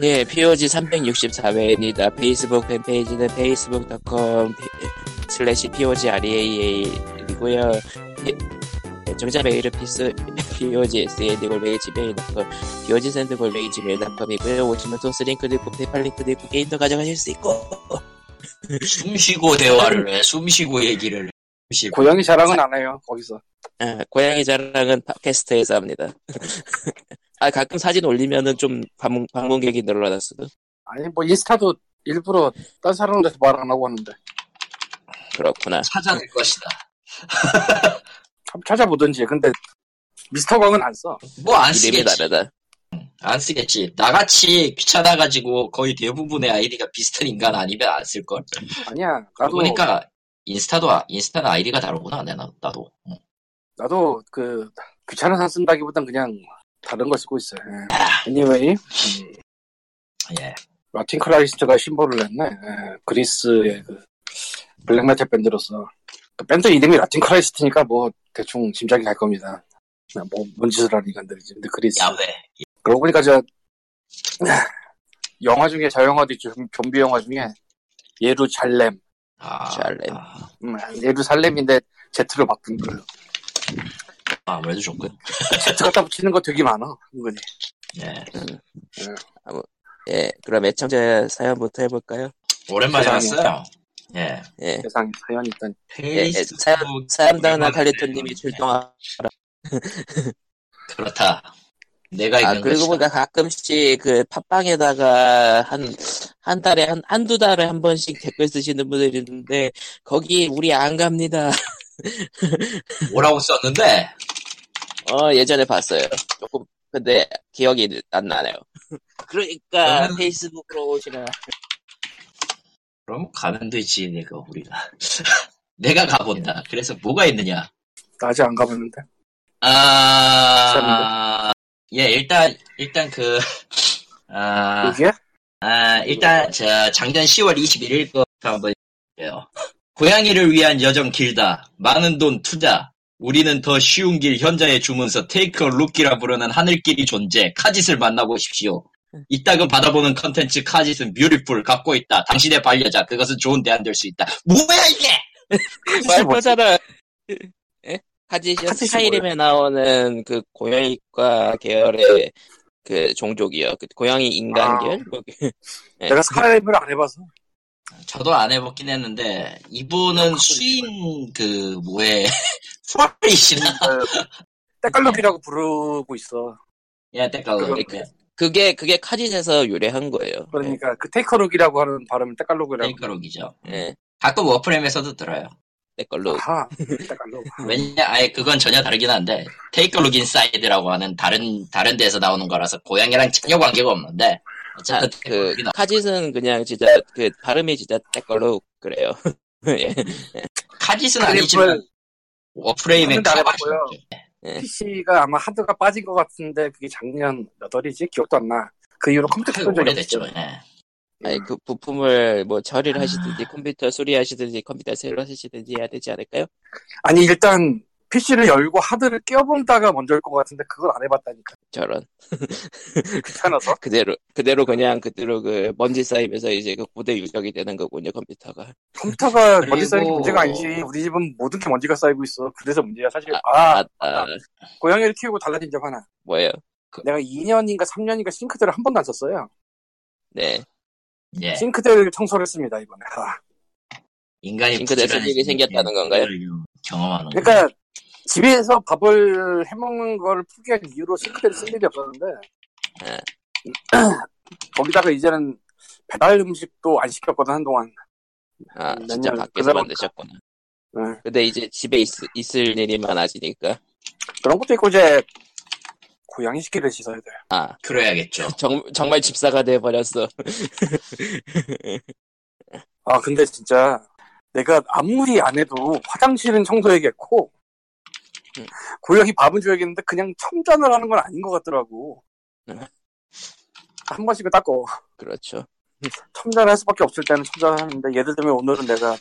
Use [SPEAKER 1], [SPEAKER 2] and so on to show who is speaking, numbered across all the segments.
[SPEAKER 1] 네, POG 364회입니다. 페이스북 팬페이지는 facebook.com slash POG REAA이고요. 예, 정자 메일은 피스, POG SAD 골뱅이 E 지메일.com, POG 샌드 골뱅이 지메일.com이고요. 오시면 소스 링크도 있고, 페이팔 링크도 있고, 게임도 가져가실 수 있고.
[SPEAKER 2] 숨쉬고 대화를 해. 숨쉬고 얘기를 해. 숨쉬고.
[SPEAKER 3] 고양이 자랑은 안 해요 거기서
[SPEAKER 1] 아, 고양이 자랑은 팟캐스트에서 합니다. 아, 가끔 사진 올리면은 좀 방문, 방문객이 늘어났어도.
[SPEAKER 3] 아니 뭐 인스타도 일부러 딴 사람한테 말 안 하고 하는데
[SPEAKER 1] 그렇구나.
[SPEAKER 2] 찾아낼 것이다.
[SPEAKER 3] 한번 찾아보든지 근데 미스터 광은 안써
[SPEAKER 2] 뭐 안
[SPEAKER 1] 이름이
[SPEAKER 2] 쓰겠지.
[SPEAKER 1] 다르다.
[SPEAKER 2] 안 쓰겠지. 나같이 귀찮아가지고 거의 대부분의 아이디가 비슷한 인간 아니면 안 쓸걸.
[SPEAKER 3] 아니야 나도
[SPEAKER 2] 그러니까 인스타도, 아- 인스타는 아이디가 다르구나. 내, 나, 나도. 응.
[SPEAKER 3] 나도 그 귀찮아서 안 쓴다기보단 그냥 다른 걸 쓰고 있어요 예. anyway 음,
[SPEAKER 2] 예.
[SPEAKER 3] 마틴 클라리스트가 신보를 냈네 예, 그리스의 그 블랙메탈 밴드로서 그 밴드 이름이 라틴 클라리스트니까 뭐 대충 짐작이 갈 겁니다 그냥 뭐, 뭔 짓을 하는 인간들이지 근데 그리스
[SPEAKER 2] 야외.
[SPEAKER 3] 그러고 보니까 저 영화 중에 저영화도 있죠 좀 좀비 영화 중에 예루살렘
[SPEAKER 2] 아,
[SPEAKER 1] 잘해.
[SPEAKER 2] 아,
[SPEAKER 3] 음, 예루살렘인데 제트로 바꾼 거예요
[SPEAKER 2] 아무래도 좋군.
[SPEAKER 3] 제트 갖다 붙이는 거 되게 많아 은근히
[SPEAKER 2] 예.
[SPEAKER 1] 예, 그럼 애청자 사연부터 해볼까요?
[SPEAKER 2] 오랜만에
[SPEAKER 3] 세상에.
[SPEAKER 2] 왔어요. 예.
[SPEAKER 1] 예.
[SPEAKER 3] 세상에 사연이 있다니
[SPEAKER 1] 예, 예,
[SPEAKER 2] 페이스북.
[SPEAKER 1] 사연,
[SPEAKER 3] 네,
[SPEAKER 1] 사연당나 칼리토님이 출동하.
[SPEAKER 2] 그렇다.
[SPEAKER 3] 네,
[SPEAKER 2] 내가
[SPEAKER 1] 아,
[SPEAKER 2] 있는
[SPEAKER 1] 그리고
[SPEAKER 2] 것이다.
[SPEAKER 1] 보니까 가끔씩 그 팟빵에다가 한, 한 달에 한, 한두 달에 한 번씩 댓글 쓰시는 분들이 있는데, 거기 우리 안 갑니다.
[SPEAKER 2] 뭐라고 썼는데
[SPEAKER 1] 어, 예전에 봤어요. 조금, 근데 기억이 안 나네요. 그러니까
[SPEAKER 2] 그러면은-
[SPEAKER 1] 페이스북으로 오시라.
[SPEAKER 2] 그럼 가면 되지 내가 우리가 내가 가본다 그래서 뭐가 있느냐
[SPEAKER 3] 나 아직 안 가봤는데
[SPEAKER 2] 아... 예 일단 일단 그 아,
[SPEAKER 3] 여기야?
[SPEAKER 2] 아, 일단 저 작년 10월 21일 거부터 한번 볼게요 고양이를 위한 여정 길다 많은 돈 투자 우리는 더 쉬운 길 현자의 주문서 테이크 어 룩기라 부르는 하늘길이 존재 카짓을 만나고 오십시오 이따금 받아보는 컨텐츠 카짓은 뮤리풀 갖고 있다 당신의 반려자 그것은 좋은 대안 될 수 있다 뭐야 이게
[SPEAKER 3] 카짓이 뭐지?
[SPEAKER 1] 예? 카지시
[SPEAKER 3] 카짓이
[SPEAKER 1] 스타일임에 나오는 그 고양이과 계열의 그 종족이요. 그 고양이 인간
[SPEAKER 3] 아.
[SPEAKER 1] 계열? 뭐
[SPEAKER 2] 네.
[SPEAKER 1] 예.
[SPEAKER 3] 내가 스카이브를 안 해봐서
[SPEAKER 2] 저도 안 해봤긴 했는데 이분은 수인 그 뭐에 프로이시나
[SPEAKER 3] 때깔룩이라고 부르고 있어
[SPEAKER 2] 예 때깔로
[SPEAKER 3] 그거-
[SPEAKER 2] 네,
[SPEAKER 1] 그게 그게 카짓에서 유래한 거예요.
[SPEAKER 3] 그러니까 그 테이커룩이라고 하는 발음은 때깔룩이라고
[SPEAKER 2] 때깔로기죠.
[SPEAKER 1] 예,
[SPEAKER 2] 가끔 워프램에서도 들어요.
[SPEAKER 1] 내 걸로.
[SPEAKER 3] 아하 때깔룩
[SPEAKER 2] 왜냐 아예 그건 전혀 다르긴 한데 테이크룩 인사이드라고 하는 다른 다른 데서 나오는 거라서 고양이랑 전혀 관계가 없는데
[SPEAKER 3] 아,
[SPEAKER 2] 어쨌든
[SPEAKER 1] 그
[SPEAKER 2] 테이크룩이나
[SPEAKER 1] 카짓은 그냥 진짜 그 발음이 진짜 내 걸로 그래요. 예.
[SPEAKER 2] 카짓은 아니지만 워프레임에
[SPEAKER 3] 하는 데안
[SPEAKER 2] 커버가
[SPEAKER 3] 해봤고요.
[SPEAKER 2] 있죠. 네.
[SPEAKER 3] PC가 아마 하드가 빠진 것 같은데 그게 작년 몇 월이지? 기억도 안나 그 이후로 컴퓨터
[SPEAKER 2] 아유,
[SPEAKER 3] 켰던 적이
[SPEAKER 2] 오래됐죠.
[SPEAKER 3] 없어요.
[SPEAKER 2] 예.
[SPEAKER 1] 아니 그 부품을 뭐 처리를 하시든지
[SPEAKER 3] 아.
[SPEAKER 1] 컴퓨터 수리하시든지 컴퓨터 새로 하시든지 해야 되지 않을까요?
[SPEAKER 3] 아니 일단 PC를 열고 하드를 껴본다가 먼저일 것 같은데 그걸 안 해봤다니까
[SPEAKER 1] 저런
[SPEAKER 3] 귀찮아서
[SPEAKER 1] 그대로 그대로 그냥 그대로 그 먼지 쌓이면서 이제 그 고대 유적이 되는 거군요 컴퓨터가.
[SPEAKER 3] 컴퓨터가
[SPEAKER 2] 그리고-
[SPEAKER 3] 먼지 쌓이는 게 문제가 아니지 우리 집은 모든 게 먼지가 쌓이고 있어 그래서 문제야 사실
[SPEAKER 1] 아,
[SPEAKER 3] 아,
[SPEAKER 1] 아, 아
[SPEAKER 3] 고양이를 키우고 달라진 점 하나
[SPEAKER 1] 뭐예요?
[SPEAKER 3] 내가 2년인가 3년인가 싱크대를 한 번도 안 썼어요
[SPEAKER 1] 네.
[SPEAKER 2] 예.
[SPEAKER 3] 싱크대를 청소를 했습니다 이번에 아.
[SPEAKER 2] 인간이
[SPEAKER 1] 싱크대
[SPEAKER 2] 부지런히
[SPEAKER 1] 수직이 생겼다는 건가요?
[SPEAKER 2] 경험하는 거죠.
[SPEAKER 3] 그러니까 집에서 밥을 해먹는 걸 포기한 이유로 싱크대를 쓸 일이 없었는데
[SPEAKER 1] 네.
[SPEAKER 3] 거기다가 이제는 배달 음식도 안 시켰거든 한동안
[SPEAKER 1] 아
[SPEAKER 3] 음,
[SPEAKER 1] 진짜
[SPEAKER 3] 맨날
[SPEAKER 1] 밖에서
[SPEAKER 3] 그대로-
[SPEAKER 1] 만드셨구나.
[SPEAKER 3] 네.
[SPEAKER 1] 근데 이제 집에 있, 있을 일이 많아지니까
[SPEAKER 3] 그런 것도 있고 이제 고양이 식기를 씻어야 돼
[SPEAKER 1] 아
[SPEAKER 2] 그래야겠죠.
[SPEAKER 1] 정, 정말 집사가 돼 버렸어.
[SPEAKER 3] 아 근데 진짜 내가 아무리 안 해도 화장실은 청소해야겠고
[SPEAKER 1] 음.
[SPEAKER 3] 고양이 밥은 줘야겠는데 그냥 첨단을 하는 건 아닌 것 같더라고
[SPEAKER 1] 네.
[SPEAKER 3] 한 번씩은 닦고
[SPEAKER 1] 그렇죠.
[SPEAKER 3] 첨단할 수밖에 없을 때는 첨단하는데 예를 들면 오늘은 내가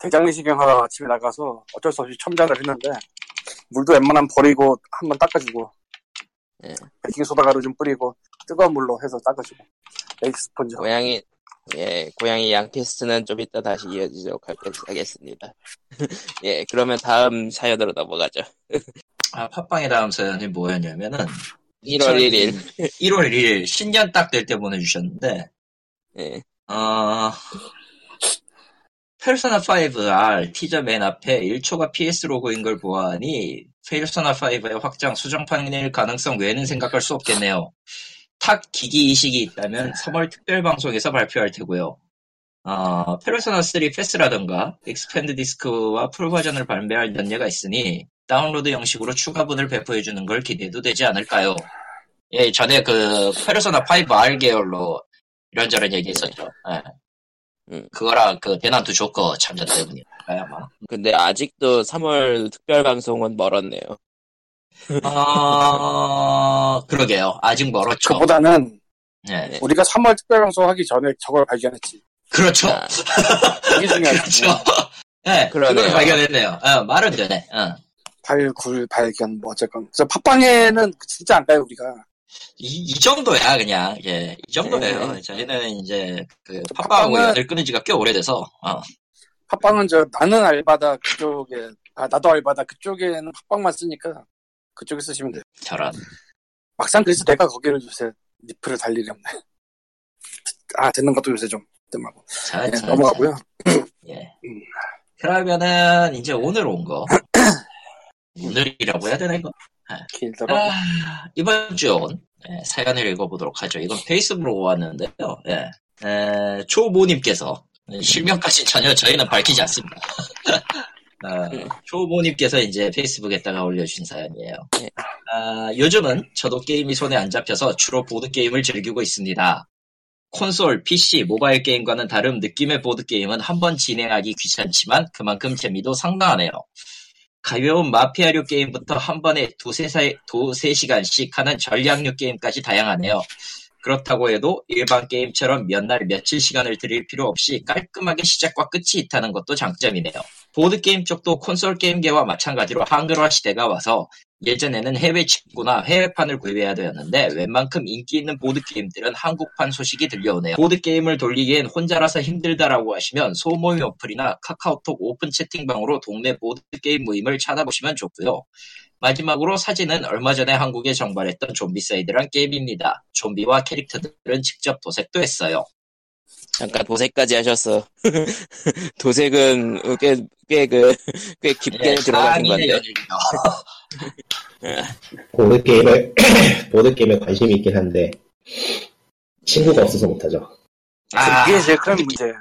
[SPEAKER 3] 대장내시경 하러 아침에 나가서 어쩔 수 없이 첨단을 했는데 물도 웬만하면 버리고 한번 닦아주고
[SPEAKER 1] 예.
[SPEAKER 3] 베킹소다 가루 좀 뿌리고 뜨거운 물로 해서 닦아주고 에이스폰지
[SPEAKER 1] 고양이 예 고양이 양캐스트는 좀 이따 다시 이어지도록 할- 하겠습니다. 예 그러면 다음 사연으로 넘어가죠.
[SPEAKER 2] 아, 팟빵의 다음 사연이 뭐였냐면은
[SPEAKER 1] 1월 1일
[SPEAKER 2] 1월 1일 신년 딱 될 때 보내주셨는데
[SPEAKER 1] 예
[SPEAKER 2] 어... 페르소나 5R 티저 맨 앞에 1초가 PS 로고인 걸 보아하니 페르소나 5의 확장 수정판일 가능성 외에는 생각할 수 없겠네요. 탁 기기 이식이 있다면 3월 특별 방송에서 발표할 테고요. 어, 페르소나 3 패스라던가 익스펜드 디스크와 풀 버전을 발매할 연예가 있으니 다운로드 형식으로 추가분을 배포해 주는 걸 기대도 되지 않을까요? 예, 전에 그 페르소나 5R 계열로 이런저런
[SPEAKER 3] 네.
[SPEAKER 2] 얘기 있었죠. 예.
[SPEAKER 1] 음.
[SPEAKER 2] 그거랑 그 대난투 조커 참전 때문이랄까요, 아마.
[SPEAKER 1] 근데 아직도 3월 특별 방송은 멀었네요.
[SPEAKER 3] 음.
[SPEAKER 2] 어, 그러게요. 아직 멀었죠.
[SPEAKER 3] 그보다는 네.
[SPEAKER 2] 예.
[SPEAKER 3] 우리가 3월 특별방송 하기 전에 저걸 발견했지
[SPEAKER 2] 그렇죠.
[SPEAKER 1] 아,
[SPEAKER 3] 이게 중요하지
[SPEAKER 2] 그렇죠.
[SPEAKER 3] 아,
[SPEAKER 2] 예,
[SPEAKER 1] 그러네요.
[SPEAKER 2] 그걸 발견했네요. 어, 말은 되네. 어.
[SPEAKER 3] 발굴 발견 뭐 어쨌건 저 팟빵에는 진짜 안 가요 우리가
[SPEAKER 2] 이, 이 정도야, 그냥. 예, 이 정도예요.
[SPEAKER 1] 네.
[SPEAKER 2] 저희는 이제, 그, 팟빵하고
[SPEAKER 3] 팟빵은-
[SPEAKER 2] 연을 끊은 지가 꽤 오래돼서, 어.
[SPEAKER 3] 팟빵은 저 나는 알바다 그쪽에 아 나도 알바다 그쪽에는 팟빵만 쓰니까 그쪽에 쓰시면 돼요
[SPEAKER 2] 저런.
[SPEAKER 3] 막상 그래서
[SPEAKER 2] 네.
[SPEAKER 3] 내가 거기를 요새 리플을 달리려 없네 아 듣는 것도 요새 좀 뜸하고
[SPEAKER 2] 자,
[SPEAKER 3] 네,
[SPEAKER 2] 자,
[SPEAKER 3] 넘어가고요
[SPEAKER 2] 자. 예. 그러면은, 이제 오늘 온 거. 오늘이라고 해야 되나, 이거?
[SPEAKER 3] 길더라고
[SPEAKER 2] 아, 이번 주에 온 예, 사연을 읽어보도록 하죠. 이건 페이스북으로 왔는데요. 예. 에, 초보님께서 실명까지 전혀 저희는 밝히지 않습니다. 아,
[SPEAKER 1] 네.
[SPEAKER 2] 초보님께서 이제 페이스북에다가 올려주신 사연이에요. 아, 요즘은 저도 게임이 손에 안 잡혀서 주로 보드게임을 즐기고 있습니다. 콘솔, PC, 모바일 게임과는 다른 느낌의 보드게임은 한 번 진행하기 귀찮지만 그만큼 재미도 상당하네요. 가벼운 마피아류 게임부터 한 번에 두세, 사, 두세 시간씩 하는 전략류 게임까지 다양하네요. 그렇다고 해도 일반 게임처럼 몇 날 며칠 시간을 들일 필요 없이 깔끔하게 시작과 끝이 있다는 것도 장점이네요. 보드게임 쪽도 콘솔 게임계와 마찬가지로 한글화 시대가 와서 예전에는 해외 직구나 해외판을 구입해야 되었는데 웬만큼 인기 있는 보드게임들은 한국판 소식이 들려오네요. 보드게임을 돌리기엔 혼자라서 힘들다라고 하시면 소모임 어플이나 카카오톡 오픈 채팅방으로 동네 보드게임 모임을 찾아보시면 좋고요. 마지막으로 사진은 얼마 전에 한국에 정발했던 좀비사이드란 게임입니다. 좀비와 캐릭터들은 직접 도색도 했어요.
[SPEAKER 1] 잠깐 도색까지 하셨어. 도색은 꽤꽤그꽤 예, 깊게 들어가신
[SPEAKER 2] 예, 사랑의
[SPEAKER 1] 건데.
[SPEAKER 2] 연인이요.
[SPEAKER 4] 보드게임에, 보드게임에 관심이 있긴 한데, 친구가 없어서 못하죠.
[SPEAKER 2] 아,
[SPEAKER 3] 이게 제일 큰 문제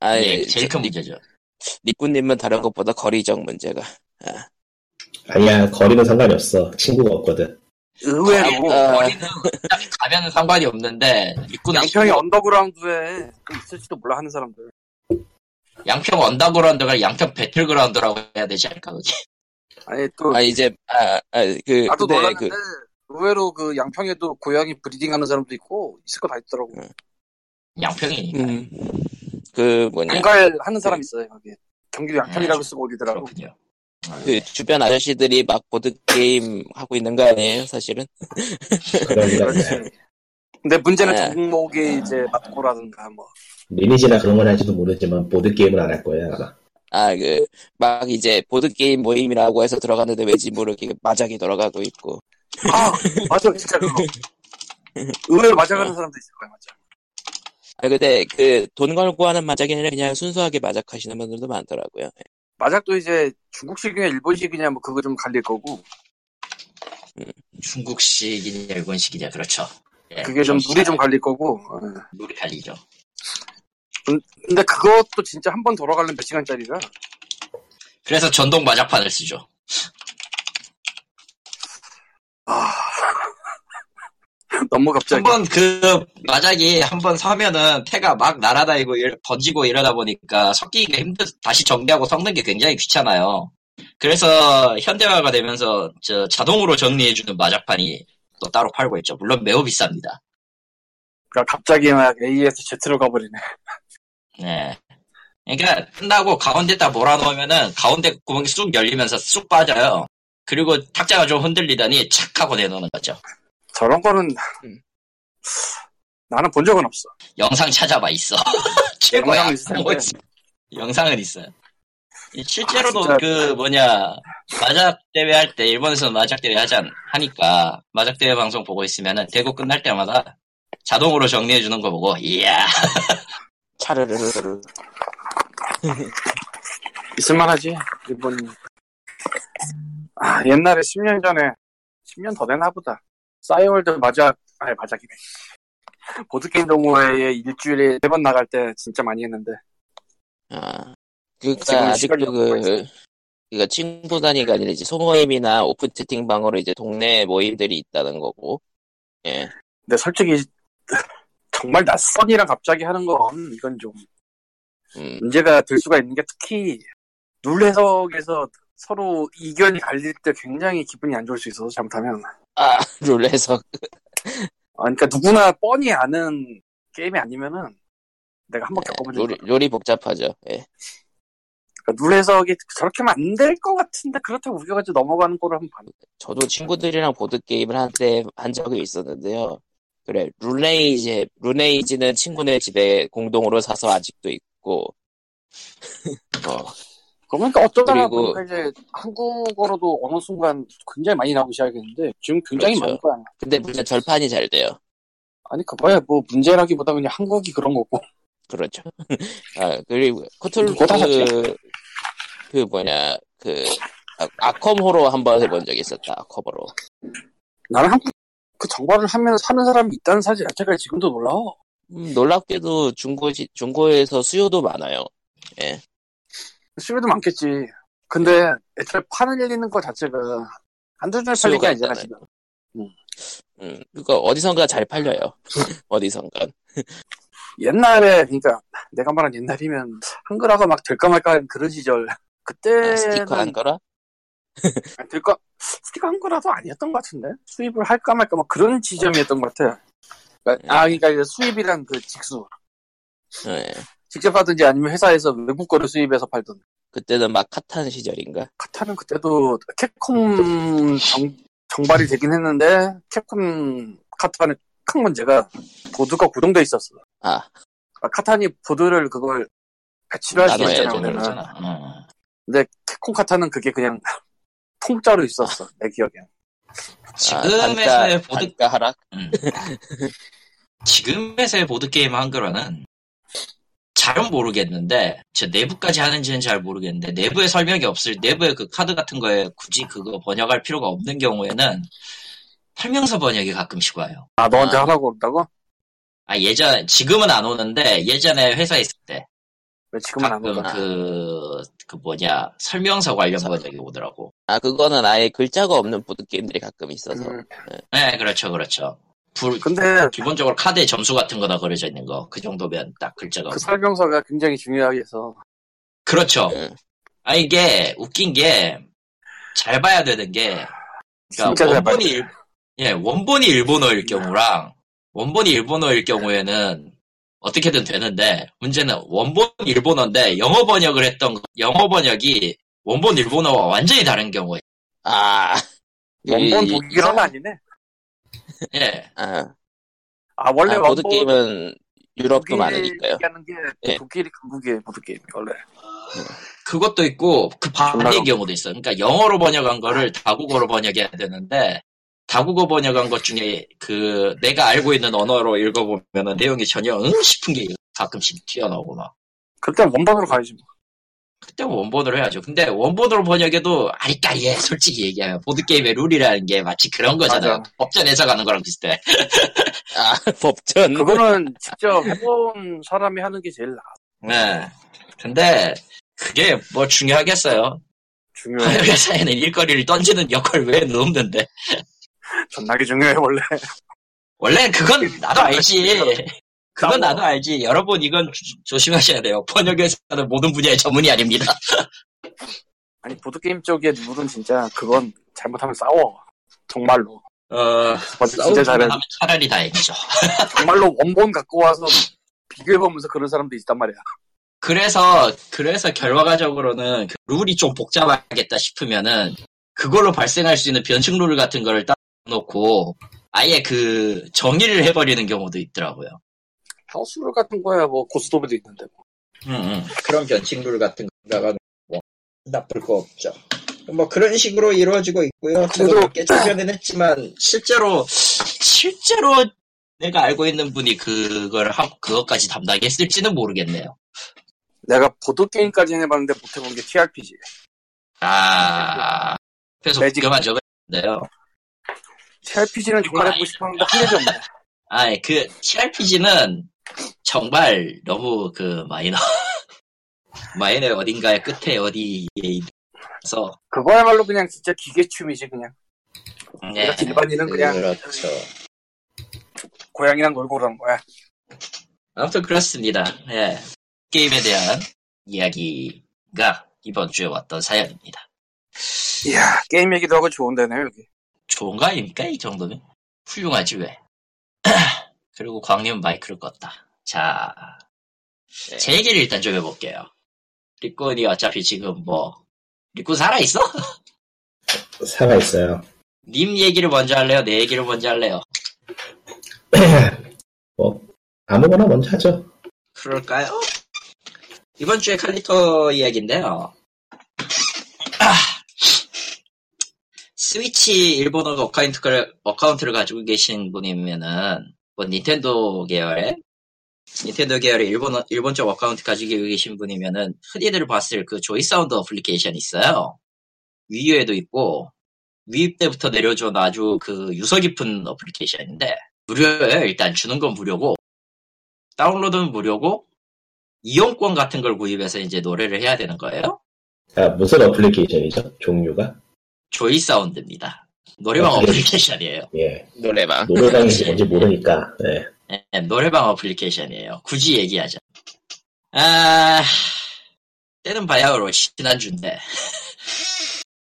[SPEAKER 1] 아
[SPEAKER 2] 예, 제일 큰 문제죠.
[SPEAKER 1] 니꾸님은 다른 것보다 거리적 문제가.
[SPEAKER 4] 아니야, 거리는 상관이 없어. 친구가 없거든.
[SPEAKER 3] 의외로
[SPEAKER 1] 아,
[SPEAKER 2] 머리는 딱히 가면은 상관이 없는데 입고 나
[SPEAKER 3] 양평이 언더그라운드에 좀 있을지도 몰라 하는 사람들
[SPEAKER 2] 양평 언더그라운드가 양평 배틀그라운드라고 해야 되지 않을까 그게
[SPEAKER 3] 아니 또
[SPEAKER 1] 아 이제
[SPEAKER 2] 네,
[SPEAKER 1] 아아그
[SPEAKER 3] 나도
[SPEAKER 1] 근데
[SPEAKER 3] 놀랐는데
[SPEAKER 1] 그
[SPEAKER 3] 의외로 그 양평에도 고양이 브리딩하는 사람도 있고 있을 거 다 있더라고.
[SPEAKER 2] 양평이니까
[SPEAKER 1] 음. 그
[SPEAKER 2] 네.
[SPEAKER 1] 뭐냐
[SPEAKER 3] 양갈 하는 사람 있어요 거기. 경기도 양평이라고
[SPEAKER 2] 음.
[SPEAKER 3] 쓰고 올리더라고.
[SPEAKER 2] 그렇군요
[SPEAKER 3] 예.
[SPEAKER 1] 그 주변 아저씨들이 막 보드 게임 하고 있는 거 아니에요 사실은
[SPEAKER 2] 네.
[SPEAKER 4] 그러니까 그냥
[SPEAKER 3] 그렇지. 근데 문제는
[SPEAKER 1] 네.
[SPEAKER 2] 아.
[SPEAKER 3] 종목이 이제 맞고라든가 뭐
[SPEAKER 4] 리니지나 그런 건 할지도 모르지만 보드게임은 안 할 거예요, 아마.
[SPEAKER 1] 아 그 막 이제 보드 게임 모임이라고 해서 들어갔는데 왠지 모르게 마작이 돌아가고 있고
[SPEAKER 3] 아, 맞아 진짜 그거. 의외로 맞아가는
[SPEAKER 2] 네.
[SPEAKER 3] 사람도 있을 거야 맞아.
[SPEAKER 1] 아 근데 그 돈 걸고 하는 마작이 아니라 그냥 순수하게 마작하시는 분들도 많더라고요
[SPEAKER 3] 마작도 이제 중국식이냐 일본식이냐 뭐 그거 좀 갈릴 거고
[SPEAKER 2] 중국식이냐 일본식이냐 그렇죠 예,
[SPEAKER 3] 그게 좀
[SPEAKER 2] 시-
[SPEAKER 3] 물이 좀 갈릴 거고. 어.
[SPEAKER 2] 물이 갈리죠
[SPEAKER 3] 근데 그것도 진짜 한 번 돌아가려면 몇 시간짜리라.
[SPEAKER 2] 그래서 전동 마작판을 쓰죠
[SPEAKER 3] 아 너무 갑자기.
[SPEAKER 2] 한번 그 마작이 한 번 서면은 패가 막 날아다니고 일- 번지고 이러다 보니까 섞이기가 힘들 다시 정리하고 섞는 게 굉장히 귀찮아요 그래서 현대화가 되면서 저 자동으로 정리해주는 마작판이 또 따로 팔고 있죠 물론 매우 비쌉니다
[SPEAKER 3] 그러니까 갑자기 막 A에서 Z로 가버리네.
[SPEAKER 2] 네. 그러니까 끝나고 가운데다 몰아넣으면은 가운데 구멍이 쑥 열리면서 쑥 빠져요. 그리고 탁자가 좀 흔들리더니 착 하고 내놓는 거죠.
[SPEAKER 3] 저런 거는
[SPEAKER 1] 음.
[SPEAKER 3] 나는 본 적은 없어.
[SPEAKER 2] 영상 찾아봐 있어. 최고야.
[SPEAKER 3] 네, 영상은 있어요.
[SPEAKER 2] 뭐지? 영상은 있어요. 이 실제로도
[SPEAKER 3] 아, 진짜.
[SPEAKER 2] 그 뭐냐 마작 대회 할 때 일본에서 마작 대회 하지 않- 하니까 마작 대회 방송 보고 있으면은 대구 끝날 때마다 자동으로 정리해 주는 거 보고 이야
[SPEAKER 1] 차르르르르.
[SPEAKER 3] 있을만하지 일본. 아 옛날에 10년 전에 10년 더 되나 보다. 싸이월드 마작 아니 마작이네. 보드 게임 동호회에 일주일에 세 번 나갈 때 진짜 많이 했는데
[SPEAKER 1] 아,
[SPEAKER 3] 지금
[SPEAKER 1] 그러니까 아직도
[SPEAKER 3] 시간이 없고
[SPEAKER 1] 그,
[SPEAKER 3] 있어요.
[SPEAKER 1] 그러니까 친구 단위가 아니라 이제 소모임이나 오픈 채팅방으로 이제 동네 모임들이 있다는 거고, 예,
[SPEAKER 3] 근데 솔직히 정말 낯선이랑 갑자기 하는 건 이건 좀
[SPEAKER 1] 음,
[SPEAKER 3] 문제가 될 수가 있는 게 특히 룰 해석에서 서로 이견이 갈릴 때 굉장히 기분이 안 좋을 수 있어서 잘못하면
[SPEAKER 1] 아, 룰 해석,
[SPEAKER 3] 아, 그러니까 누구나 뻔히 아는 게임이 아니면은 내가 한번 겪어본 적이
[SPEAKER 1] 네, 룰이,
[SPEAKER 3] 없
[SPEAKER 1] 룰이 복잡하죠, 예.
[SPEAKER 3] 그러니까 룰 해석이 저렇게 하면 안 될 것 같은데 그렇다고 우겨가지고 넘어가는 거를 한번 봤는데
[SPEAKER 1] 저도 친구들이랑 보드게임을 한때 한 적이 있었는데요. 그래, 룰레이지, 룰레이지는 친구네 집에 공동으로 사서 아직도 있고, 어,
[SPEAKER 3] 그러니까 어쩌다가
[SPEAKER 1] 그리고-
[SPEAKER 3] 보니까 이제 한국어로도 어느 순간 굉장히 많이 나오기 시작했는데 지금 굉장히
[SPEAKER 1] 그렇죠.
[SPEAKER 3] 많을 거야
[SPEAKER 1] 근데 문제 절판이 잘 돼요.
[SPEAKER 3] 아니 그거야 뭐 문제라기보다 그냥 한국이 그런 거고
[SPEAKER 1] 그렇죠. 아, 그리고 코툴
[SPEAKER 3] 누구보다
[SPEAKER 1] 그, 그 뭐냐 그 아, 컴호로 한번 해본 적이 있었다. 아컴호로.
[SPEAKER 3] 나는 한국 그 정발을 하면 사는 사람이 있다는 사실 자체가 지금도 놀라워
[SPEAKER 1] 음, 놀랍게도 중고 시- 중고에서 수요도 많아요.
[SPEAKER 3] 수요도 많겠지 근데 애초에 팔리는 거 자체가 한두 줄 팔리는 게
[SPEAKER 1] 수요가
[SPEAKER 3] 아니잖아
[SPEAKER 1] 있잖아요.
[SPEAKER 3] 지금
[SPEAKER 1] 음, 그거 어디선가 잘 팔려요. 어디선가.
[SPEAKER 3] 옛날에 그러니까 내가 말한 옛날이면 한글화가 막 될까 말까 하는 그런 시절
[SPEAKER 1] 아,
[SPEAKER 3] 그때는
[SPEAKER 1] 스티커 한 거라.
[SPEAKER 3] 아니, 될까 스티커 한글화도 아니었던 것 같은데 수입을 할까 말까 막 그런 지점이었던 것 같아 그러니까, 아 그러니까 이제 수입이란 그 직수
[SPEAKER 1] 예.
[SPEAKER 3] 직접 하든지 아니면 회사에서 외국 거를 수입해서 팔든
[SPEAKER 1] 그때는 막 카탄 시절인가.
[SPEAKER 3] 카타는 그때도 캡콤 정, 정발이 되긴 했는데 캡콤 카타는 큰 문제가 보드가 고정돼 있었어
[SPEAKER 1] 아,
[SPEAKER 3] 아, 카타니 보드를 그걸 배치를 할 수
[SPEAKER 1] 나눠야
[SPEAKER 3] 있잖아
[SPEAKER 1] 돼,
[SPEAKER 3] 원래는.
[SPEAKER 2] 그러잖아. 어.
[SPEAKER 3] 근데 캡콤카타는 그게 그냥 통짜로 있었어 내 기억엔 아,
[SPEAKER 2] 지금에서의 보드
[SPEAKER 1] 가 하락.
[SPEAKER 2] 음. 지금에서의 보드게임 한글화는 잘은 모르겠는데, 저 내부까지 하는지는 잘 모르겠는데, 내부에 설명이 없을, 내부에 그 카드 같은 거에 굳이 그거 번역할 필요가 없는 경우에는 설명서 번역이 가끔씩 와요.
[SPEAKER 3] 아 너한테
[SPEAKER 1] 아.
[SPEAKER 3] 하라고 그런다고?
[SPEAKER 2] 아, 예전, 지금은 안 오는데, 예전에 회사에 있을 때,
[SPEAKER 3] 왜 지금은 안
[SPEAKER 2] 가끔
[SPEAKER 3] 온다
[SPEAKER 2] 그, 그 뭐냐, 설명서 관련 번역이 오더라고.
[SPEAKER 1] 아, 그거는 아예 글자가 없는 보드 게임들이 가끔 있어서.
[SPEAKER 3] 음.
[SPEAKER 2] 네, 그렇죠, 그렇죠. 불-
[SPEAKER 3] 근데
[SPEAKER 2] 기본적으로 카드에 점수 같은 거나 그려져 있는 거, 그 정도면 딱 글자가
[SPEAKER 3] 그 설명서가 굉장히 중요하게 해서
[SPEAKER 2] 그렇죠.
[SPEAKER 3] 네.
[SPEAKER 1] 예.
[SPEAKER 2] 아, 이게 웃긴 게, 잘 봐야 되는 게,
[SPEAKER 3] 진짜
[SPEAKER 2] 그러니까
[SPEAKER 3] 잘 봐야
[SPEAKER 2] 원본이, 일, 예, 원본이 일본어일 경우랑, 원본이 일본어일 경우에는 어떻게든 되는데, 문제는 원본 일본어인데, 영어 번역을 했던, 거- 영어 번역이 원본 일본어와 완전히 다른 경우에,
[SPEAKER 1] 아,
[SPEAKER 3] 원본
[SPEAKER 1] 이-
[SPEAKER 3] 독일어는 아니네
[SPEAKER 2] 예,
[SPEAKER 1] 아,
[SPEAKER 3] 아 원래
[SPEAKER 1] 아,
[SPEAKER 3] 원본
[SPEAKER 1] 보드 게임은 유럽도
[SPEAKER 3] 독일이
[SPEAKER 1] 많으니까요.
[SPEAKER 3] 얘기하는 게
[SPEAKER 1] 예.
[SPEAKER 3] 독일이 강국이에요 보드게임이 원래
[SPEAKER 2] 그것도 있고, 그 반대의
[SPEAKER 3] 정말로.
[SPEAKER 2] 경우도 있어요. 그러니까 영어로 번역한 거를 다국어로 번역해야 되는데, 다국어 번역한 것 중에 그 내가 알고 있는 언어로 읽어보면 내용이 전혀 응 싶은 게 가끔씩 튀어나오고 막
[SPEAKER 3] 그때 원본으로 가야지 뭐.
[SPEAKER 2] 그때 원본으로 해야죠. 근데 원본으로 번역해도 아리까리해 솔직히 얘기하면 보드게임의 룰이라는 게 마치 그런 거잖아요.
[SPEAKER 3] 맞아.
[SPEAKER 2] 법전에서 가는 거랑 비슷해.
[SPEAKER 1] 아, 법전.
[SPEAKER 3] 그거는 직접 해본 사람이 하는 게 제일 나
[SPEAKER 2] 네. 근데 그게 뭐 중요하겠어요.
[SPEAKER 3] 중요해
[SPEAKER 2] 회사에는 일거리를 던지는 역할 외에는 없는데
[SPEAKER 3] 존나게 중요해 원래
[SPEAKER 2] 원래 그건 나도 알지. 그건 나도 알지. 여러분 이건 조- 조심하셔야 돼요. 번역회사는 모든 분야의 전문이 아닙니다.
[SPEAKER 3] 아니 보드게임 쪽의 룰은 진짜 그건 잘못하면 싸워 정말로
[SPEAKER 2] 어,
[SPEAKER 3] 맞아, 진짜 잘해
[SPEAKER 2] 싸우기만 하면 차라리 다행이죠.
[SPEAKER 3] 정말로 원본 갖고 와서 비교해보면서 그런 사람도 있단 말이야
[SPEAKER 2] 그래서 그래서 결과적으로는 그 룰이 좀 복잡하겠다 싶으면은 그걸로 발생할 수 있는 변칙 룰 같은 거를 따놓고 아예 그 정의를 해버리는 경우도 있더라고요.
[SPEAKER 3] 하우스룰 같은 거야 뭐 고스톱에도 있는데 뭐.
[SPEAKER 2] 음,
[SPEAKER 5] 그런 변칙률 같은 거다가 뭐 나쁠 거 없죠. 뭐 그런 식으로 이루어지고 있고요.
[SPEAKER 3] 그래도-
[SPEAKER 5] 저도 몇개 출연은 했지만
[SPEAKER 2] 실제로 실제로 내가 알고 있는 분이 그걸 하 그것까지 담당했을지는 모르겠네요.
[SPEAKER 3] 내가 보드 게임까지 해봤는데 못 해본 게 TRPG.
[SPEAKER 2] 아 그래서
[SPEAKER 3] 매직.
[SPEAKER 2] 구경한 적은 있는데요.
[SPEAKER 3] TRPG는
[SPEAKER 2] 그건
[SPEAKER 3] 조카를 해보고 싶었는데 한 개도 없네.
[SPEAKER 2] 아그 TRPG는 정말 너무 그 마이너 마이너 어딘가의 끝에 어디에 있어서
[SPEAKER 3] 그거야말로 그냥 진짜 기계춤이지 그냥.
[SPEAKER 2] 네,
[SPEAKER 3] 일반인은 그냥
[SPEAKER 5] 그렇죠.
[SPEAKER 3] 고양이랑 놀고 그런 거야.
[SPEAKER 2] 아무튼 그렇습니다. 예. 게임에 대한 이야기가 이번 주에 왔던 사연입니다.
[SPEAKER 3] 이야 아, 게임 얘기도 하고 좋은데네 여기.
[SPEAKER 2] 좋은 거 아닙니까? 이 정도면? 훌륭하지, 왜? 그리고 광년 마이크를 껐다. 자,
[SPEAKER 1] 네.
[SPEAKER 2] 제 얘기를 일단 좀 해볼게요. 리콘이 어차피 지금 뭐, 리콘 살아있어?
[SPEAKER 4] 살아있어요.
[SPEAKER 2] 님 얘기를 먼저 할래요? 내 얘기를 먼저 할래요?
[SPEAKER 4] 뭐, 아무거나 먼저 하죠.
[SPEAKER 2] 그럴까요? 이번 주에 칼리터 이야기인데요. 아, 스위치 일본어 어카운트를, 어카운트를 가지고 계신 분이면은, 뭐, 닌텐도 계열에, 닌텐도 계열에 일본, 일본 쪽 어카운트 가지고 계신 분이면은, 흔히들 봤을 그 조이 사운드 어플리케이션이 있어요. 위유에도 있고, 위입 때부터 내려준 아주 그 유서 깊은 어플리케이션인데, 무료예요. 일단 주는 건 무료고, 다운로드는 무료고 이용권 같은 걸 구입해서 이제 노래를 해야 되는 거예요.
[SPEAKER 4] 아, 무슨 어플리케이션이죠? 종류가?
[SPEAKER 2] 조이 사운드입니다. 노래방
[SPEAKER 4] 어, 그래요?
[SPEAKER 2] 어플리케이션이에요.
[SPEAKER 4] 예.
[SPEAKER 1] 노래방.
[SPEAKER 2] 그렇지.
[SPEAKER 4] 노래방인지 뭔지 모르니까, 예.
[SPEAKER 2] 예, 노래방 어플리케이션이에요. 굳이 얘기하자. 아, 때는 바야흐로 지난주인데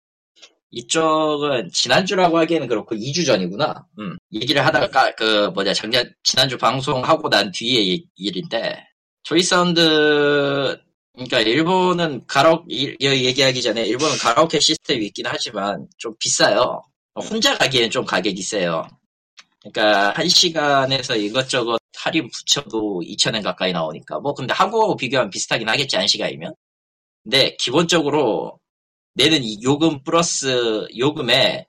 [SPEAKER 2] 이쪽은 지난주라고 하기에는 그렇고 2주 전이구나. 음, 얘기를 하다가 까- 그 뭐냐 작년 지난주 방송하고 난 뒤에 이- 일인데 조이 사운드 그러니까 일본은 가라 얘기하기 전에 일본은 가라오케 시스템이 있긴 하지만 좀 비싸요.
[SPEAKER 3] 음.
[SPEAKER 2] 혼자 가기에는 좀 가격이 세요. 그러니까 한 시간에서 이것저것 할인 붙여도 2천엔 가까이 나오니까 뭐 근데 한국하고 비교하면 비슷하긴 하겠지 한 시간이면 근데 기본적으로 내는 이 요금 플러스 요금에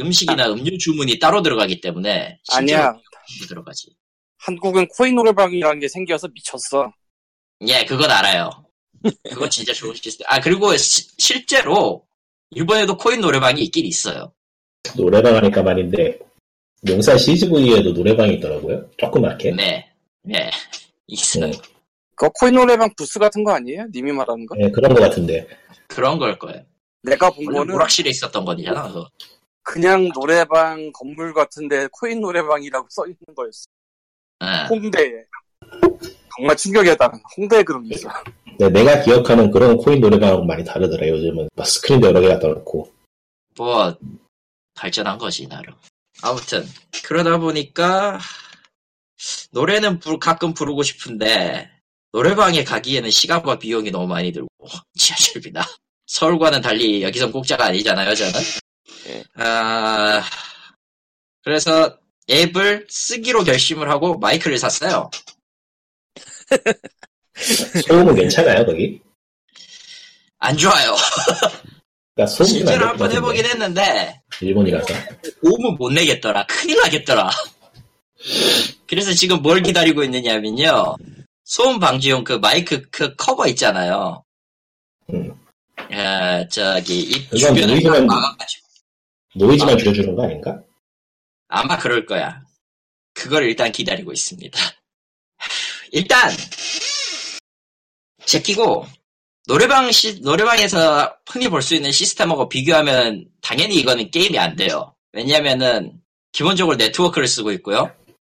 [SPEAKER 2] 음식이나 음료 주문이 따로 들어가기 때문에
[SPEAKER 3] 아. 아니야
[SPEAKER 2] 실제로 들어가지
[SPEAKER 3] 한국은 코인 노래방이라는 게 생겨서 미쳤어.
[SPEAKER 2] 예, 그건 알아요. 그건 진짜 좋은 시스템. 아, 그리고 시- 실제로, 일본에도 코인 노래방이 있긴 있어요.
[SPEAKER 4] 노래방 하니까 말인데, 용산 CGV에도 노래방이 있더라고요.
[SPEAKER 3] 예?
[SPEAKER 4] 조그맣게.
[SPEAKER 2] 네. 네. 있어요.
[SPEAKER 4] 음.
[SPEAKER 3] 그거 코인 노래방 부스 같은 거 아니에요? 님이 말하는 거?
[SPEAKER 4] 예, 그런 것 같은데. 그
[SPEAKER 2] 런걸 거예요.
[SPEAKER 3] 내가 본
[SPEAKER 2] 원래
[SPEAKER 3] 거는
[SPEAKER 2] 오락실에 있었던 거잖아, 그거.
[SPEAKER 3] 그냥 노래방 건물 같은데 코인 노래방이라고 써 있는 거였어.
[SPEAKER 2] 예.
[SPEAKER 3] 홍대에. 정말 충격이었다. 홍대에 그런 게 있어.
[SPEAKER 4] 네 내가 기억하는 그런 코인 노래방하고 많이 다르더라, 요즘은. 막 스크린도 여러 개 갖다 놓고.
[SPEAKER 2] 뭐, 발전한 거지, 나름. 아무튼, 그러다 보니까, 노래는 부- 가끔 부르고 싶은데, 노래방에 가기에는 시간과 비용이 너무 많이 들고, 지하철비나. 서울과는 달리 여기선 공짜가 아니잖아요, 저는.
[SPEAKER 1] 예.
[SPEAKER 2] 아, 그래서 앱을 쓰기로 결심을 하고 마이크를 샀어요.
[SPEAKER 4] 소음은 괜찮아요, 거기?
[SPEAKER 2] 안 좋아요.
[SPEAKER 4] 그러니까 소음이
[SPEAKER 2] 실제로 한번 해보긴 했는데,
[SPEAKER 4] 일본이라서.
[SPEAKER 2] 오음은 못 내겠더라. 큰일 나겠더라. 그래서 지금 뭘 기다리고 있느냐면요. 소음 방지용 그 마이크 그 커버 있잖아요.
[SPEAKER 4] 음.
[SPEAKER 2] 아, 저기, 입
[SPEAKER 4] 그건
[SPEAKER 2] 주변을 딱
[SPEAKER 4] 노이즈만-
[SPEAKER 2] 막아가지고.
[SPEAKER 4] 노이즈만
[SPEAKER 2] 아.
[SPEAKER 4] 줄여주는 거 아닌가?
[SPEAKER 2] 아마 그럴 거야. 그걸 일단 기다리고 있습니다. 일단 제끼고 노래방 시, 노래방에서 흔히 볼 수 있는 시스템하고 비교하면 당연히 이거는 게임이 안 돼요. 왜냐면은 기본적으로 네트워크를 쓰고 있고요.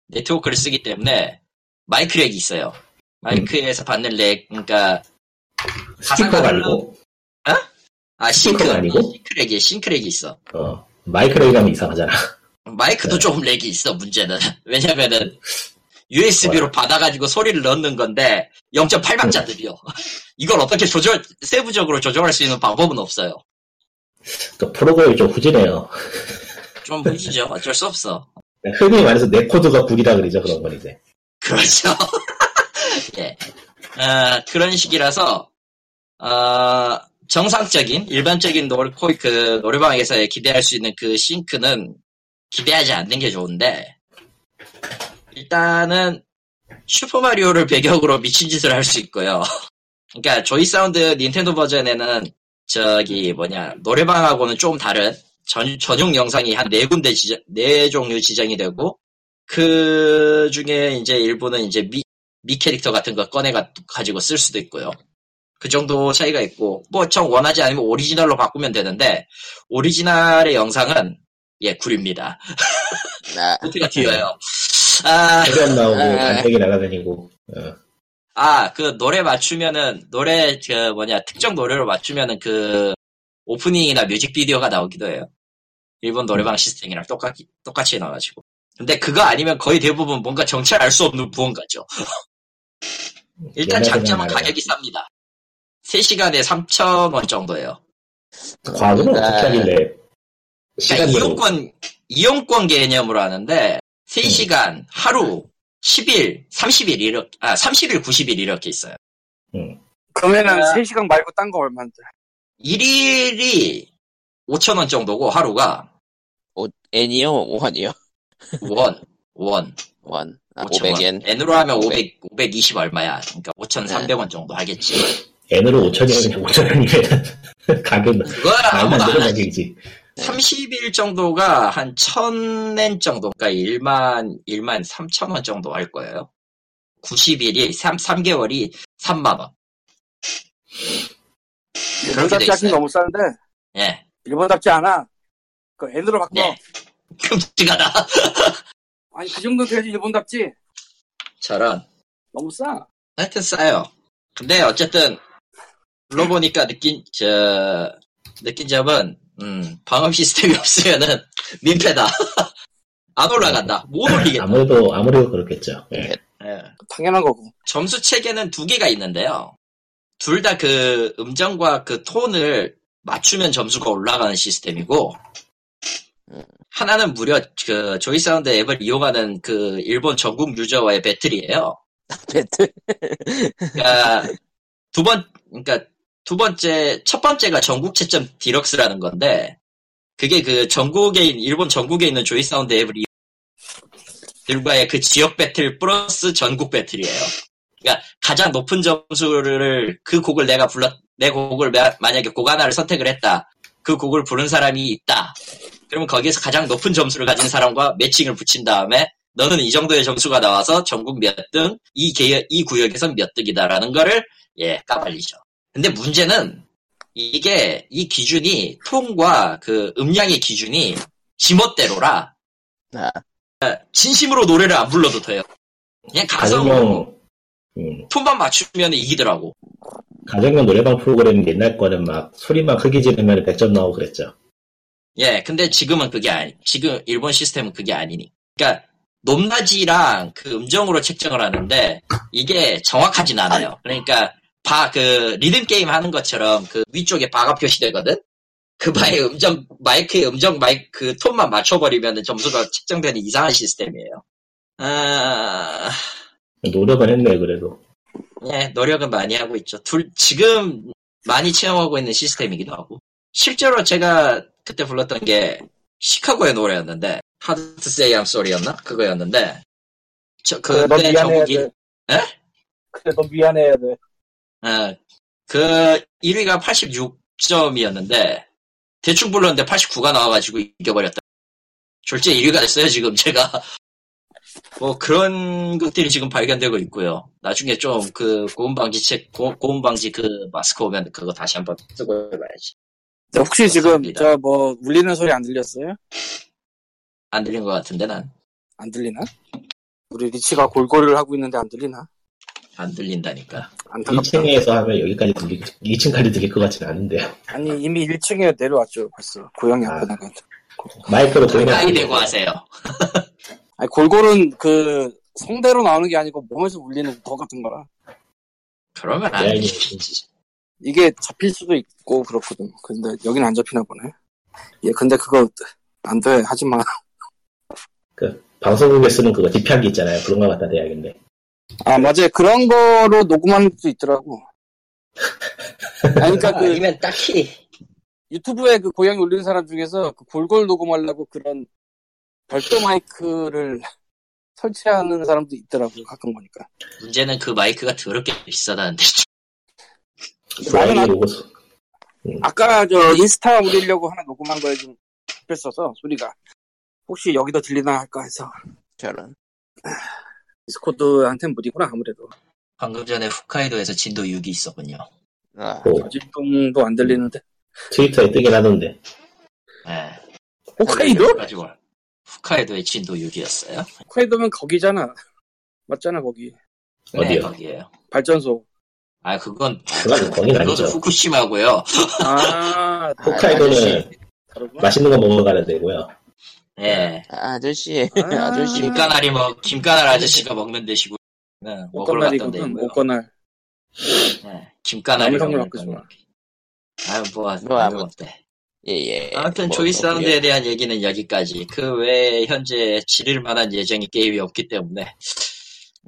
[SPEAKER 2] 네트워크를 쓰기 때문에 마이크 렉이 있어요. 마이크에서 받는 렉, 그러니까
[SPEAKER 4] 스피커
[SPEAKER 2] 가사가
[SPEAKER 4] 말고,
[SPEAKER 2] 아 싱크
[SPEAKER 4] 싱크가 아니고?
[SPEAKER 2] 싱크렉이 싱크렉이 있어.
[SPEAKER 4] 어, 마이크로 가면 이상하잖아.
[SPEAKER 2] 마이크도 조금 렉이 있어 문제는 왜냐면은 USB로 받아가지고 소리를 넣는 건데 0.8박자 들이요 이걸 어떻게 조절 세부적으로 조절할 수 있는 방법은 없어요
[SPEAKER 4] 그 프로그램이 좀 후진해요.
[SPEAKER 2] 좀 문제죠 어쩔 수 없어
[SPEAKER 4] 흔히 그러니까 말해서 내 코드가 구리다 그러죠 그런 건 이제.
[SPEAKER 2] 그렇죠. 예. 아, 그런 식이라서, 아, 정상적인, 일반적인 노래, 코이, 그, 노래방에서 기대할 수 있는 그 싱크는 기대하지 않는 게 좋은데, 일단은 슈퍼마리오를 배경으로 미친 짓을 할 수 있고요. 그러니까 조이 사운드 닌텐도 버전에는 저기 뭐냐 노래방하고는 좀 다른 전, 전용 영상이 한 네 군데 지정, 네 종류 지정이 되고 그 중에 이제 일부는 이제 미, 미 캐릭터 같은 거 꺼내 가, 가지고 쓸 수도 있고요. 그 정도 차이가 있고 뭐정 원하지 않으면 오리지널로 바꾸면 되는데 오리지널의 영상은 예 구립니다.
[SPEAKER 1] 아,
[SPEAKER 2] 어떻게 튀어요? 아
[SPEAKER 4] 소리 안 나오고
[SPEAKER 1] 아.
[SPEAKER 4] 반짝이 날아다니고. 어.
[SPEAKER 2] 아, 그 노래 맞추면은, 노래, 그 뭐냐, 특정 노래로 맞추면은 그 오프닝이나 뮤직비디오가 나오기도 해요. 일본
[SPEAKER 4] 음.
[SPEAKER 2] 노래방 시스템이랑 똑같이, 똑같이 나와가지고. 근데 그거 아니면 거의 대부분 뭔가 정체를 알 수 없는 무언가죠. 일단
[SPEAKER 4] 옛날에는
[SPEAKER 2] 장점은
[SPEAKER 4] 말이야.
[SPEAKER 2] 가격이 쌉니다. 3시간에 3,000원 정도예요.
[SPEAKER 4] 과금은
[SPEAKER 1] 아.
[SPEAKER 4] 어떻게 하길래 뭐
[SPEAKER 2] 그러니까
[SPEAKER 4] 시간대로
[SPEAKER 2] 이용권, 이용권 개념으로 하는데,
[SPEAKER 4] 음.
[SPEAKER 2] 3시간, 하루, 10일, 30일, 이렇게, 아, 30일, 90일 이렇게 있어요.
[SPEAKER 3] 그러면은
[SPEAKER 5] 아.
[SPEAKER 3] 3시간 말고 딴 거 얼마인데?
[SPEAKER 2] 1일이 5천원 정도고 하루가
[SPEAKER 1] 오, N이요? 1이요?
[SPEAKER 2] 원, 원,
[SPEAKER 1] 1. 아,
[SPEAKER 2] 5,000원. 예.
[SPEAKER 1] 500엔.
[SPEAKER 2] N으로 하면
[SPEAKER 1] 500.
[SPEAKER 2] 500, 520 얼마야. 그러니까
[SPEAKER 1] 네.
[SPEAKER 2] 5,300원 정도 하겠지.
[SPEAKER 4] N으로 5천이면 5천원이면 가금
[SPEAKER 2] 그걸
[SPEAKER 4] 말도
[SPEAKER 2] 아무도
[SPEAKER 4] 안
[SPEAKER 2] 안 하지.
[SPEAKER 4] 되는 가격이지.
[SPEAKER 2] 30일 정도가 한 1,000엔 정도, 그러니까 1만, 1만 3천원 정도 할 거예요. 90일이, 3, 3개월이 3만원. 그렇게 돼
[SPEAKER 3] 일본답지 않긴
[SPEAKER 2] 있어요.
[SPEAKER 3] 너무 싼데
[SPEAKER 2] 예.
[SPEAKER 3] 일본답지 않아. 그 N으로 바꿔.
[SPEAKER 1] 어.
[SPEAKER 2] 네. 끔찍하다.
[SPEAKER 3] 아니 그 정도 돼야지 일본답지.
[SPEAKER 2] 저런.
[SPEAKER 3] 너무 싸.
[SPEAKER 2] 하여튼 싸요. 근데 어쨌든 불러보니까 느낀 저 느낀 점은 음, 방음 시스템이 없으면은 민폐다. 안 올라간다. 못 올리겠다.
[SPEAKER 4] 아무래도 아무래도 그렇겠죠. 예.
[SPEAKER 2] 예.
[SPEAKER 3] 당연한 거고.
[SPEAKER 2] 점수 체계는 두 개가 있는데요. 둘 다 그 음정과 그 톤을 맞추면 점수가 올라가는 시스템이고 하나는 무려 그 조이 사운드 앱을 이용하는 그 일본 전국 유저와의 배틀이에요.
[SPEAKER 1] 배틀?
[SPEAKER 2] 그러니까 두 번, 그러니까 두 번째, 첫 번째가 전국 채점 디럭스라는 건데 그게 그 전국에 있- 일본 전국에 있는 조이 사운드 앱을 이용- 들과의 그 지역 배틀 플러스 전국 배틀이에요. 그러니까 가장 높은 점수를 그 곡을 내가 불렀 내 곡을 마- 만약에 곡 하나를 선택을 했다. 그 곡을 부른 사람이 있다. 그러면 거기에서 가장 높은 점수를 가진 사람과 매칭을 붙인 다음에 너는 이 정도의 점수가 나와서 전국 몇 등, 이, 개, 이 구역에선 몇 등이다라는 거를, 예, 까발리죠. 근데 문제는, 이게, 이 기준이, 톤과 그 음량의 기준이 지멋대로라,
[SPEAKER 1] 아,
[SPEAKER 2] 진심으로 노래를 안 불러도 돼요. 그냥 가성으로
[SPEAKER 4] 가정용 음,
[SPEAKER 2] 톤만 맞추면 이기더라고.
[SPEAKER 4] 가정용 노래방 프로그램 옛날 거는 막 소리만 크게 지르면 100점 나오고 그랬죠.
[SPEAKER 2] 예, 근데 지금은 그게 아니, 지금 일본 시스템은 그게 아니니. 그러니까, 높낮이랑 그 음정으로 책정을 하는데, 이게 정확하진 않아요. 그러니까, 바, 그, 리듬게임 하는 것처럼 그 위쪽에 바가 표시되거든? 그 바의 음정, 마이크의 음정, 마이크, 그 톤만 맞춰버리면 점수가 책정되는 이상한 시스템이에요. 아,
[SPEAKER 4] 노력은 했네 그래도.
[SPEAKER 2] 예, 노력은 많이 하고 있죠. 둘, 지금 많이 체험하고 있는 시스템이기도 하고. 실제로 제가 그때 불렀던 게 시카고의 노래였는데, 하드 세이 암 소리였나? 그거였는데, 저,
[SPEAKER 3] 그래, 넌
[SPEAKER 2] 그때
[SPEAKER 3] 미안해야
[SPEAKER 2] 전국이,
[SPEAKER 3] 돼. 네? 그래 너 미안해야 돼.
[SPEAKER 2] 어, 그 1위가 86점이었는데, 대충 불렀는데 89가 나와가지고 이겨버렸다. 졸제 1위가 됐어요, 지금 제가. 뭐 그런 것들이 지금 발견되고 있고요. 나중에 좀 그 고음방지 책, 고, 고음방지 그 마스크 오면 그거 다시 한번 쓰고 해봐야지.
[SPEAKER 3] 네, 혹시 지금
[SPEAKER 2] 맞습니다.
[SPEAKER 3] 저 뭐 울리는 소리 안 들렸어요?
[SPEAKER 2] 안 들린 것 같은데 난.
[SPEAKER 3] 안 들리나? 우리 리치가 골고루를 하고 있는데 안 들리나?
[SPEAKER 2] 안 들린다니까.
[SPEAKER 3] 안타깝다.
[SPEAKER 4] 1층에서 하면 여기까지 들리 2층까지 들릴 것 같지는 않은데요.
[SPEAKER 3] 아니 이미 1층에 내려왔죠 벌써 고양이
[SPEAKER 4] 아.
[SPEAKER 3] 앞에 나가.
[SPEAKER 4] 마이크로 보이는
[SPEAKER 2] 그 나이 대고 하세요.
[SPEAKER 3] 아니 골고루는 그 성대로 나오는 게 아니고 몸에서 울리는 거 같은 거라
[SPEAKER 2] 그러면 안
[SPEAKER 4] 고양이
[SPEAKER 2] 되지.
[SPEAKER 3] 이게 잡힐 수도 있고 그렇거든. 근데 여긴 안 잡히나 보네. 예, 근데 그거 안 돼. 하지 마.
[SPEAKER 4] 방송국에 쓰는 그거 집필기 있잖아요. 그런 거 갖다 대야겠네.
[SPEAKER 3] 아 맞아요 그런 거로 녹음하는 것도 있더라고 아니 그러니까 그
[SPEAKER 5] 아니면 딱히
[SPEAKER 3] 유튜브에 그 고양이 올리는 사람 중에서 그 골골 녹음하려고 그런 별도 마이크를 설치하는 사람도 있더라고요 가끔 보니까
[SPEAKER 2] 문제는 그 마이크가 더럽게 비싸다는데.
[SPEAKER 3] 나는
[SPEAKER 4] 고양이
[SPEAKER 3] 아-
[SPEAKER 4] 로고 소-
[SPEAKER 3] 아까 저 인스타 올리려고 하나 녹음한 거에 좀 뺐어서 소리가 혹시 여기도 들리나 할까 해서
[SPEAKER 1] 저런.
[SPEAKER 3] 디스코드한텐 무리구나 아무래도
[SPEAKER 2] 방금 전에 홋카이도에서 진도 6이 있었군요.
[SPEAKER 1] 아,
[SPEAKER 4] 오,
[SPEAKER 3] 거짓동도 안 들리는데
[SPEAKER 4] 뭐, 트위터에 뜨긴 하던데.
[SPEAKER 2] 예.
[SPEAKER 3] 홋카이도?
[SPEAKER 2] 가지고 와. 홋카이도의 진도 6이었어요.
[SPEAKER 3] 홋카이도면 거기잖아 맞잖아 거기
[SPEAKER 4] 어디요?
[SPEAKER 2] 네, 거기에요.
[SPEAKER 3] 발전소
[SPEAKER 2] 아 그건
[SPEAKER 4] 그건 거긴
[SPEAKER 2] 그것도
[SPEAKER 4] 아니죠.
[SPEAKER 2] 후쿠시마고요.
[SPEAKER 3] 아 네.
[SPEAKER 4] 홋카이도는
[SPEAKER 3] 다르구나
[SPEAKER 4] 맛있는 거 먹으러 가는 데고요.
[SPEAKER 2] 예.
[SPEAKER 1] 아, 아저씨,
[SPEAKER 3] 아.
[SPEAKER 1] 아, 저씨
[SPEAKER 2] 김까나리 먹 김까나 아저씨가 먹는 데시고. 네, 먹으러 갔던
[SPEAKER 3] 옷건날이거든 뭐,
[SPEAKER 2] 데고요.
[SPEAKER 3] 옷건날
[SPEAKER 2] 예. 김까나리
[SPEAKER 3] 아무 상관
[SPEAKER 2] 먹는
[SPEAKER 3] 없겠지만.
[SPEAKER 2] 거. 아유 뭐
[SPEAKER 1] 뭐,
[SPEAKER 2] 아무 어때.
[SPEAKER 1] 예, 예.
[SPEAKER 2] 아무튼
[SPEAKER 1] 뭐,
[SPEAKER 2] 조이스
[SPEAKER 1] 뭐,
[SPEAKER 2] 사운드에 대한 얘기는 여기까지. 그 외에 현재 지릴 만한 예정이 게임이 없기 때문에.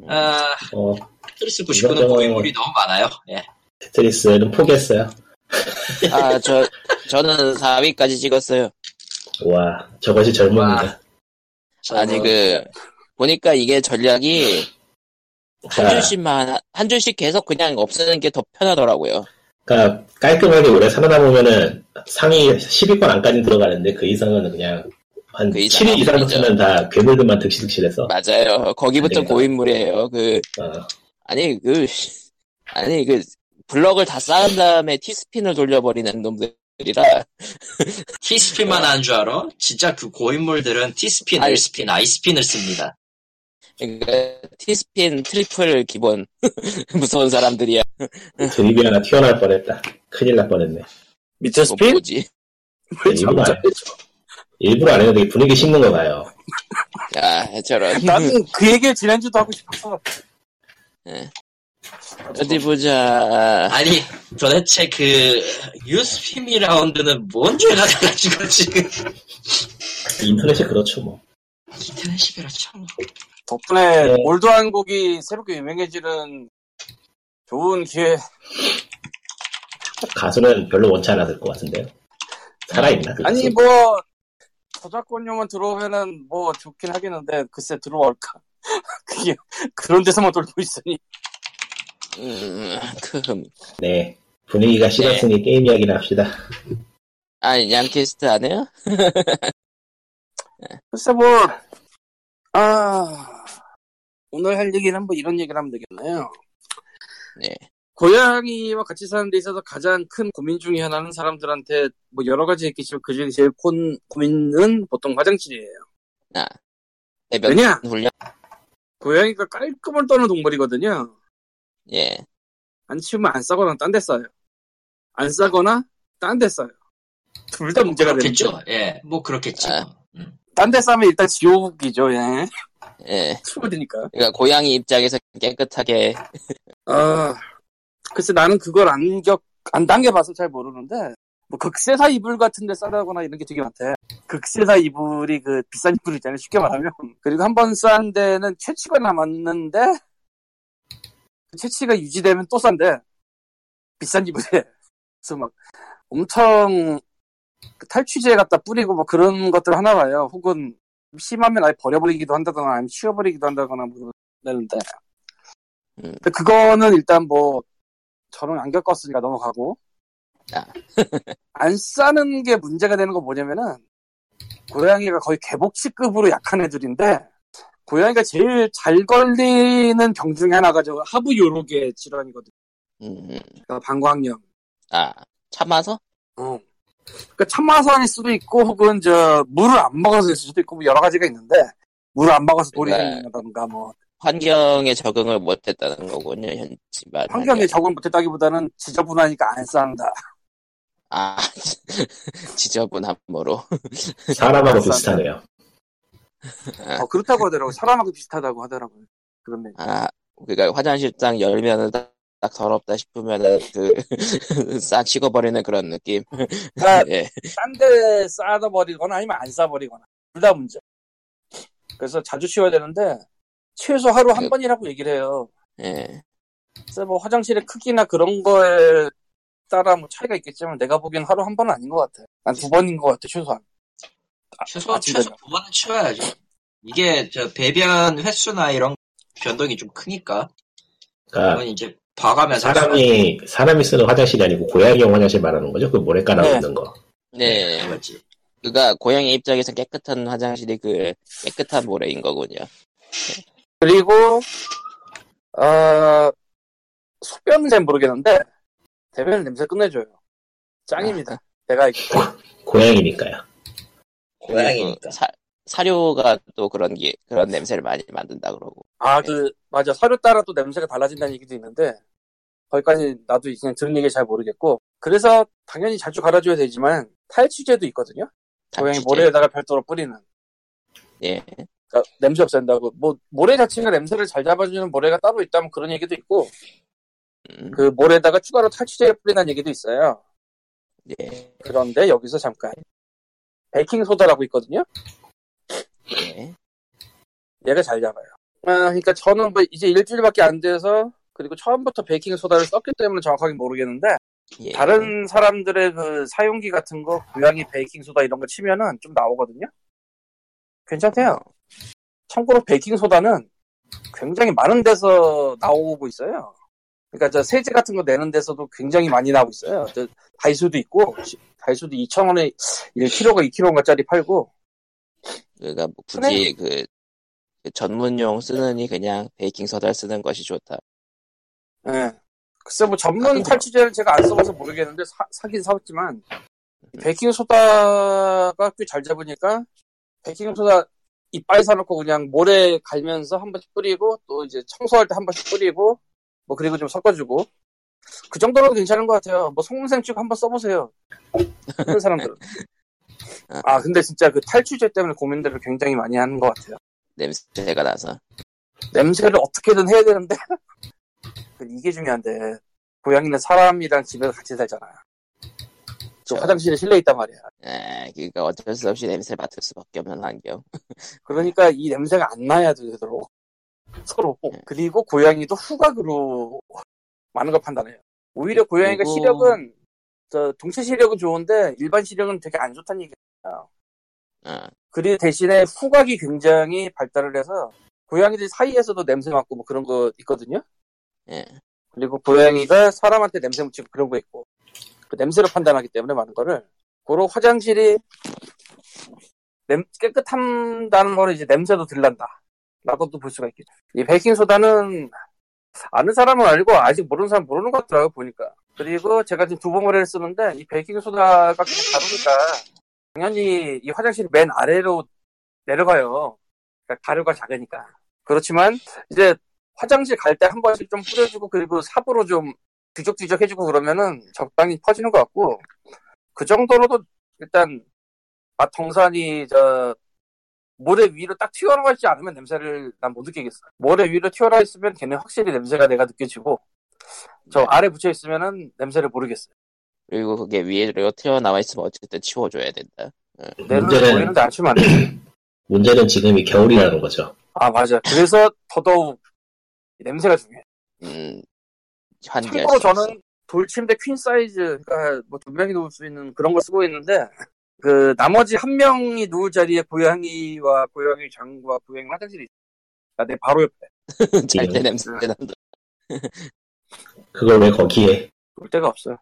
[SPEAKER 1] 음.
[SPEAKER 2] 아,
[SPEAKER 4] 어,
[SPEAKER 2] 스트레스 99는
[SPEAKER 4] 이것저것-
[SPEAKER 2] 고인물이 너무 많아요. 예.
[SPEAKER 4] 테트리스는 포기했어요.
[SPEAKER 1] 아, 저, 저는 4위까지 찍었어요.
[SPEAKER 4] 와, 저것이 젊음이다.
[SPEAKER 2] 저는
[SPEAKER 1] 아니, 그, 보니까 이게 전략이 한
[SPEAKER 4] 자,
[SPEAKER 1] 줄씩만, 한 줄씩 계속 그냥 없애는 게 더 편하더라고요.
[SPEAKER 4] 그러니까 깔끔하게 오래 살아나 보면은 상위 10위권 안까지 들어가는데 그 이상은 그냥 한
[SPEAKER 1] 그 이상은
[SPEAKER 4] 7위 이상부터는 다 괴물들만 득실득실해서
[SPEAKER 1] 맞아요. 거기부터
[SPEAKER 4] 아닙니다.
[SPEAKER 1] 고인물이에요. 그,
[SPEAKER 4] 어,
[SPEAKER 1] 아니, 그, 아니, 그, 블럭을 다 쌓은 다음에 티스핀을 돌려버리는 놈들이라.
[SPEAKER 2] 티스핀만 하는 줄 알아? 진짜 그 고인물들은 티스핀,
[SPEAKER 1] 아니.
[SPEAKER 2] 엘스핀, 아이스핀을 씁니다.
[SPEAKER 1] 그러니까 티스핀 트리플 기본 무서운 사람들이야. 뭐
[SPEAKER 4] 드립이 하나 튀어나올 뻔했다. 큰일 날 뻔했네.
[SPEAKER 3] 미터
[SPEAKER 1] 뭐
[SPEAKER 3] 스피드?
[SPEAKER 1] 뭐지?
[SPEAKER 3] 왜
[SPEAKER 4] 일부러
[SPEAKER 3] 저거
[SPEAKER 4] 안, 일부러 안 해도 되게 분위기 식는 거 봐요.
[SPEAKER 1] 아 저런.
[SPEAKER 3] 나는 그 얘기를 지난주도 하고 싶었어
[SPEAKER 1] 예. 어디 보자.
[SPEAKER 2] 아니, 도대체 그, 유스피미 라운드는 뭔 죄가 돼가지고 지금.
[SPEAKER 4] 인터넷이 그렇죠 뭐.
[SPEAKER 2] 인터넷이라 참.
[SPEAKER 3] 덕분에
[SPEAKER 4] 네.
[SPEAKER 3] 올드한 곡이 새롭게 유명해지는 좋은 기회
[SPEAKER 4] 가수는 별로 원치 않았을 것 같은데요. 살아있나? 그
[SPEAKER 3] 아니
[SPEAKER 4] 가수?
[SPEAKER 3] 뭐 저작권료만 들어오면은 뭐 좋긴 하겠는데 글쎄 들어올까 그게 그런 데서만 돌고 있으니
[SPEAKER 1] 음, 그,
[SPEAKER 4] 네. 분위기가 싫었으니
[SPEAKER 1] 네.
[SPEAKER 4] 게임 이야기나 합시다.
[SPEAKER 1] 아니 얀키스트 안 해요?
[SPEAKER 3] 글쎄 뭐 아 오늘 할 얘기는 뭐 이런 얘기를 하면 되겠네요
[SPEAKER 1] 네.
[SPEAKER 3] 고양이와 같이 사는 데 있어서 가장 큰 고민 중에 하나는 사람들한테 뭐 여러 가지 있겠지만 그 중에 제일 큰 고민은 보통 화장실이에요
[SPEAKER 1] 대변
[SPEAKER 3] 왜냐
[SPEAKER 1] 훈련.
[SPEAKER 3] 고양이가 깔끔을 떠는 동물이거든요
[SPEAKER 1] 예.
[SPEAKER 3] 안 치우면 안 싸거나 딴 데 써요. 안 싸거나 딴 데 써요. 둘 다 문제가 되는데.
[SPEAKER 2] 그렇겠죠? 예, 뭐 그렇겠지.
[SPEAKER 1] 아.
[SPEAKER 2] 음.
[SPEAKER 3] 딴데 싸면 일단 지옥이죠, 예.
[SPEAKER 1] 예.
[SPEAKER 3] 추워지니까.
[SPEAKER 1] 그러니까 고양이 입장에서 깨끗하게
[SPEAKER 3] 아, 글쎄 나는 그걸 안 겪, 안 당겨봐서 잘 모르는데, 뭐 극세사 이불 같은 데 싸다거나 이런 게 되게 많대. 극세사 이불이 그 비싼 이불 있잖아요, 쉽게 말하면. 그리고 한 번 싼 데는 채취가 남았는데, 그 채취가 유지되면 또 싼데, 비싼 이불에. 그래서 막 엄청 그 탈취제 갖다 뿌리고 뭐 그런 것들 하나 봐요. 혹은 심하면 아예 버려버리기도 한다거나 아니면 치워버리기도 한다거나 뭐 그러는데. 근데 그거는 일단 뭐 저는 안 겪었으니까 넘어가고
[SPEAKER 1] 아.
[SPEAKER 3] 안 싸는 게 문제가 되는 건 뭐냐면은 고양이가 거의 개복치급으로 약한 애들인데 고양이가 제일 잘 걸리는 병 중에 하나가 저 하부 요로계 질환이거든요.
[SPEAKER 1] 음,
[SPEAKER 3] 그러니까 방광염.
[SPEAKER 1] 아 참아서
[SPEAKER 3] 어. 그러니까 참마산일 수도 있고 혹은 저 물을 안 먹어서일 수도 있고 뭐 여러 가지가 있는데 물을 안 먹어서 돌이
[SPEAKER 1] 네.
[SPEAKER 3] 생긴다던가 뭐
[SPEAKER 4] 네.
[SPEAKER 1] 환경에 적응을 못했다는 거군요 현 집안
[SPEAKER 3] 환경에 적응 못했다기보다는 지저분하니까 안 싸는다.
[SPEAKER 1] 아 지저분함으로
[SPEAKER 4] 사람하고
[SPEAKER 3] 알았어.
[SPEAKER 4] 비슷하네요.
[SPEAKER 3] 어, 그렇다고 하더라고요. 사람하고 비슷하다고 하더라고요. 그런데
[SPEAKER 1] 아 그러니까 화장실장 열면은 딱, 딱 더럽다 싶으면은 그싹 식어버리는 그런 느낌
[SPEAKER 3] 그러니까
[SPEAKER 1] 예
[SPEAKER 3] 딴데 싸다 버리거나 아니면 안 싸 버리거나 둘 다 문제. 그래서 자주 쉬어야 되는데 최소 하루 한
[SPEAKER 1] 네.
[SPEAKER 3] 번이라고 얘기를 해요.
[SPEAKER 1] 예.
[SPEAKER 3] 그래서 뭐 화장실의 크기나 그런 거에 따라 뭐 차이가 있겠지만 내가 보기엔 하루 한 번은 아닌 것 같아. 난 두 번인 것 같아 최소한.
[SPEAKER 2] 최소
[SPEAKER 3] 아, 진짜요?
[SPEAKER 2] 최소 두 번은 치워야죠. 이게 저 배변 횟수나 이런 변동이 좀 크니까
[SPEAKER 4] 그러니까
[SPEAKER 2] 그건 이제 봐가면서
[SPEAKER 4] 사람이 사람이 쓰는 화장실이 아니고 고양이용 화장실 말하는 거죠. 그 모래가
[SPEAKER 3] 네.
[SPEAKER 4] 나오는 거.
[SPEAKER 1] 네.
[SPEAKER 2] 그렇지.
[SPEAKER 1] 그가 고양이 입장에서 깨끗한 화장실이 그 깨끗한 모래인 거군요.
[SPEAKER 3] 그리고 어 소변은 잘 모르겠는데 대변 냄새 끝내줘요. 짱입니다. 내가 알기
[SPEAKER 4] 고양이니까요.
[SPEAKER 5] 고양이니까.
[SPEAKER 1] 그 사, 사료가 또 그런 게 그런 냄새를 많이 만든다 그러고.
[SPEAKER 3] 아, 그, 맞아. 사료 따라 또 냄새가 달라진다는 얘기도 있는데, 거기까지 나도 그냥 들은 얘기 잘 모르겠고, 그래서 당연히 자주 갈아줘야 되지만, 탈취제도 있거든요? 고양이
[SPEAKER 1] 단추제.
[SPEAKER 3] 모래에다가 별도로 뿌리는.
[SPEAKER 1] 예.
[SPEAKER 3] 그러니까 냄새 없앤다고. 뭐, 모래 자체가 냄새를 잘 잡아주는 모래가 따로 있다면 그런 얘기도 있고,
[SPEAKER 1] 음,
[SPEAKER 3] 그 모래에다가 추가로 탈취제를 뿌리는 얘기도 있어요.
[SPEAKER 1] 예.
[SPEAKER 3] 그런데 여기서 잠깐. 베이킹소다라고 있거든요?
[SPEAKER 1] 예.
[SPEAKER 3] 얘가 잘 잡아요. 아, 그러니까 저는 뭐 이제 일주일밖에 안 돼서, 그리고 처음부터 베이킹소다를 썼기 때문에 정확하게 모르겠는데,
[SPEAKER 1] 예.
[SPEAKER 3] 다른 사람들의 그 사용기 같은 거 고양이 베이킹 소다 이런 거 치면은 좀 나오거든요. 괜찮대요. 참고로 베이킹 소다는 굉장히 많은 데서 나오고 있어요. 그러니까 저 세제 같은 거 내는 데서도 굉장히 많이 나오고 있어요. 저 다이소도 있고 시- 다이소도 2,000원에 1kg가 2kg인가짜리 팔고
[SPEAKER 1] 그가 뭐 굳이 그, 그 전문용 쓰느니 그냥 베이킹 소다를 쓰는 것이 좋다.
[SPEAKER 3] 예. 글쎄 뭐
[SPEAKER 1] 아,
[SPEAKER 3] 전문
[SPEAKER 1] 그래요?
[SPEAKER 3] 탈취제는 제가 안 써봐서 모르겠는데 사, 사긴 사봤지만 베이킹 소다가 꽤 잘 잡으니까 베이킹 소다 이빨 사놓고 그냥 모래 갈면서 한 번씩 뿌리고 또 이제 청소할 때 한 번씩 뿌리고 뭐 그리고 좀 섞어주고 그 정도로도 괜찮은 것 같아요. 뭐 속눈생쭉 한번 써보세요. 그런 사람들은 아 근데 진짜 그 탈취제 때문에 고민들을 굉장히 많이 하는 것 같아요.
[SPEAKER 1] 냄새가 나서.
[SPEAKER 3] 냄새를 어떻게든 해야 되는데 이게 중요한데 고양이는 사람이랑 집에서 같이 살잖아. 저 화장실에 실내 있단 말이야.
[SPEAKER 1] 예. 그러니까 어쩔 수 없이 냄새를 맡을 수밖에 없는 환경.
[SPEAKER 3] 그러니까 이 냄새가 안 나야 되도록 서로
[SPEAKER 1] 네.
[SPEAKER 3] 그리고 고양이도 후각으로 많은 걸 판단해요. 오히려 고양이가
[SPEAKER 1] 그리고-
[SPEAKER 3] 시력은 저 동체 시력은 좋은데 일반 시력은 되게 안 좋다는 얘기.
[SPEAKER 1] 어.
[SPEAKER 3] 그리 대신에 후각이 굉장히 발달을 해서 고양이들 사이에서도 냄새 맡고 뭐 그런 거 있거든요.
[SPEAKER 1] 예.
[SPEAKER 3] 그리고 고양이가 사람한테 냄새 묻히고 그런 거 있고 그 냄새로 판단하기 때문에 많은 거를 고로 화장실이 냄, 깨끗한다는 거는 이제 냄새도 들난다 라고도 볼 수가 있겠죠 이 베이킹소다는 아는 사람은 알고 아직 모르는 사람 은 모르는 것 같더라고요 보니까 그리고 제가 지금 두 봉오래를 쓰는데 이 베이킹소다가 계속 다루니까 당연히 이 화장실 맨 아래로 내려가요 그러니까 가루가 작으니까 그렇지만 이제 화장실 갈 때 한 번씩 좀 뿌려주고 그리고 삽으로 좀 뒤적뒤적 해주고 그러면은 적당히 퍼지는 것 같고 그 정도로도 일단 마통산이 저 모래 위로 딱 튀어나와 있지 않으면 냄새를 난 못 느끼겠어. 모래 위로 튀어나와 있으면 걔는 확실히 냄새가 내가 느껴지고 저 아래 붙여 있으면은 냄새를 모르겠어.
[SPEAKER 1] 그리고 그게 위로 튀어나와 있으면 어쨌든 치워줘야 된다.
[SPEAKER 3] 내는
[SPEAKER 4] 문제는-
[SPEAKER 3] 모르는데 아침에 안 돼.
[SPEAKER 4] 문제는 지금이 겨울이라는 거죠.
[SPEAKER 3] 아 맞아. 그래서 더더욱 이 냄새가 중요해.
[SPEAKER 1] 음, 환기할
[SPEAKER 3] 참고로
[SPEAKER 1] 수 없어.
[SPEAKER 3] 저는 돌침대 퀸 사이즈, 그러니까 뭐두 명이 누울 수 있는 그런 걸 쓰고 있는데, 그 나머지 한 명이 누울 자리에 고양이와 고양이 장과 고양이 화장실이 있어요. 그러니까 내 바로 옆에
[SPEAKER 1] 잘
[SPEAKER 3] 네.
[SPEAKER 1] 때 냄새 난다.
[SPEAKER 4] 그걸 왜 거기에?
[SPEAKER 3] 놀 데가 없어요.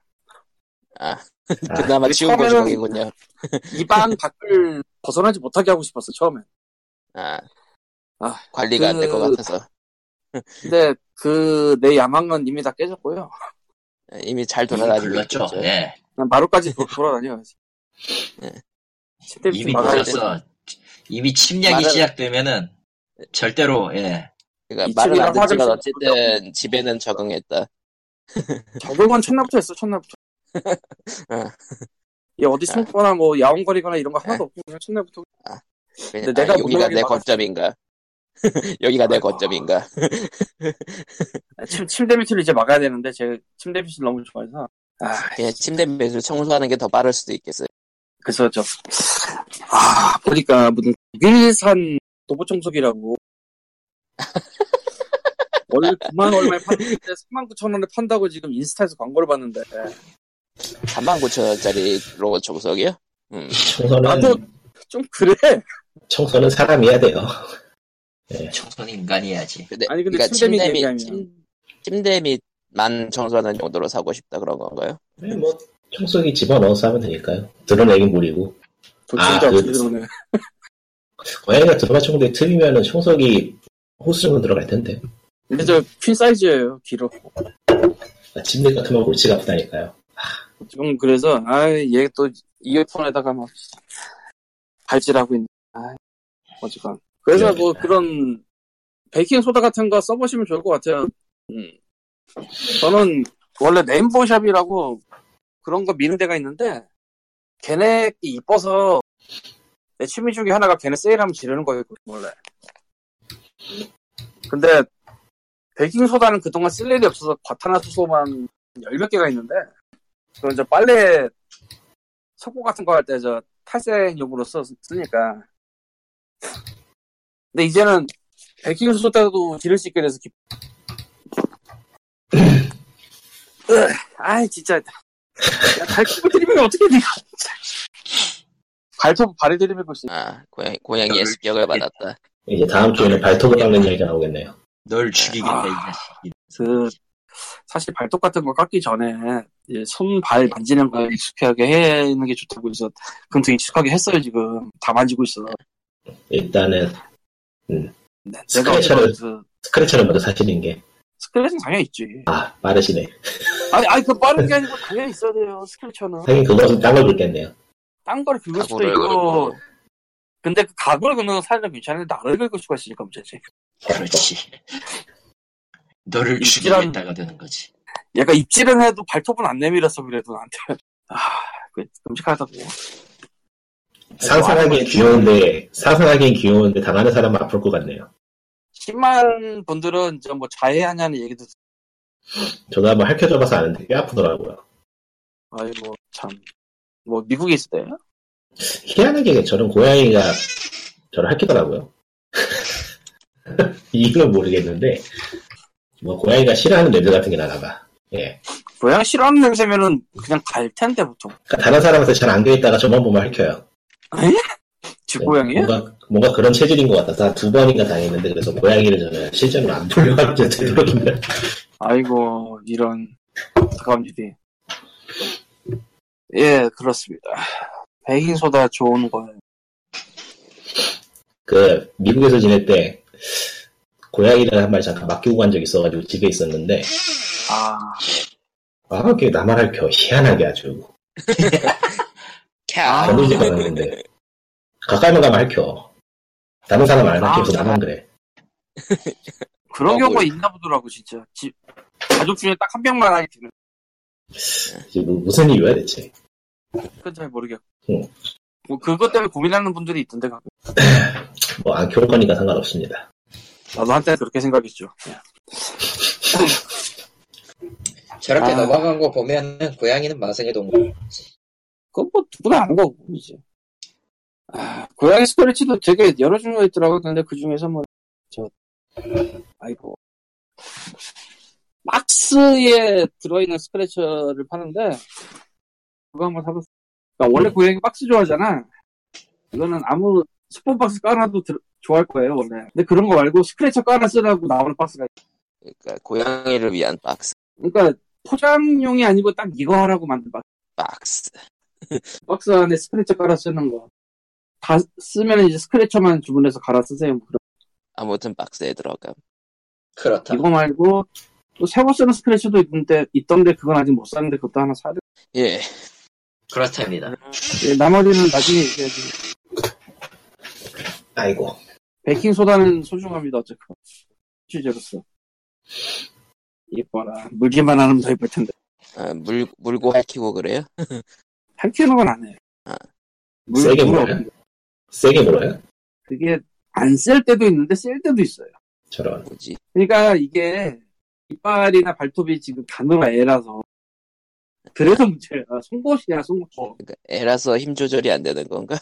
[SPEAKER 1] 그나마
[SPEAKER 3] 우리
[SPEAKER 1] 치운 곳이
[SPEAKER 3] 처음에는-
[SPEAKER 1] 거기군요.
[SPEAKER 3] 이 방 밖을 벗어나지 못하게 하고 싶었어 처음엔.
[SPEAKER 1] 아,
[SPEAKER 3] 아,
[SPEAKER 1] 관리가 안 될
[SPEAKER 3] 그-
[SPEAKER 1] 것 같아서.
[SPEAKER 3] 근데 그 내 야망은 이미 다 깨졌고요.
[SPEAKER 1] 예, 이미 잘 돌아다니고
[SPEAKER 2] 불렀죠.
[SPEAKER 1] 있겠죠.
[SPEAKER 2] 예.
[SPEAKER 3] 난 마루까지 도- 돌아다녀야지.
[SPEAKER 1] 네.
[SPEAKER 3] 침대 밑에
[SPEAKER 2] 입이
[SPEAKER 3] 막아야 돼.
[SPEAKER 2] 돌아서 입이 침략이
[SPEAKER 1] 말을-
[SPEAKER 2] 시작되면은 절대로 예.
[SPEAKER 1] 그러니까 말은
[SPEAKER 3] 이쪽이랑
[SPEAKER 1] 안 듣지만
[SPEAKER 3] 화장실
[SPEAKER 1] 어쨌든 집에는 적응했다.
[SPEAKER 3] 적응은 첫날부터 했어 첫날부터.
[SPEAKER 1] 어.
[SPEAKER 3] 얘 어디 숨거나 뭐 야옹거리거나 이런 거 하나도 없고 그냥 첫날부터
[SPEAKER 1] 그냥,
[SPEAKER 3] 근데
[SPEAKER 1] 아,
[SPEAKER 3] 내가
[SPEAKER 1] 여기가
[SPEAKER 3] 무능하게
[SPEAKER 1] 내
[SPEAKER 3] 막았어.
[SPEAKER 1] 거점인가? 여기가 내
[SPEAKER 3] 아이고.
[SPEAKER 1] 거점인가?
[SPEAKER 3] 침, 침대 밑을 이제 막아야 되는데 제가 침대 밑을 너무 좋아해서 아
[SPEAKER 1] 그냥 침대 매수 청소하는 게 더 빠를 수도 있겠어요.
[SPEAKER 3] 그래서 좀 아 보니까 무슨 독일산 도보청소기라고. 원래 9만 얼마에 팠는데 3만 9천 원에 판다고 지금 인스타에서 광고를 봤는데
[SPEAKER 1] 39,000원짜리 로봇 청소기요? 음.
[SPEAKER 4] 청소는
[SPEAKER 3] 나도 좀 그래.
[SPEAKER 4] 청소는 사람이야 돼요.
[SPEAKER 2] 청소는 인간이야지.
[SPEAKER 1] 근데,
[SPEAKER 3] 아니 근데
[SPEAKER 1] 그러니까
[SPEAKER 3] 침대
[SPEAKER 1] 침대
[SPEAKER 3] 및
[SPEAKER 1] 및
[SPEAKER 3] 얘기하면
[SPEAKER 1] 침- 침대 및만 청소하는 용도로 사고 싶다 그런 건가요?
[SPEAKER 4] 네, 뭐 청소기 집어넣어서 하면 되니까요. 드러내긴 무리고.
[SPEAKER 3] 돌침대
[SPEAKER 4] 아, 그-
[SPEAKER 3] 없이 들어오네.
[SPEAKER 4] 고양이가 들어가 청소기 틀리면은 청소기 호수 정도 들어갈 텐데.
[SPEAKER 3] 근데 저퀸 사이즈예요 길어.
[SPEAKER 4] 아, 침대 같으면 골치가 아프다니까요.
[SPEAKER 3] 지금 그래서 아얘 또 이어폰에다가 막 발질하고 있네. 아 어쨌건 그래서 뭐 그런 베이킹 소다 같은 거 써보시면 좋을 것 같아요. 음. 저는 원래 네임보샵이라고 그런 거 미는 데가 있는데 걔네 끼 이뻐서 내 취미 중에 하나가 걔네 세일하면 지르는 거였고 원래. 근데 베이킹 소다는 그동안 쓸 일이 없어서 과탄화수소만 열 몇 개가 있는데 그건 저 빨래 석고 같은 거 할 때 저 탈색용으로 써 쓰니까. 근데 이제는 베이킹 소다도 기를 수 있게 돼서 기. 으, 아이 진짜. 야, 발톱을 들이면 어떻게 돼? 발톱 발에 들이밀고 있어.
[SPEAKER 1] 아 고양이, 고양이의 습격을 받았다.
[SPEAKER 4] 이제 다음 주에는 발톱을 깎는 이야기가 나오겠네요.
[SPEAKER 2] 널 죽이겠네,
[SPEAKER 3] 아.
[SPEAKER 2] 이 자식이.
[SPEAKER 3] 그 사실 발톱 같은 거 깎기 전에 이제 손, 발 만지는 걸 익숙하게 해 있는 게 좋다고 해서 그럼 되게 익숙하게 했어요 지금 다 만지고 있어.
[SPEAKER 4] 일단은
[SPEAKER 3] 네, 내가
[SPEAKER 4] 스크래처를-
[SPEAKER 3] 어쨌건 그
[SPEAKER 4] 스크래처는 먼저 사실인 게.
[SPEAKER 3] 스크래치는 당연히 있지.
[SPEAKER 4] 아, 빠르시네.
[SPEAKER 3] 아니, 아니, 그 빠른 게 아니고 당연히 있어야 돼요, 스크래처는.
[SPEAKER 4] 하긴 그것은 딴걸 긁겠네요.
[SPEAKER 3] 딴걸 긁을 수도
[SPEAKER 1] 각오를
[SPEAKER 3] 있고.
[SPEAKER 1] 걸고.
[SPEAKER 3] 근데 그 각을 긁는 사람은 괜찮은데 나를 긁을 수가 있으니까 문제지.
[SPEAKER 2] 그렇지. 너를
[SPEAKER 3] 이지란-
[SPEAKER 2] 죽이겠다가 되는 거지.
[SPEAKER 3] 얘가 입질은 해도 발톱은 안 내밀었어, 그래도 나한테. 아, 그 끔찍하다고.
[SPEAKER 4] 상상하기엔 귀여운데, 상상하기엔 귀여운데 당하는 사람은 아플 것 같네요.
[SPEAKER 3] 심한 분들은 이제 뭐 자해하냐는 얘기도 듣-
[SPEAKER 4] 저도 한번 핥혀줘봐서 아는데 꽤 아프더라고요.
[SPEAKER 3] 아이고, 참. 뭐, 미국에 있을 때.
[SPEAKER 4] 희한하게 저는 고양이가 저를 핥히더라고요. 이유는 모르겠는데, 뭐 고양이가 싫어하는 냄새 같은 게 나나봐. 예.
[SPEAKER 3] 고양 싫어하는 냄새면은 그냥 갈 텐데, 보통.
[SPEAKER 4] 그러니까 다른 사람한테 잘 안 돼있다가 저만 보면 핥혀요.
[SPEAKER 3] 집
[SPEAKER 4] 네,
[SPEAKER 3] 고양이야?
[SPEAKER 4] 뭔가, 뭔가 그런 체질인 것 같아서 두 번인가 당했는데 그래서 고양이를 저는 실제로 안 돌려가지고 되도록이면
[SPEAKER 3] 아이고, 이런. 안타까운 일이. 예, 그렇습니다. 베이킹소다 좋은 거예요.
[SPEAKER 4] 그 미국에서 지낼 때 고양이를 한 마리 잠깐 맡기고 간 적이 있어가지고 집에 있었는데
[SPEAKER 3] 아,
[SPEAKER 4] 아 이게 나만 할겨 희한하게 아주
[SPEAKER 1] 캬.
[SPEAKER 3] 아,
[SPEAKER 4] 저도
[SPEAKER 3] 네.
[SPEAKER 4] 이제 가는데 가까이만 가면 할겨 다른 사람 안 할겨서
[SPEAKER 3] 아.
[SPEAKER 4] 나만 그래
[SPEAKER 3] 그런
[SPEAKER 4] 아,
[SPEAKER 1] 어,
[SPEAKER 3] 경우가
[SPEAKER 1] 뭐-
[SPEAKER 3] 있나 보더라고, 진짜. 집, 가족 중에 딱 한 명만 하게 되는.
[SPEAKER 4] 이게 뭐- 무슨 이유야 대체
[SPEAKER 3] 그건 잘 모르겠고.
[SPEAKER 4] 응.
[SPEAKER 3] 뭐, 그것 때문에 고민하는 분들이 있던데, 가끔.
[SPEAKER 4] 뭐 안 키울 거니까 상관없습니다
[SPEAKER 3] 나도 한때 그렇게 생각했죠. 예.
[SPEAKER 5] 저렇게
[SPEAKER 3] 아.
[SPEAKER 5] 넘어간 거 보면은 고양이는 마성의 동물.
[SPEAKER 3] 그건 뭐, 누구나 아는 거고, 이제. 아, 고양이 스크래치도 되게 여러 종류가 있더라고, 근데 그 중에서 뭐, 저, 아이고. 박스에 들어있는 스크래처를 파는데, 그거 한번 사봤어. 그러니까 원래 고양이 박스 좋아하잖아. 이거는 아무 스폰 박스 깔아놔도 들- 좋아할 거예요, 원래. 근데 그런 거 말고 스크래처 깔아 쓰라고 나오는 박스가 있어.
[SPEAKER 1] 그러니까 고양이를 위한 박스.
[SPEAKER 3] 그러니까 포장용이 아니고 딱 이거 하라고 만든 박스.
[SPEAKER 1] 박스.
[SPEAKER 3] 박스 안에 스크래처 깔아 쓰는 거. 다 쓰면 이제 스크래처만 주문해서 갈아 쓰세요. 뭐 그런-
[SPEAKER 1] 아무튼 박스에 들어감.
[SPEAKER 5] 그렇다.
[SPEAKER 3] 이거 말고 또 새거 쓰는 스크래처도 있는데, 있던데 그건 아직 못 샀는데 그것도 하나 사야 돼.
[SPEAKER 1] 예.
[SPEAKER 2] 그렇답니다.
[SPEAKER 3] 예, 나머지는 나중에 얘기하지.
[SPEAKER 4] 아이고
[SPEAKER 3] 베이킹소다는 소중합니다, 어쨌건. 취재로서. 이뻐라. 물기만 하면 더 이쁠 텐데.
[SPEAKER 1] 아, 물, 물고 핥히고 그래요?
[SPEAKER 3] 할퀴는 건안 해요.
[SPEAKER 1] 아.
[SPEAKER 3] 물-
[SPEAKER 4] 세게
[SPEAKER 3] 물
[SPEAKER 4] 물어요?
[SPEAKER 3] 없는데.
[SPEAKER 4] 세게 물어요
[SPEAKER 3] 그게 안 쓸 때도 있는데 쓸 때도 있어요.
[SPEAKER 4] 저런
[SPEAKER 1] 뭐지?
[SPEAKER 3] 그러니까 이게 이빨이나 발톱이 지금 단으로 애라서 그래서 문제야. 송곳이야, 송곳.
[SPEAKER 1] 어. 그러니까 애라서 힘 조절이 안 되는 건가?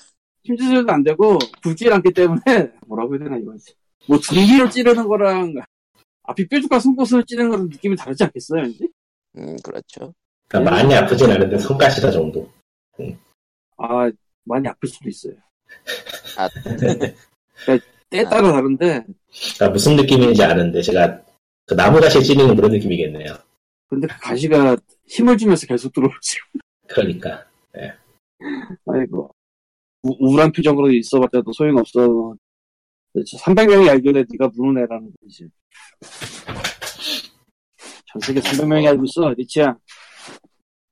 [SPEAKER 3] 힘조절도 안 되고 굵질 않기 때문에 뭐라고 해야 되나 이거지. 뭐 줄기로 찌르는 거랑 앞이 뾰족한 송곳을 찌르는 거랑 느낌이 다르지 않겠어요, 왠지?
[SPEAKER 1] 음, 그렇죠.
[SPEAKER 4] 그러니까 많이 아프진 않은데 손가시다 정도.
[SPEAKER 3] 아 많이 아플 수도 있어요.
[SPEAKER 1] 아.
[SPEAKER 3] 그러니까 때에 따라 다른데
[SPEAKER 4] 그러니까 무슨 느낌인지 아는데 제가 그 나무가시 찌르는 그런 느낌이겠네요.
[SPEAKER 3] 근데 그 가시가 힘을 주면서 계속 들어오지.
[SPEAKER 4] 그러니까
[SPEAKER 3] 아이고 우- 우울한 표정으로 있어봤자 또 소용없어. 그렇죠. 300명이 알길래 네가 무는 애라는 거지. 전 세계 300명이 알고 있어, 리치야.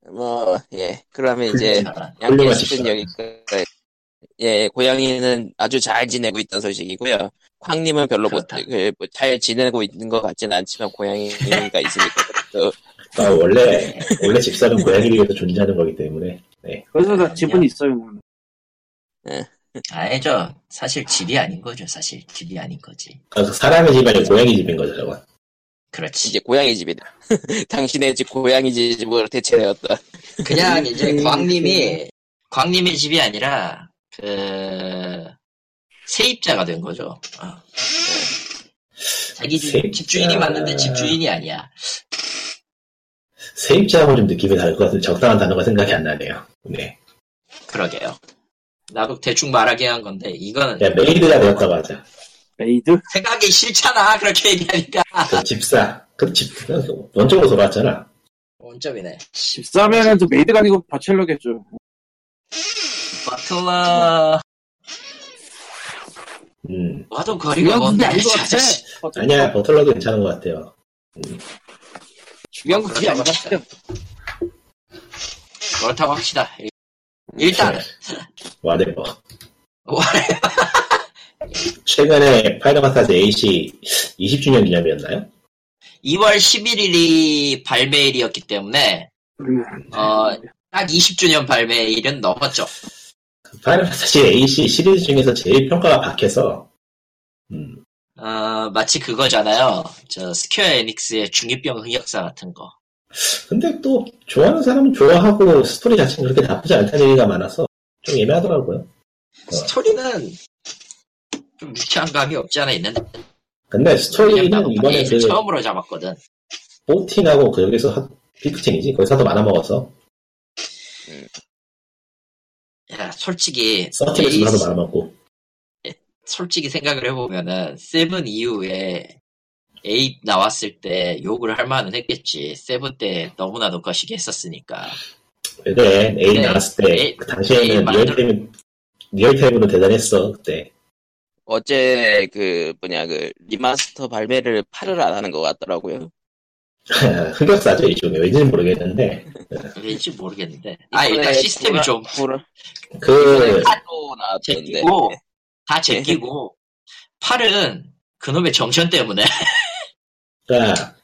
[SPEAKER 1] 뭐, 예. 그러면
[SPEAKER 3] 그렇죠.
[SPEAKER 1] 이제,
[SPEAKER 2] 아,
[SPEAKER 1] 양계
[SPEAKER 4] 훌륭하십시오.
[SPEAKER 1] 씨는 여기까지. 예, 고양이는 아주 잘 지내고 있던 소식이고요. 황님은 별로 못,
[SPEAKER 2] 그렇다.
[SPEAKER 1] 그, 뭐, 잘 지내고 있는 것 같진 않지만, 고양이가 있으니까.
[SPEAKER 4] 아, 원래 원래 집사는 고양이를 위해서 존재하는 거기 때문에
[SPEAKER 3] 그래서 나
[SPEAKER 2] 아니야.
[SPEAKER 3] 지분이 있어요, 나는.
[SPEAKER 2] 아니죠. 사실 집이 아닌 거죠. 사실 집이 아닌 거지.
[SPEAKER 4] 그러니까 사람의 집이 아니라 고양이 집인 거죠 저건.
[SPEAKER 2] 그렇지.
[SPEAKER 1] 이제 고양이 집이다. 당신의 집 고양이 집으로 대체되었다.
[SPEAKER 2] 그냥 이제
[SPEAKER 3] 음.
[SPEAKER 2] 광님이 광님의 집이 아니라 그 세입자가 된 거죠. 어. 그 자기 집,
[SPEAKER 4] 세입자.
[SPEAKER 2] 집주인이 맞는데 집주인이 아니야.
[SPEAKER 4] 세입자하고 좀 느낌이 다를 것 같은 적당한 단어가 생각이 안 나네요. 네.
[SPEAKER 2] 그러게요. 나도 대충 말하게 한 건데 이건
[SPEAKER 3] 네.
[SPEAKER 4] 그냥 메이드가 되었다고 하자.
[SPEAKER 3] 메이드?
[SPEAKER 2] 생각이 싫잖아 그렇게 얘기하니까
[SPEAKER 4] 그 집사. 그 집, 그 원점으로 돌아왔잖아.
[SPEAKER 2] 원점이네.
[SPEAKER 3] 14면은 또 메이드가 아니고 바첼러겠죠.
[SPEAKER 2] 버틀러
[SPEAKER 4] 음.
[SPEAKER 2] 와도 아, 거리가 먼데
[SPEAKER 3] 아닌
[SPEAKER 2] 저
[SPEAKER 3] 것 같아.
[SPEAKER 2] 아저씨.
[SPEAKER 3] 어차피
[SPEAKER 4] 아니야, 버틀러도 괜찮은 것 같아요.
[SPEAKER 3] 중요한 건 그게
[SPEAKER 2] 그렇다고
[SPEAKER 3] 아니라
[SPEAKER 2] 합시다. 그렇다고 합시다. 일단
[SPEAKER 4] 네. 와데버. 네, 뭐.
[SPEAKER 2] 와래.
[SPEAKER 4] 최근에 파이널 판타지 AC 20주년 기념이었나요?
[SPEAKER 2] 2월 11일이 발매일이었기 때문에 어, 딱 20주년 발매일은 넘었죠.
[SPEAKER 4] 그 파이널 판타지 AC 시리즈 중에서 제일 평가가 박해서, 음,
[SPEAKER 2] 어, 마치 그거잖아요. 저 스퀘어 에닉스의 중이병 흑역사 같은 거.
[SPEAKER 4] 근데 또 좋아하는 사람은 좋아하고 스토리 자체는 그렇게 나쁘지 않다는 얘기가 많아서 좀 애매하더라고요. 네.
[SPEAKER 2] 스토리는 좀 유쾌한 감이 없지 않아 있는데
[SPEAKER 4] 근데
[SPEAKER 2] 왜냐면
[SPEAKER 4] 스토리는
[SPEAKER 2] 나도
[SPEAKER 4] 이번에
[SPEAKER 2] 방에서
[SPEAKER 4] 그
[SPEAKER 2] 처음으로 잡았거든.
[SPEAKER 4] 14하고 그 여기서 하- 15이지? 거기서도 말아먹어서
[SPEAKER 2] 야, 솔직히
[SPEAKER 4] 13에서
[SPEAKER 2] 에이스-
[SPEAKER 4] 나도 말아먹고
[SPEAKER 2] 솔직히 생각을 해보면은 세븐 이후에 에잇 나왔을 때 욕을 할 만은 했겠지. 세븐 때 너무나 녹화시게 했었으니까.
[SPEAKER 4] 그래 에이
[SPEAKER 2] 네.
[SPEAKER 4] 나왔을 때
[SPEAKER 2] 에이-
[SPEAKER 4] 그
[SPEAKER 2] 에이
[SPEAKER 4] 당시에는
[SPEAKER 2] 만들-
[SPEAKER 4] 리얼타임 리얼타임으로 대단했어 그때
[SPEAKER 1] 어제, 그, 뭐냐, 그, 리마스터 발매를 8을 안 하는 것 같더라고요.
[SPEAKER 4] 흑역사죠 이쪽에 왠지는 모르겠는데
[SPEAKER 2] 왠지 모르겠는데. 아, 일단 시스템이 좀
[SPEAKER 1] 보라,
[SPEAKER 4] 그
[SPEAKER 1] 로 나왔던데.
[SPEAKER 2] 제끼고, 다 제끼고, 팔은 그놈의 정전 때문에. 네.
[SPEAKER 4] 그러니까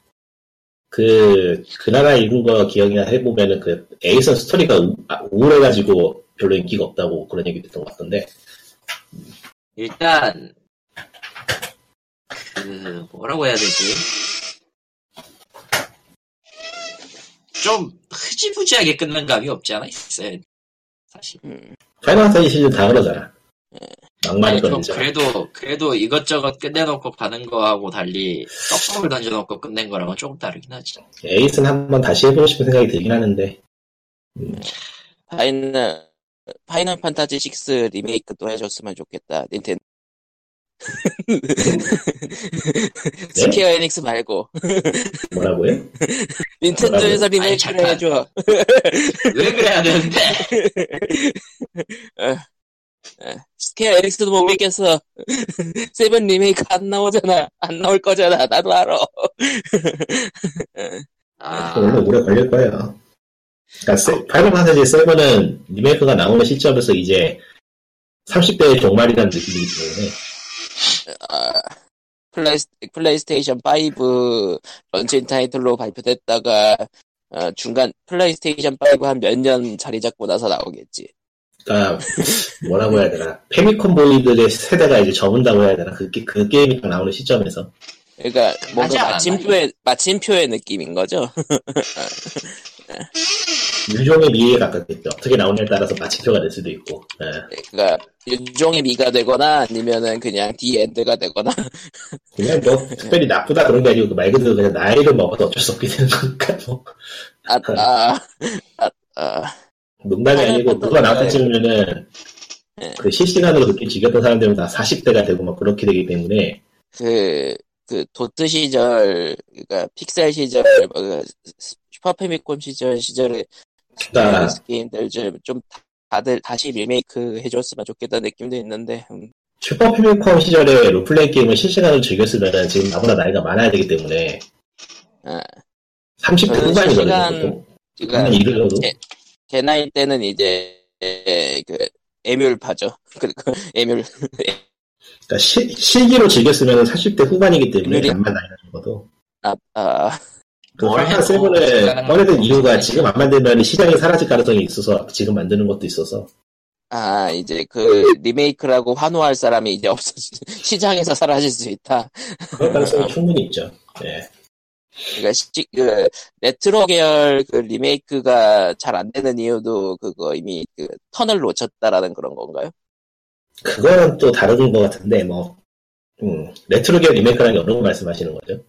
[SPEAKER 4] 그, 그 나라 이룬 거 기억이나 해보면은 그 에이선 스토리가 우, 아, 우울해가지고 별로 인기가 없다고 그런 얘기도 했던 것 같던데
[SPEAKER 2] 일단, 그, 뭐라고 해야 되지? 좀 흐지부지하게 끝난 감이 없지 않아 있어요. 사실.
[SPEAKER 1] 음,
[SPEAKER 4] 파이널 판타지 시즌 다 그러잖아 막말이
[SPEAKER 2] 네. 아니, 좀
[SPEAKER 4] 걸리죠
[SPEAKER 2] 그래도 그래도 이것저것 끝내놓고 가는 거하고 달리 떡밥을 던져놓고 끝낸 거랑은 조금 다르긴 하지.
[SPEAKER 4] 에이슨 한번 다시 해보고 싶은 생각이 들긴 하는데
[SPEAKER 1] 파이널, 파이널 판타지 6 리메이크도 해줬으면 좋겠다. 닌텐도. 스퀘어 에닉스 말고.
[SPEAKER 4] 뭐라고요?
[SPEAKER 1] 닌텐도에서 리메이크를
[SPEAKER 2] 아니,
[SPEAKER 1] 해줘.
[SPEAKER 2] 왜 그래야 되는데?
[SPEAKER 1] 스퀘어 에닉스도 못 믿겠어. 세븐 리메이크 안 나오잖아. 안 나올 거잖아. 나도 알아.
[SPEAKER 2] 아,
[SPEAKER 4] 원래 오래 걸릴 거예요. 그러니까 세, 파이널 판타지 7은 리메이크가 나오는 시점에서 이제 30대의 종말이라는 느낌이기 때문에
[SPEAKER 1] 아, 플레이, 플레이스테이션 5 런칭 타이틀로 발표됐다가 어, 중간 플레이스테이션 5 한 몇 년 자리 잡고 나서 나오겠지.
[SPEAKER 4] 그러니까 뭐라고 해야 되나 페미콘 보이들의 세대가 이제 접은다고 해야 되나 그, 게- 그 게임이 딱 나오는 시점에서
[SPEAKER 1] 그러니까 뭔가
[SPEAKER 2] 않아,
[SPEAKER 1] 마침표의 마침표의 느낌인 거죠.
[SPEAKER 4] 유종의 미에 가깝겠죠. 어떻게 나오냐에 따라서 마침표가 될 수도 있고. 예.
[SPEAKER 1] 그러니까 일종의 미가 되거나 아니면은 그냥 디엔드가 되거나
[SPEAKER 4] 그냥 뭐 특별히 나쁘다 그런 게 아니고 그말 그대로 그냥 나이를 먹어도 어쩔 수 없게 되는 거니까 뭐
[SPEAKER 1] 아아
[SPEAKER 4] 네.
[SPEAKER 1] 아아
[SPEAKER 4] 농담이 아니고 누가 나한테 찍으면은
[SPEAKER 1] 네.
[SPEAKER 4] 그 실시간으로 그렇게 즐겼던 사람들은 다 40대가 되고 막 그렇게 되기 때문에
[SPEAKER 1] 그, 그 도트 시절, 그러니까 픽셀 시절, 뭐, 그 슈퍼패미콤 시절 시절에
[SPEAKER 4] 다
[SPEAKER 1] 밸런스 게임들 좀, 좀 다들 다시 리메이크 해줬으면 좋겠다는 느낌도 있는데 음,
[SPEAKER 4] 슈퍼 패미컴 시절에 롤플레이 게임을 실시간으로 즐겼으면은 지금 나보다 나이가 많아야 되기 때문에
[SPEAKER 1] 아.
[SPEAKER 4] 30대
[SPEAKER 1] 저는 실시간-
[SPEAKER 4] 음, 후반이거든요.
[SPEAKER 1] 그러니까
[SPEAKER 4] 일을 해도
[SPEAKER 1] 제- 제 나이 때는 이제 에, 그 에뮬 파죠. 그리고 에뮬
[SPEAKER 4] 그러니까 시- 실기로 즐겼으면은 40대 후반이기 때문에
[SPEAKER 1] 일이-
[SPEAKER 4] 암만 나이가 적어도
[SPEAKER 1] 아, 아
[SPEAKER 4] 그
[SPEAKER 2] 뭘
[SPEAKER 4] 파이널
[SPEAKER 2] 해도
[SPEAKER 4] 세븐을
[SPEAKER 2] 시간은
[SPEAKER 4] 꺼내든
[SPEAKER 2] 없지.
[SPEAKER 4] 이유가 지금 안 만들면 시장이 사라질 가능성이 있어서 지금 만드는 것도 있어서
[SPEAKER 1] 아, 이제 그 리메이크라고 환호할 사람이 이제 없어 시장에서 사라질 수 있다. 네.
[SPEAKER 4] 그럴 가능성이 충분히 있죠. 예.
[SPEAKER 1] 그러니까 시- 그 레트로 계열 그 리메이크가 잘 안 되는 이유도 그거 이미 그 턴을 놓쳤다라는 그런 건가요?
[SPEAKER 4] 그거는 또 다른 것 같은데 뭐 음, 레트로 계열 리메이크라는 게 어느 거 말씀하시는 거죠?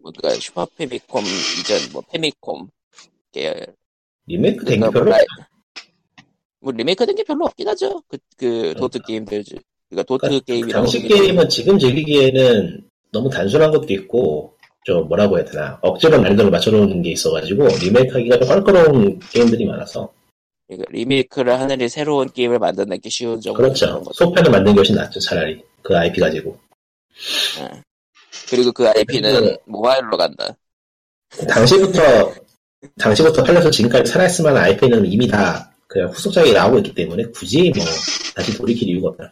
[SPEAKER 1] 뭐 그러니까 슈퍼 패미콤 이전 뭐 패미콤 계열
[SPEAKER 4] 리메이크 된 게
[SPEAKER 1] 그러니까
[SPEAKER 4] 별로
[SPEAKER 1] 뭐 라이- 뭐 리메이크 된 게 별로 없긴 하죠. 그 그 도트 게임들 중- 그러니까 도트
[SPEAKER 4] 네. 그러니까
[SPEAKER 1] 게임이라고
[SPEAKER 4] 당시
[SPEAKER 1] 하기도
[SPEAKER 4] 게임은 지금 즐기기에는 너무 단순한 것도 있고 좀 뭐라고 해야 되나 억지로 난이도를 맞춰놓은 게 있어가지고 리메이크하기가 좀 껄끄러운 게임들이 많아서
[SPEAKER 1] 그러니까 리메이크를 하느니 새로운 게임을 만드는 게 쉬운 점은
[SPEAKER 4] 그렇죠
[SPEAKER 1] 그런 거죠.
[SPEAKER 4] 소편을 만든 것이 낫죠 차라리 그 IP 가지고
[SPEAKER 1] 그리고 그 IP는
[SPEAKER 4] 그래서-
[SPEAKER 1] 모바일로 간다.
[SPEAKER 4] 당시부터 당시부터 팔려서 지금까지 살아있을 만한 IP는 이미 다 그냥 후속작이 나오고 있기 때문에 굳이 뭐 다시 돌이킬 이유가 없다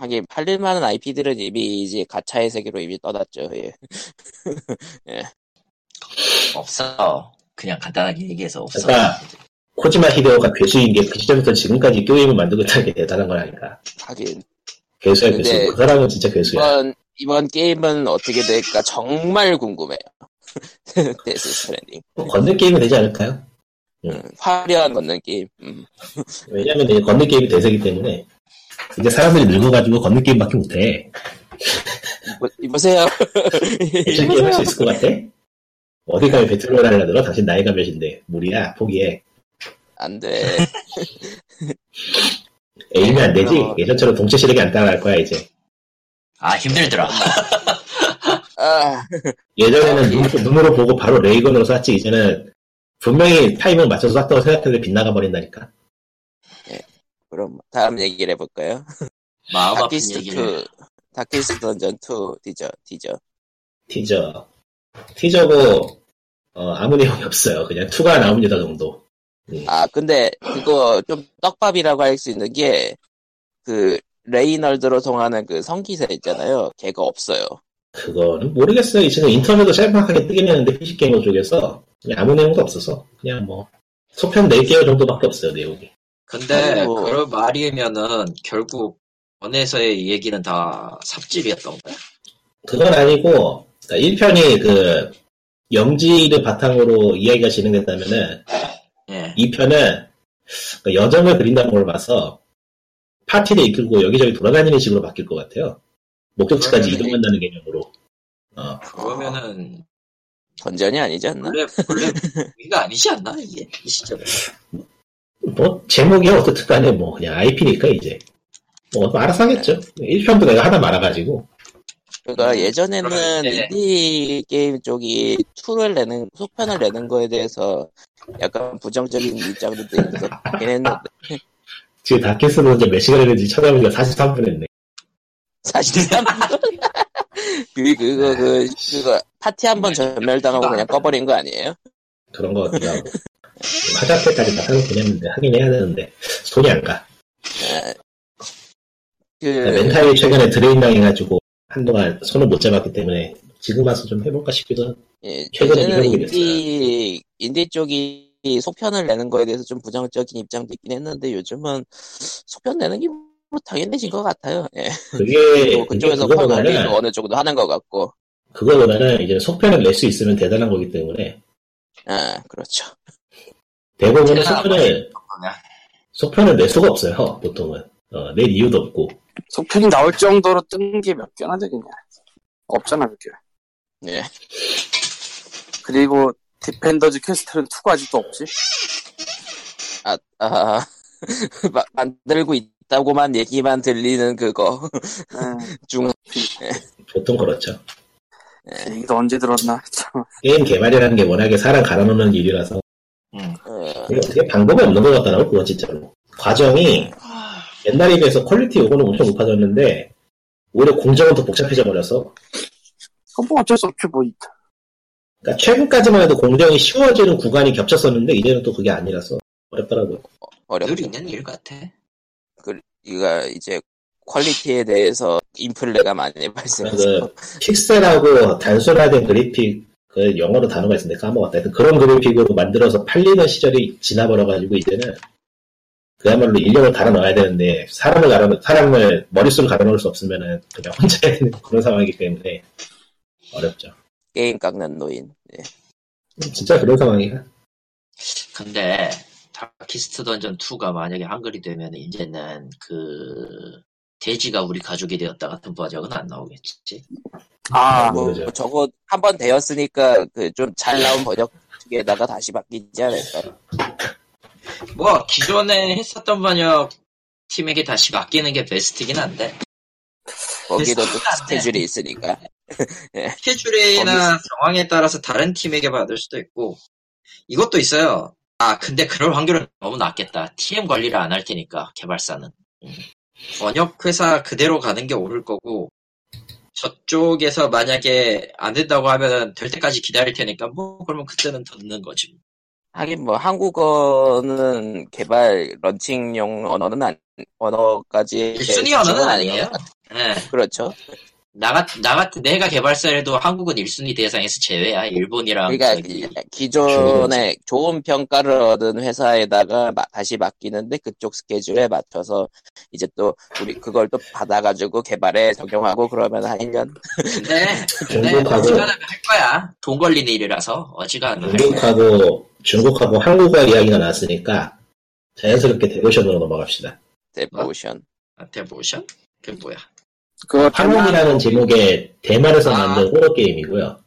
[SPEAKER 1] 하긴 팔릴만한 IP들은 이미 이제 가차의 세계로 이미 떠났죠. 예.
[SPEAKER 2] 없어. 그냥 간단하게 얘기해서 없어.
[SPEAKER 4] 그러니까 코지마 히데오가 괴수인 게 그 시점부터 지금까지 게임을 만들고 있다는 게 대단한 거라니까
[SPEAKER 1] 하긴
[SPEAKER 2] 네.
[SPEAKER 4] 괴수야
[SPEAKER 1] 근데-
[SPEAKER 4] 괴수 그 사람은 진짜 괴수야
[SPEAKER 1] 이번 이번 게임은 어떻게 될까 정말 궁금해요. 데스 스트랜딩
[SPEAKER 4] 뭐 걷는 게임이 되지 않을까요?
[SPEAKER 2] 네.
[SPEAKER 1] 음, 화려한 걷는 게임. 음.
[SPEAKER 4] 왜냐면 이제 걷는 게임이 대세기 때문에 이제 사람들이 늙어가지고 걷는 게임밖에 못해
[SPEAKER 1] 뭐, 이보세요.
[SPEAKER 4] 무슨 게임 할 수 있을 것 같아? 어디 가면 배틀로얄이라 들어? 당신 나이가 몇인데 무리야 포기해
[SPEAKER 1] 안 돼.
[SPEAKER 4] 에임이 안 되지?
[SPEAKER 1] 그럼-
[SPEAKER 4] 예전처럼 동체 시력이 안 따라갈 거야 이제
[SPEAKER 2] 아 힘들더라.
[SPEAKER 1] 아,
[SPEAKER 4] 예전에는 눈, 눈으로 보고 바로 레이건으로 쐈지 이제는 분명히 타이밍을 맞춰서 쐈다고 생각했는데 빗나가 버린다니까
[SPEAKER 1] 그럼 다음 얘기를 해볼까요?
[SPEAKER 2] 마음 아픈
[SPEAKER 1] 다키스트 그 2,
[SPEAKER 2] 얘기를.
[SPEAKER 1] 다키스트 던전 2 디저 디저.
[SPEAKER 4] 티저 티저고 어, 아무 내용이 없어요 그냥 투가 나옵니다 정도
[SPEAKER 1] 아 근데 그거 좀 떡밥이라고 할 수 있는 게 그 레이널드로 통하는 그 성기사 있잖아요. 걔가 없어요.
[SPEAKER 4] 그거는 모르겠어요 이제는 인터넷도 짤막하게 뜨긴 했는데 PC게이머 쪽에서 그냥 아무 내용도 없어서 그냥 뭐 소편 4개 정도밖에 없어요 내용이
[SPEAKER 2] 근데
[SPEAKER 1] 아이고.
[SPEAKER 2] 그런 말이면은 결국 원에서의 얘기는 다 삽질이었던 거야.
[SPEAKER 4] 그건 아니고 그러 1편이 그 영지를 바탕으로 이야기가 진행됐다면은
[SPEAKER 2] 예.
[SPEAKER 4] 이편은 여정을 그린다는 걸 봐서 파티를 이끌고 여기저기 돌아다니는 식으로 바뀔 것 같아요. 목적지까지
[SPEAKER 2] 그러면은
[SPEAKER 4] 이동한다는 개념으로. 어,
[SPEAKER 2] 그러면은
[SPEAKER 1] 던전이 아니지 않나?
[SPEAKER 4] 그렇죠.
[SPEAKER 2] 원래 원래 우리가 아니지 않나 이게 이 시점에.
[SPEAKER 4] 뭐, 제목이 어떻든 간에 뭐, 그냥 IP니까 이제. 뭐, 알아서 하겠죠. 1편도 내가 하나 말아가지고.
[SPEAKER 1] 그러니까
[SPEAKER 4] 네.
[SPEAKER 2] 음,
[SPEAKER 1] 예전에는
[SPEAKER 2] 그러네.
[SPEAKER 1] 인디 게임 쪽이 툴을 내는 속편을 내는 거에 대해서 약간 부정적인 입장도 있었긴 했는데
[SPEAKER 4] 지금 다켓으로 이제 몇 시간 했는지 찾아보니까 43분 했네.
[SPEAKER 1] 사실 참 그,
[SPEAKER 4] 네.
[SPEAKER 1] 그거 그 그거 파티 한 번 전멸당하고 그냥 꺼버린 거 아니에요?
[SPEAKER 4] 그런 것 같기도 하고. 화장대까지 다 하고 보냈는데, 하긴 해야 되는데, 손이 안 가. 그러니까
[SPEAKER 1] 그
[SPEAKER 4] 멘탈이 최근에 드레인 당해가지고, 한동안 손을 못 잡았기 때문에, 지금 와서 좀 해볼까 싶기도 하고.
[SPEAKER 1] 예,
[SPEAKER 4] 최근에
[SPEAKER 1] 예전에는
[SPEAKER 4] 이런 게
[SPEAKER 1] 인디 인디 쪽이 속편을 내는 거에 대해서 좀 부정적인 입장도 있긴 했는데 요즘은 속편 내는 게 뭐 당연해진 것 같아요. 예.
[SPEAKER 4] 그게,
[SPEAKER 1] 뭐 그쪽에서
[SPEAKER 4] 네, 그거보다는-
[SPEAKER 1] 펄 관리도 어느 정도 하는 것 같고.
[SPEAKER 4] 그거보다는 이제 속편을 낼 수 있으면 대단한 거기 때문에
[SPEAKER 1] 아, 그렇죠.
[SPEAKER 4] 대부분
[SPEAKER 2] 제가
[SPEAKER 4] 속편을
[SPEAKER 2] 그러면.
[SPEAKER 4] 속편을 낼 수가 없어요. 보통은 어, 낼 이유도 없고
[SPEAKER 3] 속편이 나올 정도로 뜬 게 몇 개나 되겠냐. 없잖아, 몇 개.
[SPEAKER 1] 예.
[SPEAKER 3] 그리고 디펜더즈 퀘스트는 2가 아직도 없지.
[SPEAKER 1] 아, 아, 마- 만들고 있다고만 얘기만 들리는 그거
[SPEAKER 3] 예,
[SPEAKER 1] 중
[SPEAKER 4] 보통 그렇죠.
[SPEAKER 3] 얘기도 언제 들었나. 참.
[SPEAKER 4] 게임 개발이라는 게 워낙에 사람 갈아놓는 일이라서
[SPEAKER 2] 음.
[SPEAKER 1] 어,
[SPEAKER 4] 이게 어떻게 방법이 없는 것 같더라고 그건 진짜로. 과정이
[SPEAKER 1] 아.
[SPEAKER 4] 옛날에 비해서 퀄리티 요거는 엄청 높아졌는데 오히려 공정은 더 복잡해져 버려서
[SPEAKER 3] 그건 뭐 어쩔 수 없지, 뭐.
[SPEAKER 4] 그러니까 최근까지만 해도 공정이 쉬워지는 구간이 겹쳤었는데 이제는 또 그게 아니라서 어렵더라고요.
[SPEAKER 1] 어렵.
[SPEAKER 2] 늘 있는 일 같아.
[SPEAKER 1] 이가 이제 퀄리티에 대해서 인플레가 많이 발생해서
[SPEAKER 4] 그 픽셀하고 단순화된 그래픽을 영어로 단어가 있는데 까먹었다. 하여튼 그런 그래픽으로 만들어서 팔리던 시절이 지나버려가지고 이제는 그야말로 인력을 갈아 넣어야 되는데 사람을 갈아 넣- 사람을 머릿수로 갈아 넣을 수 없으면은 그냥 혼자 해야 되는 그런 상황이기 때문에 어렵죠.
[SPEAKER 1] 게임 깎는 노인. 예.
[SPEAKER 4] 진짜 그런 상황이야.
[SPEAKER 2] 근데 다키스트 던전 2가 만약에 한글이 되면 이제는 그 돼지가 우리 가족이 되었다 같은 버전은 안 나오겠지.
[SPEAKER 3] 아,
[SPEAKER 1] 뭐
[SPEAKER 4] 모르죠.
[SPEAKER 1] 저거 한 번 되었으니까 그 좀 잘 나온 번역 쪽에다가 다시 바뀌지 않을까.
[SPEAKER 2] 뭐 기존에 했었던 번역 팀에게 다시 맡기는 게 베스트긴 한데
[SPEAKER 1] 거기도 또
[SPEAKER 2] 비슷하네.
[SPEAKER 1] 스케줄이 있으니까. 어,
[SPEAKER 2] 스케줄이나 상황에 따라서 다른 팀에게 받을 수도 있고 이것도 있어요. 아 근데 그럴 확률은 너무 낮겠다. TM 관리를 안 할 테니까 개발사는 음. 번역 회사 그대로 가는 게 옳을 거고 저쪽에서 만약에 안 된다고 하면 될 때까지 기다릴 테니까 뭐 그러면 그때는 듣는 거지.
[SPEAKER 1] 하긴 뭐 한국어는 개발 런칭용 언어는 안, 언어까지
[SPEAKER 2] 네, 일순위 언어는
[SPEAKER 1] 지원하는
[SPEAKER 2] 아니에요.
[SPEAKER 1] 것 같-
[SPEAKER 2] 예.
[SPEAKER 1] 그렇죠.
[SPEAKER 2] 나같 나같 내가 개발사라도 한국은 1순위 대상에서 제외야. 일본이랑
[SPEAKER 1] 그러니까
[SPEAKER 2] 저기
[SPEAKER 1] 기존에 좋은 평가를 얻은 회사에다가 마- 다시 맡기는데 그쪽 스케줄에 맞춰서 이제 또 우리 그걸 또 받아가지고 개발에 적용하고 그러면 한 1년
[SPEAKER 2] 근데 근데
[SPEAKER 4] 중국하고-
[SPEAKER 2] 어지간하면 할 거야. 돈 걸리는 일이라서 어지간하면 할 거야.
[SPEAKER 4] 중국하고 중국하고 한국어 이야기가 나왔으니까 자연스럽게 대고션으로 넘어갑시다.
[SPEAKER 1] 데모션
[SPEAKER 2] 데모션? 아, 그게 뭐야?
[SPEAKER 4] 아,
[SPEAKER 3] 그,
[SPEAKER 4] 한국이라는 제목의 대만에서
[SPEAKER 2] 아.
[SPEAKER 4] 만든 호러 게임이고요.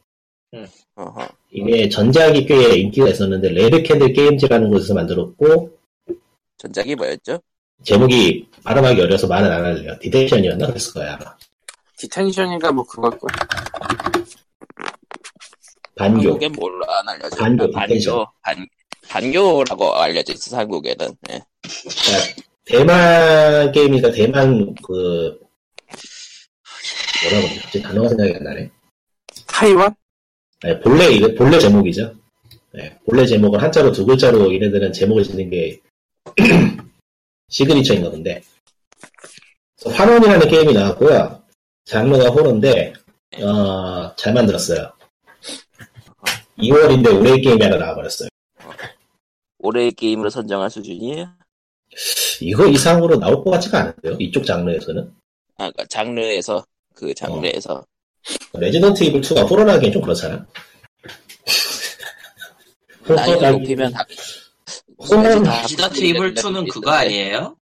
[SPEAKER 1] 어허.
[SPEAKER 4] 이게 전작이 꽤 인기가 있었는데 레드캔들 게임즈라는 곳에서 만들었고
[SPEAKER 1] 전작이 뭐였죠?
[SPEAKER 4] 제목이 발음하기 어려서 말은 안 할래요. 디텐션이었나 그랬을 거야 아마.
[SPEAKER 3] 디텐션인가 뭐 그걸 거야.
[SPEAKER 4] 반교.
[SPEAKER 1] 한국엔 뭘로 안 알려져?
[SPEAKER 4] 반교,
[SPEAKER 1] 아, 반교, 반, 반교라고 알려져 있어 한국에는. 예.
[SPEAKER 4] 그러니까 대만 게임이니까 대만 그 뭐라고 그러지 단어가 생각이 안 나네.
[SPEAKER 3] 타이완?
[SPEAKER 4] 네, 본래 이거- 본래 제목이죠. 네, 본래 제목을 한자로 두 글자로 얘네들은 제목을 짓는 게 시그니처인가 본데. 그래서 환원이라는 게임이 나왔고요. 장르가 호러인데 어, 잘 만들었어요. 2월인데 올해 게임이 하나 나와버렸어요.
[SPEAKER 1] 올해의 게임으로 선정할 수준이에요. 아,
[SPEAKER 4] 이거 이상으로 나올 것 같지가 않은데요. 이쪽 장르에서는
[SPEAKER 1] 아, 그러니까 장르에서 그 장르에서
[SPEAKER 4] 레지던트 이블 2가 호러라기엔 좀 그렇잖아.
[SPEAKER 1] 어. 나이가 높이면 다-
[SPEAKER 4] 호러는
[SPEAKER 1] 다
[SPEAKER 2] 디지던트 이블
[SPEAKER 1] 분들이
[SPEAKER 2] 2는
[SPEAKER 1] 있는데.
[SPEAKER 2] 그거 아니에요?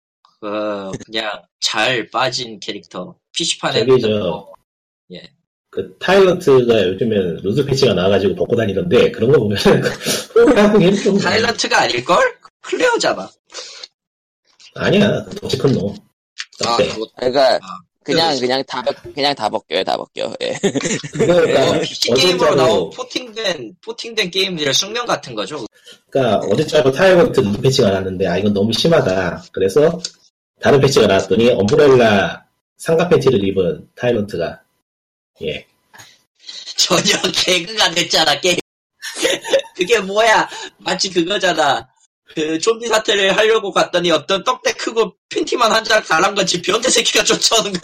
[SPEAKER 2] 그 그냥 잘 빠진 캐릭터 PC판에
[SPEAKER 4] 저기 저- 그 타일런트가 요즘엔 루즈 패치가 나와가지고 벗고 다니던데 그런 거 보면 호러라고 게임 좀
[SPEAKER 2] 타일런트가 아닐걸? 클레어잖아.
[SPEAKER 4] 아니야 덩치 큰 놈.
[SPEAKER 2] 아,
[SPEAKER 4] 어때?
[SPEAKER 2] 그거
[SPEAKER 1] 그러니까
[SPEAKER 2] 아,
[SPEAKER 1] 그냥 그냥 다 그냥 다 벗겨요, 다 벗겨. 예.
[SPEAKER 4] 그러니까
[SPEAKER 2] PC 어, 게임으로 나온
[SPEAKER 4] 어제자로
[SPEAKER 2] 포팅된 포팅된 게임들의 숙명 같은 거죠.
[SPEAKER 4] 그러니까 어제자로 타일런트 루즈 패치가 나왔는데 아 이건 너무 심하다. 그래서 다른 패치가 나왔더니 엄브렐라 상가 팬티를 입은 타일런트가 예
[SPEAKER 2] 전혀 개그가 됐잖아 게임. 그게 뭐야? 마치 그거잖아. 그 좀비 사태를 하려고 갔더니 어떤 떡대 크고 팬티만 한 장 갈란 건지 변태 새끼가 쫓아오는 거.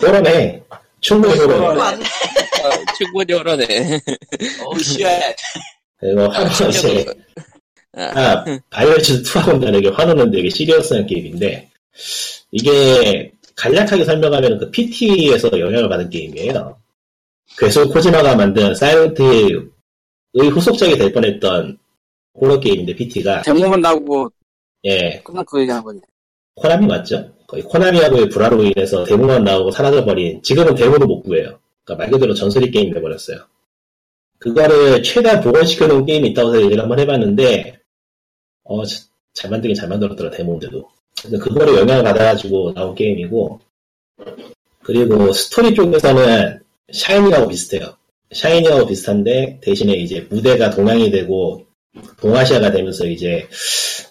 [SPEAKER 4] 호러네 충분히 호러.
[SPEAKER 1] 호러네.
[SPEAKER 2] 맞네.
[SPEAKER 1] 어, 충분히 오러네.
[SPEAKER 2] 어우
[SPEAKER 4] 네.
[SPEAKER 2] 씨야.
[SPEAKER 4] 그리고 하루 이제 아, 바이오레츠 2하고는 다르게 화노는 되게 시리어스한 게임인데, 이게 간략하게 설명하면 그 PT에서 영향을 받은 게임이에요. 괴수 코지마가 만든 사이런트의 후속작이 될 뻔했던 호러 게임인데 PT가
[SPEAKER 3] 대목만 나오고
[SPEAKER 4] 예
[SPEAKER 3] 끝난 그 얘기하는 거니.
[SPEAKER 4] 코나미 맞죠? 거의 코나미하고의 불화로 인해서 데모만 나오고 사라져버린 지금은 데모도 못 구해요. 그러니까 말 그대로 전설이 게임이 돼버렸어요. 그거를 최대한 복원시켜놓은 게임이 있다고 해서 얘기를 한번 해봤는데 어, 자- 잘 만들긴 잘 만들었더라 데모인데도. 근데 그거를 영향을 받아가지고 나온 게임이고 그리고 스토리 쪽에서는 샤이니하고 비슷해요. 샤이니하고 비슷한데 대신에 이제 무대가 동양이 되고 동아시아가 되면서 이제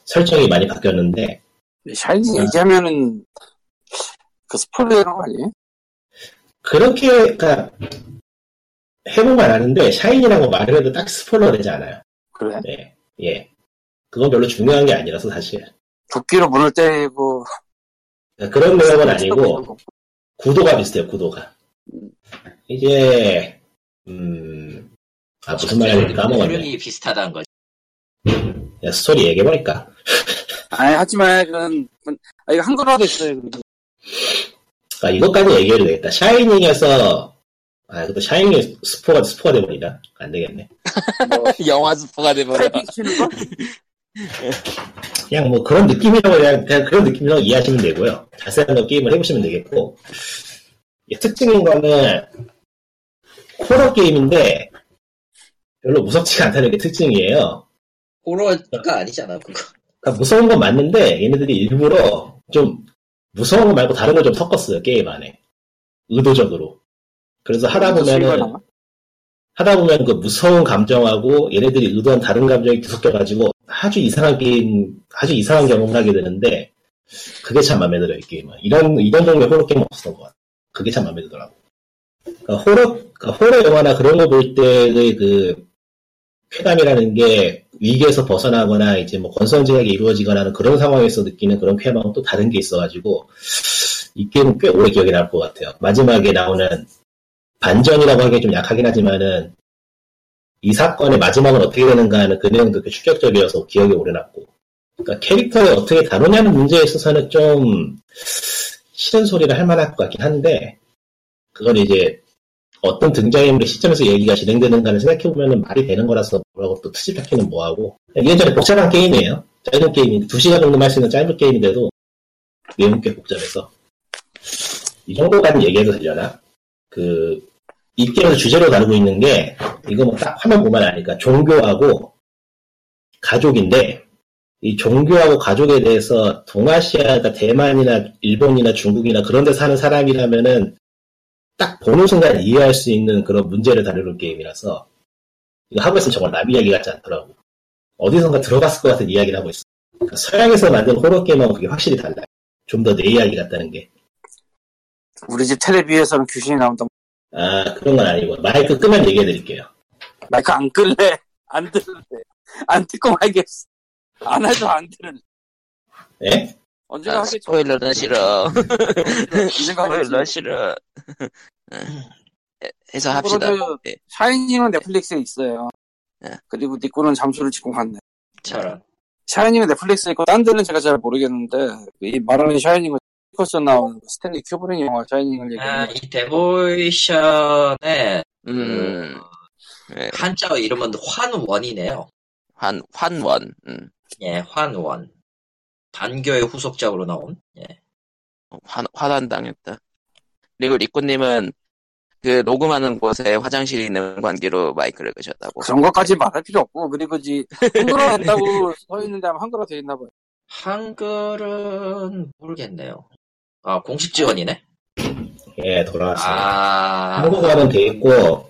[SPEAKER 4] 설정이 많이 바뀌었는데
[SPEAKER 3] 샤이니
[SPEAKER 4] 아.
[SPEAKER 3] 얘기하면은 그 스포일러라는 거 아니에요?
[SPEAKER 4] 그렇게, 그니까, 해보면 아는데, 샤인이라고 말을 해도 딱 스포일러 되지 않아요.
[SPEAKER 3] 그래.
[SPEAKER 4] 예, 예. 그건 별로 중요한 게 아니라서, 사실.
[SPEAKER 3] 도끼로 문을 때리고
[SPEAKER 4] 그러니까 그런 내용은 아니고,
[SPEAKER 3] 거고.
[SPEAKER 4] 구도가 비슷해요, 구도가. 이제, 음, 아, 무슨 말 하는지 까먹었네.
[SPEAKER 2] 그 흐름이 비슷하다는 거지.
[SPEAKER 4] 야, 스토리 얘기해버릴까.
[SPEAKER 3] 아니 하지만 그건 아, 이거 한글화도 있어요. 그래도.
[SPEAKER 4] 아, 이것까지 얘기해도 되겠다. 샤이닝에서, 아, 그것도 샤이닝이 스포가, 스포가 돼버린다. 안 되겠네.
[SPEAKER 1] 영화 스포가
[SPEAKER 4] 아,
[SPEAKER 1] 돼버려.
[SPEAKER 3] 타이핑 치는 거?
[SPEAKER 4] 그냥 뭐 그런 느낌이라고 그냥, 그냥 그런 느낌이라고 이해하시면 되고요. 자세한 건 게임을 해보시면 되겠고 이 특징인 거는 코어 게임인데 별로 무섭지가 않다는 게 특징이에요.
[SPEAKER 5] 호러가 아니잖아 그거.
[SPEAKER 4] 그러니까 무서운 건 맞는데 얘네들이 일부러 좀 무서운 거 말고 다른 걸 좀 섞었어요 게임 안에 의도적으로. 그래서 하다 보면은
[SPEAKER 3] 실버나?
[SPEAKER 4] 하다 보면 그 무서운 감정하고 얘네들이 의도한 다른 감정이 계속 껴가지고 아주 이상한 게임, 아주 이상한 경험을 하게 되는데 그게 참 마음에 들어요, 이 게임은. 이런, 이런 종류의 호러 게임 은 없었던 것 같아요. 그게 참 마음에 들더라고. 그러니까 호러, 그러니까 호러 영화나 그런 거 볼 때의 그 쾌감이라는 게 위기에서 벗어나거나 이제 뭐 건성지각이 이루어지거나 하는 그런 상황에서 느끼는 그런 쾌감은 또 다른 게 있어가지고 이 게임은 꽤 오래 기억에 남을 것 같아요. 마지막에 나오는 반전이라고 하기엔 좀 약하긴 하지만은 이 사건의 마지막은 어떻게 되는가 하는 그 내용도 꽤 충격적이어서 기억에 오래 남고. 그러니까 캐릭터를 어떻게 다루냐는 문제에 있어서는 좀 싫은 소리를 할 만할 것 같긴 한데, 그건 이제 어떤 등장인물의 시점에서 얘기가 진행되는가를 생각해보면 말이 되는 거라서 뭐라고 또 트집하기는 뭐하고. 그냥 예전에 복잡한 게임이에요. 짧은 게임이, 두 시간 정도만 할 수 있는 짧은 게임인데도 내용 꽤 복잡해서. 이 정도까지 얘기해도 되려나? 그, 이 게임에서 주제로 다루고 있는 게, 이거 뭐 딱 화면 보면 아니까 종교하고 가족인데 이 종교하고 가족에 대해서 동아시아가 그러니까 대만이나 일본이나 중국이나 그런 데 사는 사람이라면은 딱 보는 순간 이해할 수 있는 그런 문제를 다루는 게임이라서 이거 하고 있으면 정말 남 이야기 같지 않더라고 어디선가 들어갔을 것 같은 이야기를 하고 있어 그러니까 서양에서 만든 호러 게임하고 그게 확실히 달라요 좀 더 내 이야기 같다는 게
[SPEAKER 3] 우리 집 텔레비에서는 귀신이 나온다.
[SPEAKER 4] 아, 그런 건 아니고. 마이크 끄면 얘기해 드릴게요.
[SPEAKER 3] 마이크 안 끌래? 안 들을래? 안 듣고 말겠어. 안 해도 안 들을래.
[SPEAKER 4] 예?
[SPEAKER 3] 언제가
[SPEAKER 1] 아,
[SPEAKER 3] 하겠지?
[SPEAKER 1] 스포일러는 싫어.
[SPEAKER 3] 언제가
[SPEAKER 1] 스포일러
[SPEAKER 3] 하겠지?
[SPEAKER 1] 싫어. 예, 해서 합시다.
[SPEAKER 3] 그거를-
[SPEAKER 1] 네,
[SPEAKER 3] 샤이닝은 넷플릭스에 있어요.
[SPEAKER 1] 네.
[SPEAKER 3] 그리고 니코는 잠수를 짓고 갔네.
[SPEAKER 1] 참.
[SPEAKER 3] 샤이닝은 넷플릭스에 있고 딴 데는 제가 잘 모르겠는데 이 말하는 샤이닝은 피커스 나오는 그 스탠리 큐브링 영화 샤이닝을
[SPEAKER 2] 아,
[SPEAKER 3] 얘기하는
[SPEAKER 2] 이 데보이션의
[SPEAKER 1] 음, 네,
[SPEAKER 2] 한자어 이름은 환원이네요.
[SPEAKER 1] 환, 환원. 음,
[SPEAKER 2] 예, 환원. 반교의 후속작으로 나온. 예.
[SPEAKER 1] 환, 환원 당했다. 그리고 리코님은 그 녹음하는 곳에 화장실이 있는 관계로 마이크를 끄셨다고.
[SPEAKER 3] 뭐 그런 것까지 말할 필요 없고 그리고 지 한글화 했다고 써 있는데 아마 한글화 돼 있나 봐요.
[SPEAKER 2] 한글은 모르겠네요. 아, 공식 지원이네.
[SPEAKER 4] 예, 돌아왔습니다.
[SPEAKER 2] 아,
[SPEAKER 4] 한국어는 돼 있고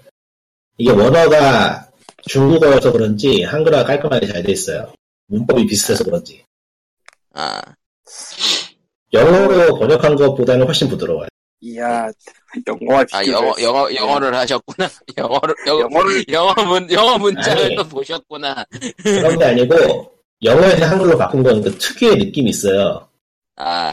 [SPEAKER 4] 이게 원어가 중국어여서 그런지 한글화가 깔끔하게 잘 돼 있어요. 문법이 비슷해서 그런지
[SPEAKER 1] 아,
[SPEAKER 4] 영어로 번역한 것보다는 훨씬 부드러워요.
[SPEAKER 3] 이야 영화
[SPEAKER 1] 아 영어, 영어, 영어를 하셨구나. 영어를, 영어,
[SPEAKER 3] 영어를
[SPEAKER 1] 영어 문, 영어 문장을
[SPEAKER 4] 아니. 예.
[SPEAKER 1] 또 보셨구나.
[SPEAKER 4] 그런 게 아니고 영어에서 한글로 바꾼 건 그 특유의 느낌이 있어요.
[SPEAKER 1] 아,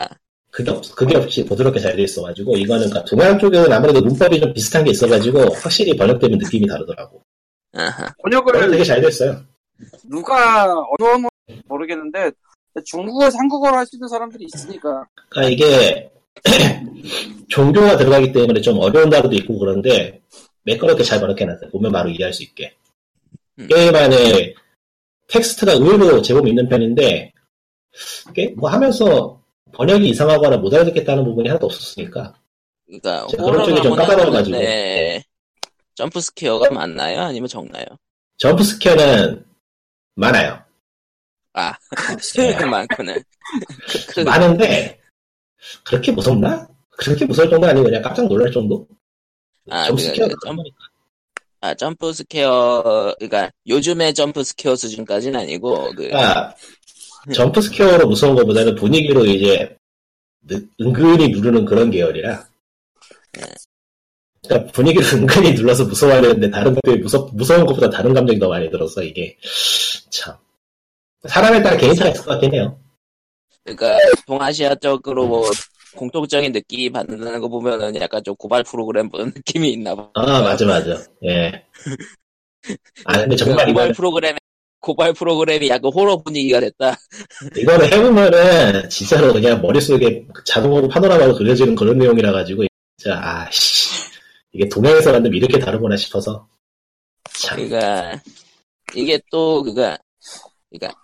[SPEAKER 4] 그게 없, 그게 없이 부드럽게 잘 돼 있어가지고 이거는 그러니까 동양 쪽에는 아무래도 문법이 좀 비슷한 게 있어가지고 확실히 번역되면 느낌이 다르더라고.
[SPEAKER 1] 아하.
[SPEAKER 4] 번역
[SPEAKER 3] 번역을
[SPEAKER 4] 되게 잘 됐어요.
[SPEAKER 3] 누가 언어는 모르겠는데 중국어에서 한국어로 할 수 있는 사람들이 있으니까
[SPEAKER 4] 그러니까 이게 종교가 들어가기 때문에 좀 어려운 단어도 있고 그런데 매끄럽게 잘 번역해놨어요. 보면 바로 이해할 수 있게.
[SPEAKER 1] 음.
[SPEAKER 4] 게임 안에 텍스트가 의외로 제법 있는 편인데 이게 뭐 하면서 번역이 이상하거나 못 알아듣겠다는 부분이 하나도 없었으니까
[SPEAKER 1] 그러니까
[SPEAKER 4] 제가 그런 쪽이 좀
[SPEAKER 1] 호러라고는
[SPEAKER 4] 까다로워가지고.
[SPEAKER 1] 하는데 점프 스퀘어가 많나요? 아니면 적나요?
[SPEAKER 4] 점프 스퀘어는 많아요.
[SPEAKER 1] 아
[SPEAKER 4] 네.
[SPEAKER 1] 많구나. 그,
[SPEAKER 4] 많은데 그렇게 무섭나? 그렇게 무서울 정도 아니고 그냥 깜짝 놀랄 정도?
[SPEAKER 1] 아,
[SPEAKER 4] 점프
[SPEAKER 1] 그,
[SPEAKER 4] 스퀘어가
[SPEAKER 1] 그,
[SPEAKER 4] 그런 거니까.
[SPEAKER 1] 아 점프 스퀘어 그러니까 요즘의 점프 스퀘어 수준까지는 아니고 그
[SPEAKER 4] 그러니까 점프 스퀘어로 무서운 것보다는 분위기로 이제 느- 은근히 누르는 그런 계열이라. 그러니까 분위기를 은근히 눌러서 무서워하는데 다른 것들이 무서 무서운 것보다 다른 감정이 더 많이 들어서 이게 참 사람에 따라 개인차가 있을 것 같긴 해요.
[SPEAKER 1] 그러니까 동아시아 쪽으로 뭐 공통적인 느낌 받는다는 거 보면은 약간 좀 고발 프로그램 보는 느낌이 있나 봐.
[SPEAKER 4] 아 맞아 맞아. 예. 아 근데 정말
[SPEAKER 1] 그
[SPEAKER 4] 이번
[SPEAKER 1] 고발 프로그램 고발 프로그램이 약간 호러 분위기가 됐다.
[SPEAKER 4] 이거를 해보면은 진짜로 그냥 머릿속에 자동으로 파노라마로 그려지는 그런 내용이라 가지고 진짜 아씨 이게 동양에서 만들면 이렇게 다르구나 싶어서 참
[SPEAKER 1] 그러니까 이게 또 그가 그러니까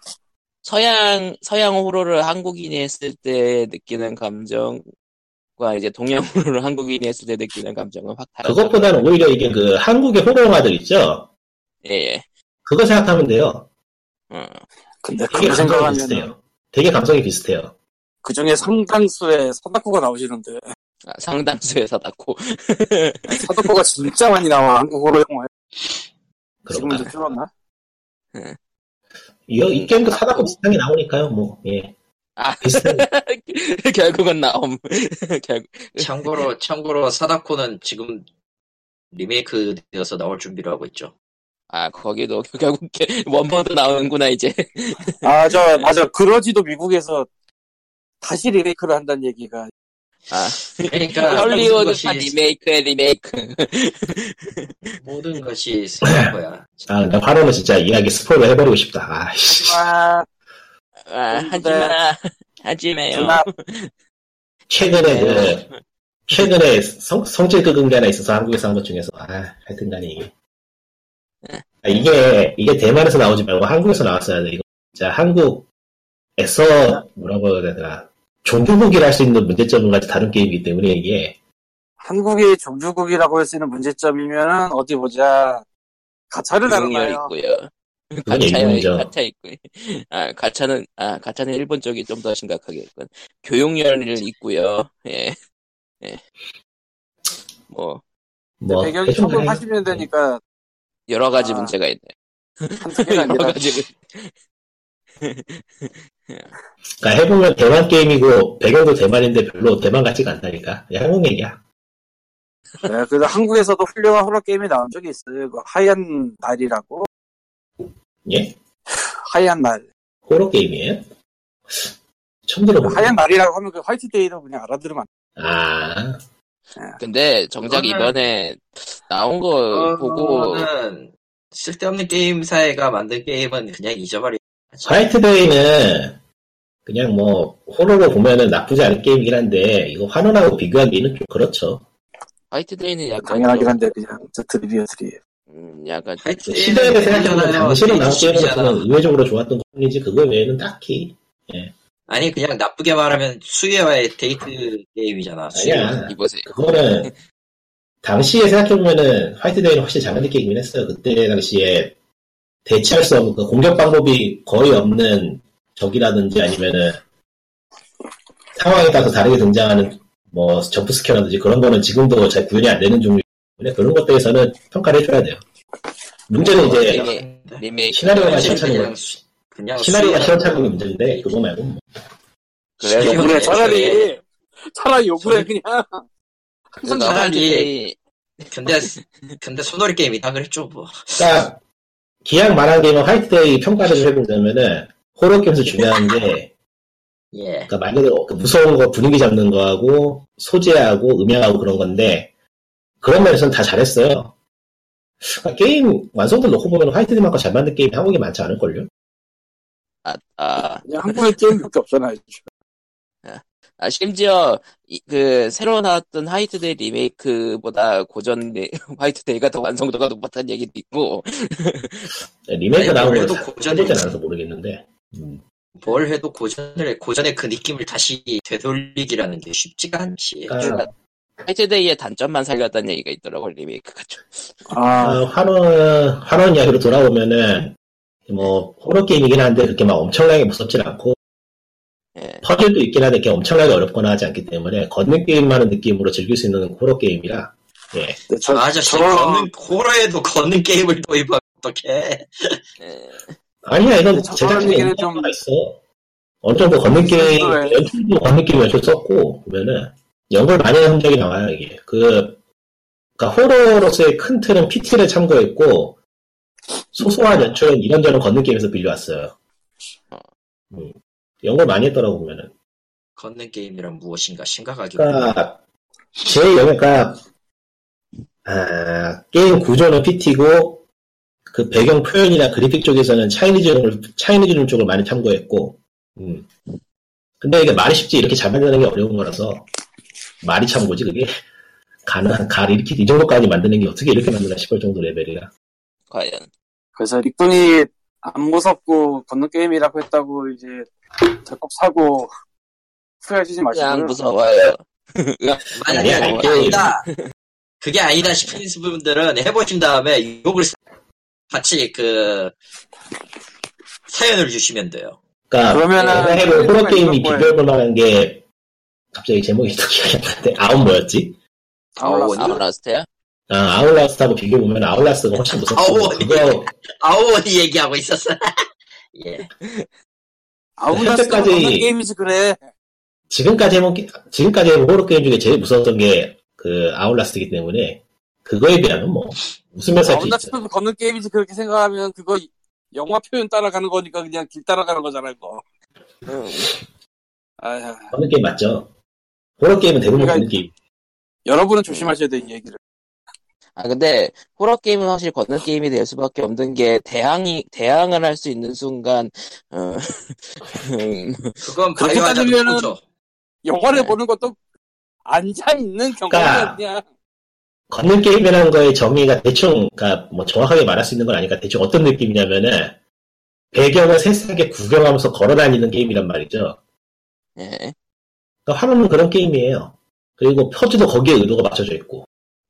[SPEAKER 1] 서양 서양 호러를 한국인이 했을 때 느끼는 감정과 이제 동양 호러를 한국인이 했을 때 느끼는 감정은 확 다르죠.
[SPEAKER 4] 그것보다는 오히려 이게 그 한국의 호러 영화들 있죠
[SPEAKER 1] 예. 예.
[SPEAKER 4] 그거 생각하면 돼요
[SPEAKER 1] 어.
[SPEAKER 3] 근데 그렇게
[SPEAKER 4] 되게 감성이
[SPEAKER 3] 생각하면
[SPEAKER 4] 비슷해요 되게 감성이 비슷해요
[SPEAKER 3] 그 중에 상당수의 사다코가 나오시는데
[SPEAKER 1] 아, 상당수에서 닫고
[SPEAKER 3] 사다코가 진짜 많이 나와 한국어로 영화에 지금은
[SPEAKER 4] 그런가
[SPEAKER 3] 좀 줄었나?
[SPEAKER 4] 이, 이 게임도 사다고 비슷한 게 나오니까요 뭐예
[SPEAKER 1] 아.
[SPEAKER 4] 비슷한
[SPEAKER 1] 결국은 나옴. 결국
[SPEAKER 2] 참고로 참고로 사다코는 지금 리메이크 되어서 나올 준비를 하고 있죠.
[SPEAKER 1] 아 거기도 결국 원본도 나오는구나 이제.
[SPEAKER 3] 아, 저, 맞아. 그러지도 미국에서 다시 리메이크를 한다는 얘기가.
[SPEAKER 1] 아
[SPEAKER 2] 그러니까 모든
[SPEAKER 1] 헐리우드
[SPEAKER 2] 것이
[SPEAKER 1] 판 리메이크의 리메이크.
[SPEAKER 2] 모든 것이 생긴 거야.
[SPEAKER 4] 아, 나 화로는 진짜 이야기 스포를 해버리고 싶다. 아이씨.
[SPEAKER 3] 하지만,
[SPEAKER 1] 아,
[SPEAKER 3] 근데-
[SPEAKER 1] 하지마 하지마요.
[SPEAKER 3] 그나,
[SPEAKER 4] 최근에
[SPEAKER 3] 네.
[SPEAKER 4] 그, 최근에 성, 성질 끄은 게 하나 있어서 한국에서 한 것 중에서, 아, 하여튼 간에 이게.
[SPEAKER 3] 네.
[SPEAKER 4] 아, 이게, 이게 대만에서 나오지 말고 한국에서 나왔어야 돼. 이거 진짜 한국에서, 뭐라고 해야 되나. 종교국이라 할 수 있는 문제점까지 다른 게임이기 때문에 이게,
[SPEAKER 3] 한국이 종주국이라고 할 수 있는 문제점이면은, 어디 보자. 가차를
[SPEAKER 1] 유흥이어
[SPEAKER 3] 나눠요.
[SPEAKER 1] 있고요.
[SPEAKER 4] 그건
[SPEAKER 1] 가차요,
[SPEAKER 4] 일본이죠.
[SPEAKER 1] 가차 있고. 아 가차는 아 가차는 일본 쪽이 좀 더 심각하겠군. 교육열을 있고요. 예, 예. 뭐
[SPEAKER 4] 뭐,
[SPEAKER 3] 배경이
[SPEAKER 4] 대충 그냥
[SPEAKER 3] 1980년대니까,
[SPEAKER 1] 여러 가지
[SPEAKER 3] 아.
[SPEAKER 1] 문제가 있네.
[SPEAKER 3] 한두 개가
[SPEAKER 1] 여러
[SPEAKER 3] 아니라,
[SPEAKER 1] 가지.
[SPEAKER 4] 그러니까 해보면 대만 게임이고, 배경도 대만인데 별로 대만 같지가 않다니까. 그냥 한국 얘기야.
[SPEAKER 3] 네, 그래서 한국에서도 훌륭한 호러 게임이 나온 적이 있어요. 그 하얀 날이라고.
[SPEAKER 4] 예?
[SPEAKER 3] 하얀 날.
[SPEAKER 4] 호러 게임이에요? 처음
[SPEAKER 3] 그
[SPEAKER 2] 뭐.
[SPEAKER 4] 들어보네.
[SPEAKER 3] 하얀 날이라고 하면 그 화이트데이로 그냥 알아들으면 안
[SPEAKER 4] 아,
[SPEAKER 1] 근데 정작
[SPEAKER 2] 그거는- 어,
[SPEAKER 1] 이번에 나온
[SPEAKER 4] 어,
[SPEAKER 1] 거 보고
[SPEAKER 2] 그거는 쓸데없는 게임사가 만든 게임은 그냥 잊어버리.
[SPEAKER 4] 화이트데이는 그냥 뭐 호러로 보면은 나쁘지 않은 게임이긴 한데 이거 환원하고 비교하기는 좀 그렇죠.
[SPEAKER 1] 화이트데이는
[SPEAKER 3] 돼.
[SPEAKER 1] 약간
[SPEAKER 3] 당연하긴
[SPEAKER 1] 좀,
[SPEAKER 3] 한데, 그냥. 어쨌든 리뷰어들이.
[SPEAKER 1] 음, 약간 좀-
[SPEAKER 2] 화이트
[SPEAKER 4] 시대에 생각하면 당시로 나온
[SPEAKER 2] 잖아
[SPEAKER 4] 게임은 의외적으로 좋았던 것뿐이지 그거 외에는 딱히
[SPEAKER 2] 아니 그냥 나쁘게 말하면 수혜와의 데이트 게임이잖아. 수혜와.
[SPEAKER 4] 아니야.
[SPEAKER 1] 이보세요.
[SPEAKER 4] 그거는 당시에 생각해보면은 화이트데이는 확실히 작은 게임이긴 했어요. 그때 당시에 대체할 수 없는 그 공격 방법이 거의 없는 적이라든지 아니면은 상황에 따라서 다르게 등장하는 뭐 점프 스퀘어라든지 그런 거는 지금도 잘 구현이 안 되는 종류 때문에 그런 것들에서는 평가를 해줘야 돼요. 문제는 이제 네.
[SPEAKER 1] 리메이크.
[SPEAKER 4] 시나리오가
[SPEAKER 2] 사실
[SPEAKER 4] 시원찮은
[SPEAKER 2] 네. 그냥
[SPEAKER 4] 거
[SPEAKER 2] 수- 그냥
[SPEAKER 4] 시나리오가
[SPEAKER 2] 수혜라는
[SPEAKER 4] 시원찮은 게 문제인데 그거 말고 뭐.
[SPEAKER 1] 그래서
[SPEAKER 2] 시나리오-
[SPEAKER 3] 욕을 해,
[SPEAKER 2] 애초에-
[SPEAKER 3] 차라리. 차라리 욕을 해, 그냥.
[SPEAKER 1] 네. 그러니까
[SPEAKER 2] 차라리-
[SPEAKER 1] 화이트데이
[SPEAKER 2] 근데 근데 소놀이 게임이다 그랬죠 뭐.
[SPEAKER 4] 그러니까 기왕 말한 게임은 뭐 화이트데이 평가를 해보자면은 호러 게임에서 중요한 게
[SPEAKER 2] 예.
[SPEAKER 4] 그러니까 말 그대로 그 무서운 거 분위기 잡는 거하고 소재하고 음향하고 그런 건데 그런 면에서는 다 잘했어요. 그러니까 게임 완성도 놓고 보면 화이트데이만큼 잘 만든 게임이 한국에 많지 않을걸요?
[SPEAKER 1] 아, 아,
[SPEAKER 3] 그냥 한국에 게임밖에 없잖아요.
[SPEAKER 1] 아, 심지어 이- 그 새로 나왔던 화이트데이 리메이크보다 고전 리- 화이트데이가 더 완성도가 높았다는 얘기도 있고
[SPEAKER 4] 네, 리메이크
[SPEAKER 2] 아니,
[SPEAKER 4] 나온
[SPEAKER 2] 그래도
[SPEAKER 4] 걸
[SPEAKER 2] 고전이
[SPEAKER 4] 해보진
[SPEAKER 2] 있어.
[SPEAKER 4] 않아서 모르겠는데. 음.
[SPEAKER 2] 뭘 해도 고전을 고전의 그 느낌을 다시 되돌리기라는 게 쉽지가 않지.
[SPEAKER 4] 그러니까
[SPEAKER 1] 화이트데이의 단점만 살렸다는 얘기가 있더라고 리메이크가 좀.
[SPEAKER 3] 아,
[SPEAKER 4] 아, 환원, 환원 이야기로 돌아오면은, 뭐, 호러 게임이긴 한데, 그렇게 막 엄청나게 무섭진 않고,
[SPEAKER 1] 예.
[SPEAKER 4] 퍼즐도 있긴 한데, 이렇게 엄청나게 어렵거나 하지 않기 때문에, 걷는 게임 하는 느낌으로 즐길 수 있는 호러 게임이라, 예.
[SPEAKER 3] 근데 저,
[SPEAKER 2] 아저씨
[SPEAKER 3] 저런-
[SPEAKER 2] 걷는 호러에도 걷는 게임을 도입하면 어떡해?
[SPEAKER 1] 예.
[SPEAKER 4] 아니야, 이건
[SPEAKER 3] 저런
[SPEAKER 4] 제작진의
[SPEAKER 3] 얘기는
[SPEAKER 4] 연출가
[SPEAKER 3] 좀-
[SPEAKER 4] 있어. 어느 정도 걷는 게임,
[SPEAKER 3] 그래.
[SPEAKER 4] 연출도 걷는 게임 연출 썼고, 보면은, 연구를 많이 한 흔적이 나와요, 이게. 그, 그니까, 호러로서의 큰 틀은 PT를 참고했고, 소소한 연출은 이런저런 걷는 게임에서 빌려왔어요. 음. 연구를 많이 했더라고, 보면은.
[SPEAKER 2] 걷는 게임이란 무엇인가 심각하게.
[SPEAKER 4] 그러니까 제 영역가 아, 게임 구조는 PT고 그 배경 표현이나 그래픽 쪽에서는 차이니즈를 차이니즈를 쪽을 많이 참고했고 음. 근데 이게 말이 쉽지 이렇게 잘 만드는 게 어려운 거라서 말이 참고지 그게 가능한 가 이렇게 이 정도까지 만드는 게 어떻게 이렇게 만드나 싶을 정도 레벨이라
[SPEAKER 1] 과연
[SPEAKER 3] 그래서 릭돈이 안 무섭고 걷는 게임이라고 했다고 이제 적극 사고 후회하시지
[SPEAKER 1] 그냥
[SPEAKER 3] 마시고요.
[SPEAKER 1] 무서워요.
[SPEAKER 2] 아니, 아니, 아니, 그게 아니다. 그게 아니다 싶은 분들은 해보신 다음에 욕을 쓰- 같이 그 사연을 주시면 돼요.
[SPEAKER 4] 그러니까
[SPEAKER 3] 그러면은
[SPEAKER 4] 내가 해본 호러 게임이
[SPEAKER 3] 이런 거예요.
[SPEAKER 4] 비교해볼 만한 게 갑자기 제목이 또 기억이 안 나는데 아웃 뭐였지?
[SPEAKER 3] 아울라스.
[SPEAKER 2] 아우,
[SPEAKER 1] 아웃라스트야?
[SPEAKER 4] 아, 아울라스하고 비교해보면 아울라스가 훨씬 무섭고,
[SPEAKER 2] 아울라스.
[SPEAKER 4] 그거
[SPEAKER 2] 아오니 얘기하고 있었어. 예.
[SPEAKER 3] 아웃라스가
[SPEAKER 4] 현재까지-
[SPEAKER 3] 걷는 게임이지 그래.
[SPEAKER 4] 지금까지 해본, 게- 지금까지 해본 호러 게임 중에 제일 무서웠던 게 그 아울라스이기 때문에, 그거에 비하면 뭐, 웃으면서 할수 있죠.
[SPEAKER 3] 아웃라스도 걷는 게임이지 그렇게 생각하면 그거 영화 표현 따라가는 거니까 그냥 길 따라가는 거잖아 이거.
[SPEAKER 1] 응.
[SPEAKER 3] 아야.
[SPEAKER 4] 그런 게임 맞죠? 호러 게임은 대부분
[SPEAKER 3] 그러니까-
[SPEAKER 4] 그런 게임.
[SPEAKER 3] 여러분은 조심하셔야 돼 이 얘기를.
[SPEAKER 1] 아 근데 호러 게임은 확실히 걷는 게임이 될 수밖에 없는 게 대항이 대항을 할 수 있는 순간 어, 음,
[SPEAKER 2] 그건
[SPEAKER 3] 그렇게
[SPEAKER 2] 바이오하자드
[SPEAKER 3] 따지면은-
[SPEAKER 2] 포죠.
[SPEAKER 3] 영화를
[SPEAKER 1] 네.
[SPEAKER 3] 보는 것도 앉아 있는 경험이야
[SPEAKER 4] 그러니까-
[SPEAKER 3] 그냥.
[SPEAKER 4] 걷는 게임이라는 거의 정의가 대충, 그니까 뭐 정확하게 말할 수 있는 건 아니니까 대충 어떤 느낌이냐면은, 배경을 세세하게 구경하면서 걸어 다니는 게임이란 말이죠.
[SPEAKER 1] 예.
[SPEAKER 4] 그러니까 화면은 그런 게임이에요. 그리고 퍼즐도 거기에 의도가 맞춰져 있고.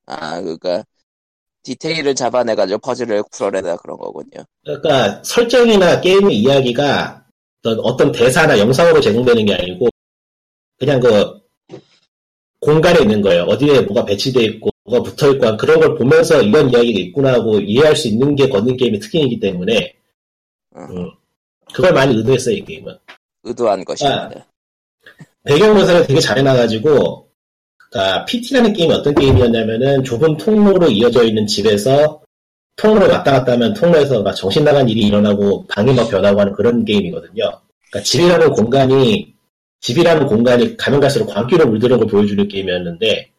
[SPEAKER 1] 아 그러니까 디테일을 잡아내가지고 퍼즐을 풀어내다 그런 거군요.
[SPEAKER 4] 그러니까 설정이나 게임의 이야기가 어떤, 어떤 대사나 영상으로 제공되는 게 아니고 그냥 그 공간에 있는 거예요. 어디에 뭐가 배치돼 있고 뭐가 붙어 있고 한 그런 걸 보면서 이런 이야기가 있구나 하고 이해할 수 있는 게 걷는 게임의 특징이기 때문에
[SPEAKER 1] 어,
[SPEAKER 4] 음. 그걸 많이 의도했어요 이 게임은.
[SPEAKER 1] 의도한 것입니다.
[SPEAKER 4] 배경 묘사를 되게 잘 해놔가지고, 그니까, PT라는 게임이 어떤 게임이었냐면은, 좁은 통로로 이어져 있는 집에서, 통로를 왔다 갔다 하면 통로에서 막 정신 나간 일이 일어나고, 방이 막 변하고 하는 그런 게임이거든요. 그니까, 집이라는 공간이, 집이라는 공간이 가면 갈수록 광기로 물드는 걸 보여주는 게임이었는데,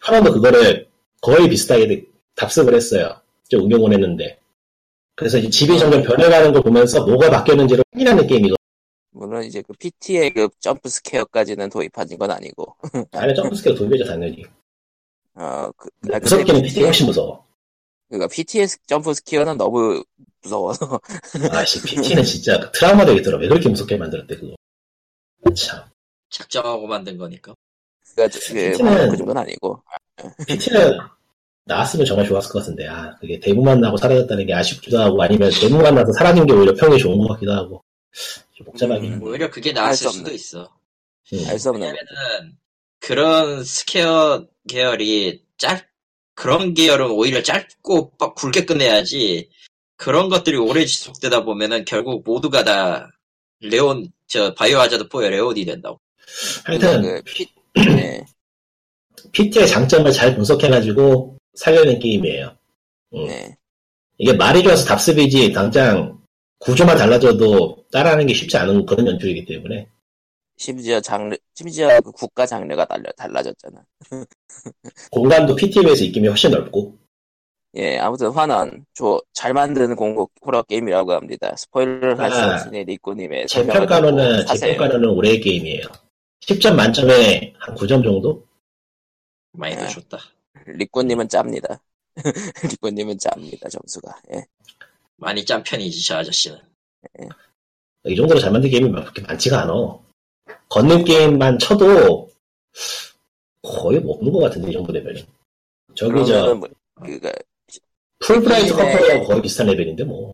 [SPEAKER 4] 하나도 그거를 거의 비슷하게 대- 답습을 했어요. 좀 응용을 했는데. 그래서 이제 집이 점점 변해가는 걸 보면서 뭐가 바뀌었는지를 확인하는 게임이거든요.
[SPEAKER 1] 물론 이제 그 PT의 그 점프 스퀘어까지는 도입하는 건 아니고
[SPEAKER 4] 안에 점프스케어 도입이죠, 당연히.
[SPEAKER 1] 어, 그, 아, 근데
[SPEAKER 4] 무섭기는
[SPEAKER 1] PT
[SPEAKER 4] PT가 훨씬 무서워.
[SPEAKER 1] 그러니까 PT의 점프 스퀘어는 너무 무서워서
[SPEAKER 4] 아씨, PT는 진짜 그 트라우마 되겠더라. 왜 그렇게 무섭게 만들었대, 그거. 참.
[SPEAKER 2] 작정하고 만든 거니까.
[SPEAKER 1] 그러니까 그,
[SPEAKER 4] PT는
[SPEAKER 1] 그 정도는 아니고
[SPEAKER 4] PT는 나왔으면 정말 좋았을 것 같은데, 아, 그게 대부만 나고 사라졌다는 게 아쉽기도 하고, 아니면 대부만 나서 사라진 게 오히려 평이 좋은 것 같기도 하고. 좀 복잡하긴.
[SPEAKER 1] 음.
[SPEAKER 2] 오히려 그게
[SPEAKER 1] 알수
[SPEAKER 2] 나았을
[SPEAKER 1] 없네.
[SPEAKER 2] 수도 있어.
[SPEAKER 4] 음.
[SPEAKER 1] 알 수
[SPEAKER 2] 네.
[SPEAKER 1] 없는 거.
[SPEAKER 2] 왜냐면은 그런 스퀘어 계열이 짧 그런 계열은 오히려 짧고 빡 굵게 끝내야지 그런 것들이 오래 지속되다 보면은 결국 모두가 다 레온 저 바이오하자드 4의 레온이 된다고
[SPEAKER 4] 하여튼,
[SPEAKER 1] 그 피, 네.
[SPEAKER 4] PT의 장점을 잘 분석해가지고 살려낸 게임이에요. 음.
[SPEAKER 1] 네.
[SPEAKER 4] 이게 말이 좋아서 답습이지, 당장 구조만 달라져도 따라하는 게 쉽지 않은 그런 연출이기 때문에.
[SPEAKER 1] 심지어 장르, 심지어 그 국가 장르가 달라, 달라졌잖아.
[SPEAKER 4] 공간도 PT에 비해서 입김이 훨씬 넓고,
[SPEAKER 1] 예, 아무튼 환원, 조, 잘 만든 공국 호러 게임이라고 합니다. 스포일러를 할 수
[SPEAKER 4] 아,
[SPEAKER 1] 없으니 리꾸님의
[SPEAKER 4] 제
[SPEAKER 1] 설명을 듣고
[SPEAKER 4] 평가로는 제
[SPEAKER 1] 사세요.
[SPEAKER 4] 평가로는 올해의 게임이에요. 10점 만점에 한 9점 정도?
[SPEAKER 2] 많이 더
[SPEAKER 1] 네.
[SPEAKER 2] 줬다.
[SPEAKER 1] 리꼬님은 짭니다. 리꼬님은 짭니다 점수가. 예.
[SPEAKER 2] 많이 짠 편이지 저 아저씨는.
[SPEAKER 4] 이 정도로 잘 만든 게임이 막 그렇게 많지가 않아. 걷는 게임만 쳐도 거의 뭐 없는 것 같은데, 이 정도 레벨은. 저기
[SPEAKER 1] 그러면은
[SPEAKER 4] 저,
[SPEAKER 1] 뭐, 그니까
[SPEAKER 4] 풀프라이즈
[SPEAKER 1] 게임에-
[SPEAKER 4] 커플하고 거의 비슷한 레벨인데, 뭐.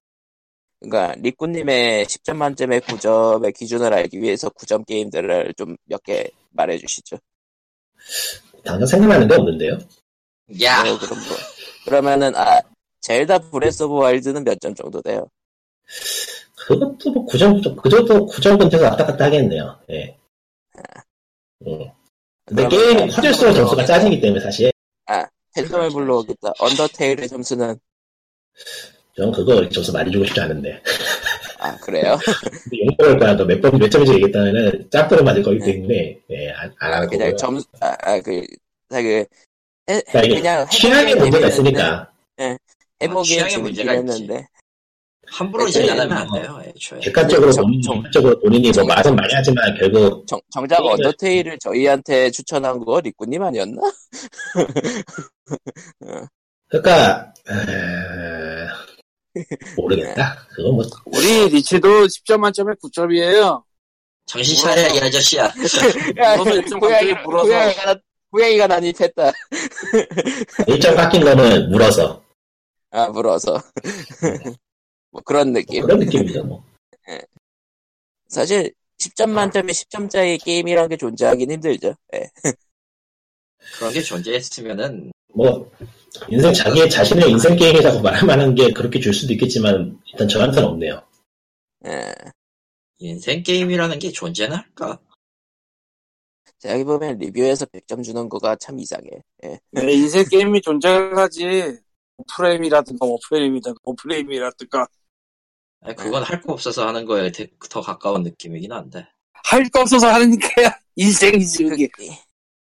[SPEAKER 1] 그러니까 리꾸님의 10점 만점에 9점의 기준을 알기 위해서 9점 게임들을 좀 몇 개 말해주시죠.
[SPEAKER 4] 당장 생각나는 게 없는데요? 아.
[SPEAKER 2] 야,
[SPEAKER 1] 어, 그럼 뭐. 그러면은 아 젤다 브레스 오브 와일드는 몇 점 정도 돼요?
[SPEAKER 4] 그것도 뭐 9점, 그 정도 9점 근처에서 왔다 갔다 하겠네요. 예. 응. 근데
[SPEAKER 1] 그러면
[SPEAKER 4] 게임이
[SPEAKER 1] 한 점으로
[SPEAKER 4] 커질수록 점수가 짜지기 때문에 사실
[SPEAKER 1] 텐덤을 불러오겠다. 언더테일의 점수는
[SPEAKER 4] 전 그거 점수 많이 주고 싶지 않은데
[SPEAKER 1] 아 그래요?
[SPEAKER 4] 용돈을 거야 너 몇번 몇 점인지 얘기했다면은 짭도를 맞을 거기 때문에 네, 아, 예안안 하는 거고요
[SPEAKER 1] 네. 그냥 점수 아그 그, 해- 해-
[SPEAKER 4] 그러니까 이게
[SPEAKER 1] 그냥
[SPEAKER 4] 취향의
[SPEAKER 1] 해보기엔
[SPEAKER 4] 문제가
[SPEAKER 1] 재밌는데,
[SPEAKER 4] 있으니까
[SPEAKER 1] 해보기엔
[SPEAKER 2] 취향의 문제가 있지.
[SPEAKER 1] 재밌는데
[SPEAKER 2] 함부로
[SPEAKER 1] 애초에-
[SPEAKER 2] 뭐 제안하면 안 돼요. 애초에.
[SPEAKER 4] 객관적으로
[SPEAKER 1] 정-
[SPEAKER 4] 본인
[SPEAKER 1] 정-
[SPEAKER 4] 객관적으로 본인이 뭐
[SPEAKER 1] 정-
[SPEAKER 4] 말은 많이 하지만 결국
[SPEAKER 1] 정, 정작
[SPEAKER 4] 그러니까-
[SPEAKER 1] 언더테일을 저희한테 추천한 거 리꾸님 아니었나?
[SPEAKER 4] 그러니까 에, 모르겠다 그건 뭐
[SPEAKER 3] 우리 리치도 10점 만점에 9점이에요.
[SPEAKER 2] 정신 차려 이 아저씨야.
[SPEAKER 1] 야,
[SPEAKER 3] 물어서 일정
[SPEAKER 1] 고양이,
[SPEAKER 3] 감정이 물어서.
[SPEAKER 1] 고양이가, 나- 고양이가 난입했다.
[SPEAKER 4] 일정 깎인 거는 물어서
[SPEAKER 1] 아, 물어서. 뭐 그런
[SPEAKER 4] 뭐
[SPEAKER 1] 느낌.
[SPEAKER 4] 그런 느낌이죠 뭐
[SPEAKER 1] 사실, 10점 만점에 10점짜리 게임이란 게 존재하긴 힘들죠. 예.
[SPEAKER 2] 그런 게 존재했으면은
[SPEAKER 4] 뭐 인생 자기 자신의 인생 게임이라고 말하는 게 그렇게 줄 수도 있겠지만 일단 저한테는 없네요.
[SPEAKER 1] 예.
[SPEAKER 2] 인생 게임이라는 게 존재나 할까?
[SPEAKER 1] 제가 여기 보면 리뷰에서 100점 주는 거가 참 이상해. 예.
[SPEAKER 3] 네, 인생 게임이 존재하지. 오프레임이라든가 오프레임이라든가 오프레임이라든가
[SPEAKER 2] 아니, 그건 할 거 없어서 하는 거에 더- 더 가까운 느낌이긴 한데.
[SPEAKER 3] 할 거 없어서 하는 게 인생이지 그게.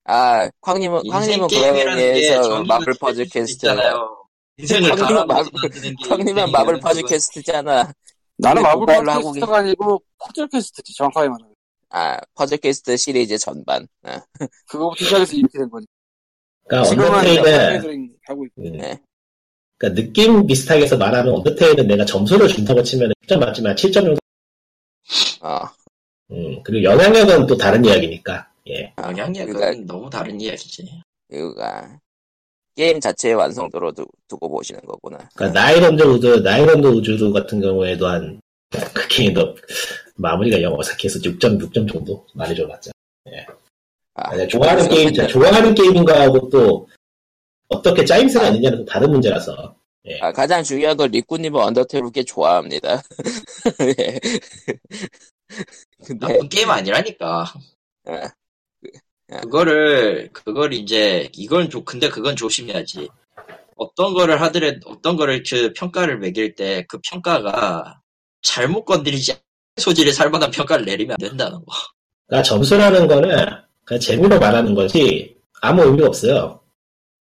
[SPEAKER 1] 아, 광님은,
[SPEAKER 2] 인생
[SPEAKER 1] 광님은
[SPEAKER 2] 게임이라는 게
[SPEAKER 1] 고양이에서
[SPEAKER 2] 정의가
[SPEAKER 1] 마블
[SPEAKER 2] 되는
[SPEAKER 1] 퍼즐
[SPEAKER 2] 게
[SPEAKER 1] 퀘스트.
[SPEAKER 2] 있잖아요. 인생을
[SPEAKER 1] 광님은
[SPEAKER 2] 갈아
[SPEAKER 1] 마블- 광님은 마블 퍼즐 퀘스트잖아.
[SPEAKER 3] 나는 마블
[SPEAKER 1] 모바일로 하고
[SPEAKER 3] 캐스트가 아니고 포즐 캐스트지 정확하게 말하면.
[SPEAKER 1] 아, 퍼즐 퀘스트 시리즈 전반. 아.
[SPEAKER 3] 그거부터 시작해서 이렇게 된 거지.
[SPEAKER 4] 그러니까
[SPEAKER 3] 지금은
[SPEAKER 4] 언더테일은
[SPEAKER 3] 업그레이드를 하고 있고.
[SPEAKER 4] 음.
[SPEAKER 1] 네.
[SPEAKER 4] 그러니까 느낌 비슷하게 해서 말하면 언더테일은 내가 점수를 준다고 치면 10점 맞지만 7점 정도
[SPEAKER 1] 어.
[SPEAKER 4] 음, 그리고 영향력은 또 다른 이야기니까 예.
[SPEAKER 2] 영향력은
[SPEAKER 1] 그러니까-
[SPEAKER 2] 아, 너무 다른 이야기지.
[SPEAKER 1] 이유가 게임 자체의 완성도로 두, 두고 보시는 거구나.
[SPEAKER 4] 그러니까 나이런드 우드 나이런드 우주루 같은 경우에도 한그 게임도 마무리가 영 어색해서 6점 6점 정도 말해줘봤자
[SPEAKER 1] 아,
[SPEAKER 4] 그냥 좋아하는
[SPEAKER 1] 그래서
[SPEAKER 4] 게임 좋아하는 게임인 거하고 또 어떻게 짜임새가 있느냐는 또 다른 문제라서
[SPEAKER 1] 아, 가장 중요한 건 리꾸님은 언더테일을 꽤 좋아합니다. 예. 근데
[SPEAKER 2] 나쁜 게임 아니라니까.
[SPEAKER 1] 예. 아.
[SPEAKER 2] 그거를 그걸 이제 이건 조 근데 그건 조심해야지. 어떤 거를 하더라도 어떤 거를 그 평가를 매길 때 그 평가가 잘못 건드리지 않는 소지를 살 만한 평가를 내리면 안 된다는 거.
[SPEAKER 4] 그러니까 점수라는 거는 그냥 재미로 말하는 거지 아무 의미가 없어요
[SPEAKER 1] 네.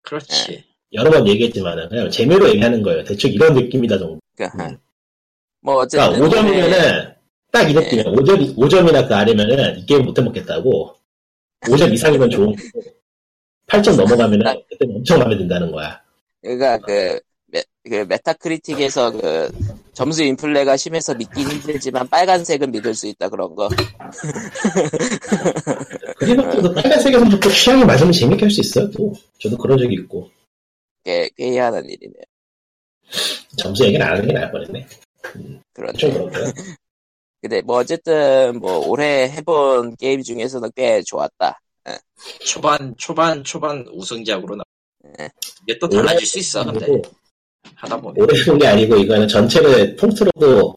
[SPEAKER 2] 그렇지.
[SPEAKER 4] 여러 번 얘기했지만은 그냥 재미로 얘기하는 거예요 대충 이런 느낌이다 정도
[SPEAKER 1] 그러니까
[SPEAKER 4] 음.
[SPEAKER 1] 뭐
[SPEAKER 4] 그러니까
[SPEAKER 1] 어쨌든
[SPEAKER 4] 5점이면은 딱 이
[SPEAKER 1] 네.
[SPEAKER 4] 느낌이야. 5점, 5점이나 그 아래면은 이 게임 못 해먹겠다고. 5점 이상이면 좋은 거고. 8점 넘어가면은 그때 엄청 마음에 든다는 거야.
[SPEAKER 1] 그러니까 그, 메, 그 메타크리틱에서 그 점수 인플레가 심해서 믿기 힘들지만 빨간색은 믿을 수 있다 그런 거.
[SPEAKER 4] 그래놓고도 빨간색에서 좋고 취향이 맞으면 재밌게 할 수 있어요. 또. 저도 그런 적이 있고.
[SPEAKER 1] 꽤, 꽤 희한한 일이네요.
[SPEAKER 4] 점수 얘기는 안 하는 게 나을 뻔했네. 좀
[SPEAKER 1] 그런데.
[SPEAKER 4] 그렇고요.
[SPEAKER 1] 근데 뭐 어쨌든 뭐 올해 해본 게임 중에서는 꽤 좋았다.
[SPEAKER 2] 초반 초반 초반 우승작으로 나.
[SPEAKER 1] 예.
[SPEAKER 2] 이게 또 달라질 수 있어. 근데
[SPEAKER 4] 그리고
[SPEAKER 2] 하다 보면
[SPEAKER 4] 오래 해본 게 아니고 이거는 전체를 통틀어도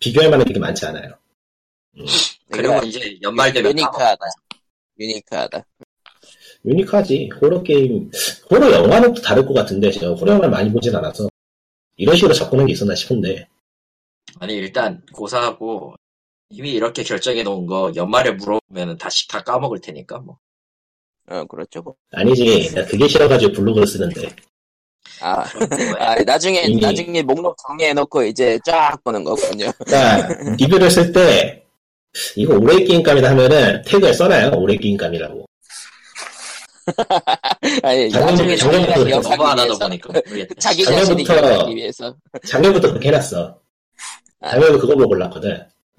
[SPEAKER 4] 비교할 만한 게 많지 않아요.
[SPEAKER 2] 그리고 이제 연말 되면 까먹어.
[SPEAKER 1] 그러니까 유니크하다. 유니크하다.
[SPEAKER 4] 유니크하지. 호러 게임, 호러 영화는 또 다를 것 같은데, 제가 호러 영화를 많이 보진 않아서. 이런 식으로 접근한 게 있었나 싶은데.
[SPEAKER 2] 아니 일단 고사하고 이미 이렇게 결정해 놓은 거 연말에 물어보면 다시 다 까먹을 테니까 뭐.
[SPEAKER 1] 어, 그렇죠. 뭐.
[SPEAKER 4] 아니지, 나 그게 싫어가지고 블로그를 쓰는데.
[SPEAKER 1] 아,
[SPEAKER 2] 그런 거야.
[SPEAKER 1] 아, 나중에
[SPEAKER 4] 이미-
[SPEAKER 1] 나중에 목록 정리해놓고 이제 쫙 보는 거군요.
[SPEAKER 4] 그러니까 리뷰를 쓸 때 이거 올해 게임감이다 하면은 태그에 써놔요. 올해 게임감이라고.
[SPEAKER 1] 아니
[SPEAKER 4] 작년-
[SPEAKER 1] 나중에
[SPEAKER 4] 작년부터
[SPEAKER 1] 자기가
[SPEAKER 4] 그랬죠.
[SPEAKER 2] 너무 안
[SPEAKER 1] 기억하기
[SPEAKER 2] 하다
[SPEAKER 1] 위해서
[SPEAKER 2] 보니까 모르겠다.
[SPEAKER 1] 자기
[SPEAKER 4] 작년부터-
[SPEAKER 1] 자신이 기억하기 위해서
[SPEAKER 4] 작년부터 그렇게 해놨어. 작년에 그거 보고 올랐거든.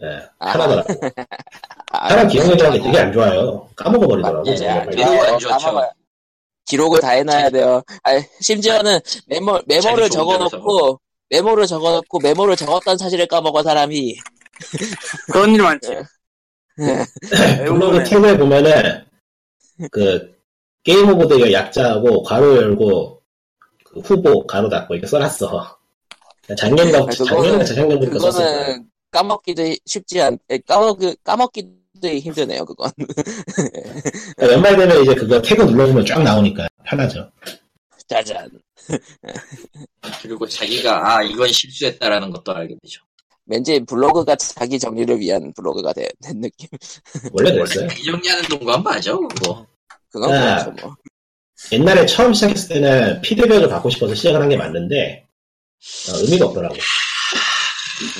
[SPEAKER 4] 예,
[SPEAKER 1] 아.
[SPEAKER 4] 하나더라고.
[SPEAKER 1] 아,
[SPEAKER 4] 사람 기억력이라는 게 되게 안 좋아요. 까먹어버리더라고.
[SPEAKER 1] 맞지,
[SPEAKER 4] 정말
[SPEAKER 1] 아,
[SPEAKER 4] 빨리.
[SPEAKER 2] 기억이 안
[SPEAKER 1] 아,
[SPEAKER 2] 좋죠.
[SPEAKER 1] 까먹어요. 기록을 다 해놔야 돼요. 아, 심지어는 메모 메모를
[SPEAKER 2] 자기 좋은 대로
[SPEAKER 1] 적어놓고 메모를 적어놓고 메모를 적었던 사실을 까먹은 사람이
[SPEAKER 3] 그런 일 많지.
[SPEAKER 1] 아,
[SPEAKER 4] 블로그
[SPEAKER 3] 블로그
[SPEAKER 4] 태그에 보면은 그 게임 후보들 약자하고 괄호 열고 그 후보 괄호 닫고 이렇게 써놨어. 작년과
[SPEAKER 1] 아, 그거는-
[SPEAKER 4] 작년과 재작년 보니까 썼을 거야.
[SPEAKER 1] 그거는 까먹기도 쉽지 않 까먹 까먹기도 힘드네요. 그건
[SPEAKER 4] 그러니까 연말 되면 이제 그거 태그 눌러주면 쫙 나오니까 편하죠.
[SPEAKER 1] 짜잔.
[SPEAKER 2] 그리고 자기가 아 이건 실수했다라는 것도 알게 되죠.
[SPEAKER 1] 왠지 블로그가 자기 정리를 위한 블로그가 되- 된 느낌.
[SPEAKER 4] 원래
[SPEAKER 2] 원래
[SPEAKER 4] 그랬어요.
[SPEAKER 2] 이 정리하는 동안 맞아
[SPEAKER 1] 어,
[SPEAKER 2] 그거.
[SPEAKER 1] 그건
[SPEAKER 4] 아.
[SPEAKER 1] 그렇죠 뭐.
[SPEAKER 4] 옛날에 처음 시작했을 때는 피드백을 받고 싶어서 시작을 한 게 맞는데 어, 의미가 없더라고.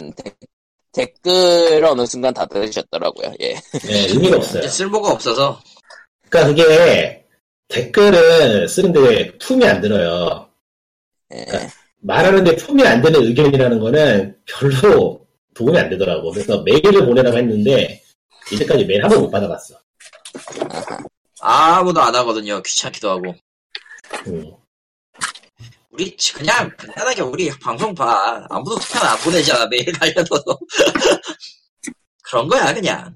[SPEAKER 1] 음, 데- 댓글 어느 순간 다 들으셨더라고요. 예.
[SPEAKER 4] 예, 의미가
[SPEAKER 1] 네.
[SPEAKER 4] 없어요.
[SPEAKER 2] 쓸모가 없어서
[SPEAKER 4] 그러니까 그게 댓글은 쓰는데 품이 안 들어요.
[SPEAKER 1] 예.
[SPEAKER 4] 말하는데 품이 안 되는 의견이라는 거는 별로 도움이 안 되더라고. 그래서 메일을 보내라고 했는데, 이제까지 메일 한 번 못 받아봤어.
[SPEAKER 2] 아무도 안 하거든요. 귀찮기도 하고.
[SPEAKER 4] 음.
[SPEAKER 2] 우리 그냥 간단하게 우리 방송 봐. 아무도 스팸 안 보내잖아 매일 알려줘서. 그런 거야 그냥.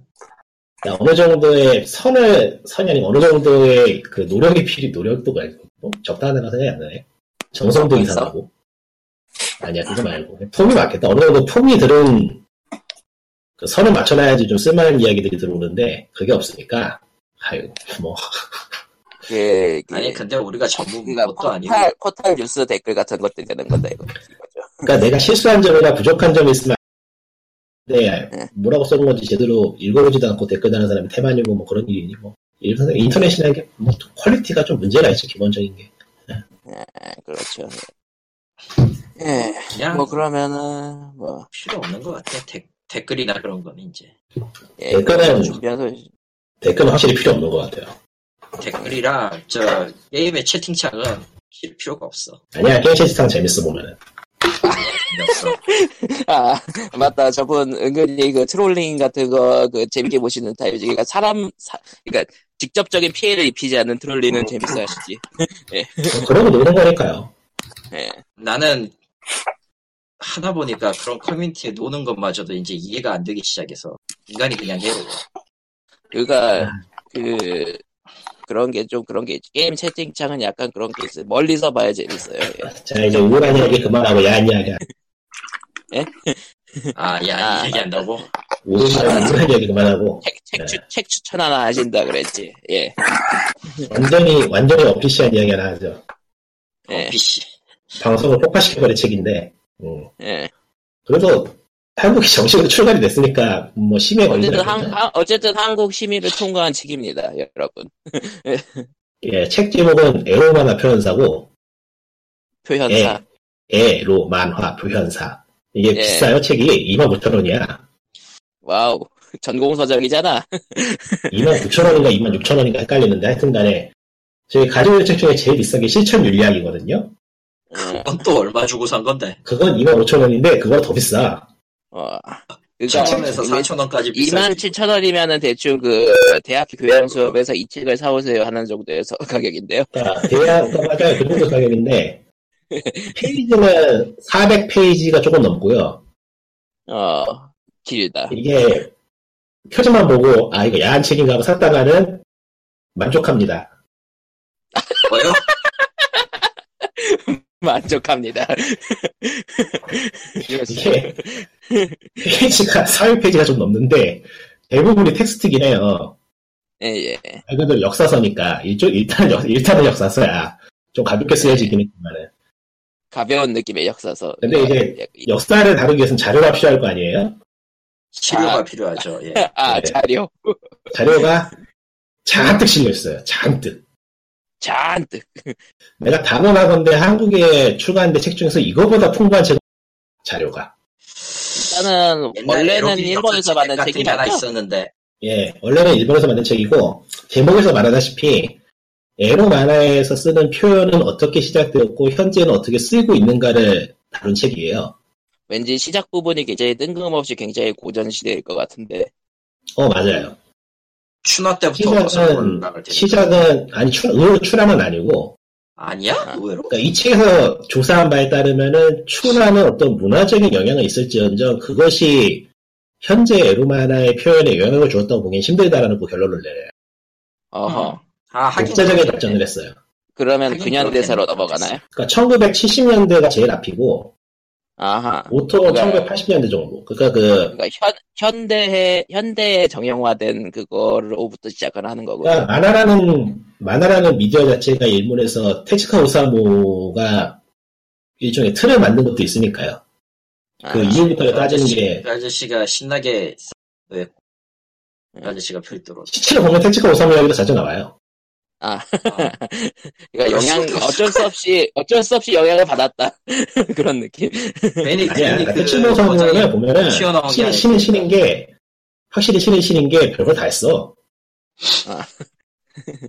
[SPEAKER 4] 그러니까 어느 정도의 선을, 선이 아니고 어느 정도의 그 노력이 필요, 노력도 말고, 뭐 적당하다고 생각이 안 나네. 정성도
[SPEAKER 1] 있어?
[SPEAKER 4] 이상하고. 아니야, 그거 말고. 폼이 맞겠다. 어느 정도 폼이 들은, 그 선을 맞춰놔야지 좀 쓸만한 이야기들이 들어오는데, 그게 없으니까, 아유, 뭐,
[SPEAKER 1] 그, 그-
[SPEAKER 2] 아니 근데 우리가 전부
[SPEAKER 1] 그러니까
[SPEAKER 2] 것도 아니고
[SPEAKER 1] 포탈, 포탈 뉴스 댓글 같은 것들이 되는 건데 이거. 이거죠.
[SPEAKER 4] 그러니까 내가 실수한 점이나 부족한 점이 있으면 네, 뭐라고 써놓은 건지 제대로 읽어보지도 않고 댓글 다는 사람이 태만이고 뭐 그런 일이니 뭐 일선 인터넷이라는 게뭐 퀄리티가 좀 문제가 있죠 기본적인 게
[SPEAKER 1] 예, 그렇죠. 예.
[SPEAKER 2] 그냥
[SPEAKER 1] 뭐 그러면은 뭐
[SPEAKER 2] 필요 없는 것 같아. 댓, 댓글이나 그런 건 이제
[SPEAKER 1] 예,
[SPEAKER 4] 댓글은-
[SPEAKER 1] 준비한 소식.
[SPEAKER 4] 댓글은 확실히 필요 없는 것 같아요.
[SPEAKER 2] 댓글이랑 저 게임의 채팅창은 길 필요가 없어.
[SPEAKER 4] 아니야 게임 채팅창 재밌어 보면은
[SPEAKER 2] 필요 없어.
[SPEAKER 1] 아 맞다 저분 은근히 그 트롤링 같은 거 그 재밌게 보시는 타입이니까 사람 사, 그러니까 직접적인 피해를 입히지 않는
[SPEAKER 2] 음.
[SPEAKER 1] 트롤링은 재밌어하시지.
[SPEAKER 4] 뭐 그러고 노는 거니까요.
[SPEAKER 1] 예.
[SPEAKER 2] 나는 하다 보니까 그런 커뮤니티에 노는 것마저도 이제 이해가 안 되기 시작해서 인간이 그냥 괴로워.
[SPEAKER 1] 그가 그러니까
[SPEAKER 2] 네.
[SPEAKER 1] 그 그런 게 좀 그런 게 있죠. 게임 채팅창은 약간 그런 게 있어요. 멀리서 봐야 재밌어요. 예.
[SPEAKER 4] 자 이제 우울한 이야기 그만하고 야한 이야기 안-
[SPEAKER 2] 아, 야, 이 얘기한다고?
[SPEAKER 4] 우울한 우울한 이야기 그만하고
[SPEAKER 1] 책, 책,
[SPEAKER 2] 네.
[SPEAKER 1] 추, 책 추천 하나 하신다 그랬지. 예.
[SPEAKER 4] 완전히 완전히 어피시한 이야기 하나 하죠.
[SPEAKER 1] 예.
[SPEAKER 2] PC.
[SPEAKER 4] 방송을 폭파시켜버린 책인데 음.
[SPEAKER 1] 예.
[SPEAKER 4] 그래도 한국이 정식으로 출간이 됐으니까 뭐 심해 걸리지
[SPEAKER 1] 어쨌든
[SPEAKER 4] 않는다.
[SPEAKER 1] 한, 한- 어쨌든 한국 심의를 통과한 책입니다, 여러분.
[SPEAKER 4] 예, 책 제목은 에로만화 표현사고,
[SPEAKER 1] 표현사.
[SPEAKER 2] 예.
[SPEAKER 4] 에, 로 만화 표현사. 이게
[SPEAKER 1] 예.
[SPEAKER 4] 비싸요, 책이. 25,000원이야.
[SPEAKER 1] 와우. 전공 서적이잖아.
[SPEAKER 4] 29,000원인가 26,000원인가 헷갈리는데, 하여튼 간에, 저희 가지고 있는 책 중에 제일 비싼 게 실천 윤리학이거든요?
[SPEAKER 1] 예.
[SPEAKER 2] 그건 또 얼마 주고 산 건데?
[SPEAKER 4] 그건 25,000원인데, 그거 더 비싸.
[SPEAKER 1] 어.
[SPEAKER 2] 천원에서 4천원까지 비싸.
[SPEAKER 1] 2만 7천 원이면은 대충 그 대학교 교양 수업에서 이 책을 사오세요 하는 정도에서 가격인데요.
[SPEAKER 4] 그러니까, 대학, 그러니까 맞아요. 그 정도 가격인데, 페이지는 400페이지가 조금 넘고요.
[SPEAKER 1] 어 길다.
[SPEAKER 4] 이게, 표지만 보고, 아, 이거 야한 책인가 하고 샀다가는, 만족합니다.
[SPEAKER 2] 뭐요?
[SPEAKER 1] 만족합니다.
[SPEAKER 4] 이게 페이지가 사회 페이지가 좀 넘는데 대부분이 텍스트긴 해요.
[SPEAKER 1] 예예.
[SPEAKER 4] 말 그대로 역사서니까 일조 일단 역 일단은 역사서야. 좀 가볍게 쓰여지긴 했지만은
[SPEAKER 1] 가벼운 느낌의 역사서.
[SPEAKER 4] 근데 이제
[SPEAKER 1] 예, 예.
[SPEAKER 4] 역사를 다루기 위해서는 자료가 필요할 거 아니에요?
[SPEAKER 2] 치료가
[SPEAKER 1] 아.
[SPEAKER 2] 필요하죠, 예.
[SPEAKER 1] 아
[SPEAKER 4] 네.
[SPEAKER 1] 자료
[SPEAKER 4] 자료가 잔뜩 실려 있어요. 잔뜩.
[SPEAKER 1] 잔뜩.
[SPEAKER 4] 내가 단언하건데 한국에 출간된 책 중에서 이거보다 풍부한 책 자료가
[SPEAKER 1] 일단은
[SPEAKER 2] 옛날에
[SPEAKER 1] 원래는
[SPEAKER 2] 에로빅
[SPEAKER 1] 일본에서
[SPEAKER 2] 덕후
[SPEAKER 1] 만든
[SPEAKER 2] 같은 게 하나
[SPEAKER 1] 책이잖아요.
[SPEAKER 2] 있었는데
[SPEAKER 4] 예, 원래는 일본에서 만든 책이고 제목에서 말하다시피 에로 만화에서 쓰는 표현은 어떻게 시작되었고 현재는 어떻게 쓰이고 있는가를 다룬 책이에요.
[SPEAKER 1] 왠지 시작 부분이 굉장히 뜬금없이 굉장히 고전 시대일 것 같은데
[SPEAKER 4] 어 맞아요.
[SPEAKER 2] 추나 때부터 어서
[SPEAKER 4] 시작은
[SPEAKER 2] 올라갈 텐데.
[SPEAKER 4] 시작은 아니 추, 의외로 추람은 아니고
[SPEAKER 2] 아니야? 의외로
[SPEAKER 4] 그러니까 이 책에서 조사한 바에 따르면은 추라는 어떤 문화적인 영향이 있을지언정 그것이 현재 에로 만화의 표현에 영향을 주었다고 보기엔 힘들다라는 그 결론을 내려요.
[SPEAKER 1] 어허
[SPEAKER 2] 아, 하긴
[SPEAKER 4] 독자적인
[SPEAKER 2] 그렇겠네.
[SPEAKER 4] 답변을 했어요.
[SPEAKER 1] 그러면
[SPEAKER 2] 하긴
[SPEAKER 1] 그냥 대사로
[SPEAKER 2] 그렇겠네.
[SPEAKER 1] 넘어가나요?
[SPEAKER 4] 그러니까 1970년대가 제일 앞이고
[SPEAKER 1] 아하
[SPEAKER 2] 음.
[SPEAKER 4] 보통은
[SPEAKER 1] 네.
[SPEAKER 4] 1980년대 정도. 그러니까 그
[SPEAKER 1] 그러니까 현 현대에 현대에 정형화된 그거로부터 시작을 하는 거고
[SPEAKER 4] 그러니까
[SPEAKER 1] 요
[SPEAKER 4] 만화라는 만화라는 미디어 자체가 일본에서 테츠카 오사모가 일종의 틀을 만든 것도 있으니까요.
[SPEAKER 2] 아,
[SPEAKER 1] 아,
[SPEAKER 4] 그 이후부터 따지는 게
[SPEAKER 2] 그 아저씨가 신나게 했고
[SPEAKER 1] 네.
[SPEAKER 2] 그 아저씨가 필두로
[SPEAKER 4] 실제로 보면 테츠카 오사모 이야기도 자주 나와요.
[SPEAKER 2] 아,
[SPEAKER 1] 그러니까 영향
[SPEAKER 2] 그럴 수가
[SPEAKER 1] 어쩔 수 없이 어쩔 수 없이 영향을 받았다 그런 느낌.
[SPEAKER 2] 괜히 괜히
[SPEAKER 4] 아니야. 그러니까
[SPEAKER 2] 그
[SPEAKER 4] 테츠카 오사모는
[SPEAKER 2] 거장이
[SPEAKER 4] 보면은
[SPEAKER 2] 튀어나온 게
[SPEAKER 4] 신은
[SPEAKER 2] 아니니까.
[SPEAKER 4] 신은 신인 게 확실히 신은 신인 게 별걸 다 했어.
[SPEAKER 1] 아.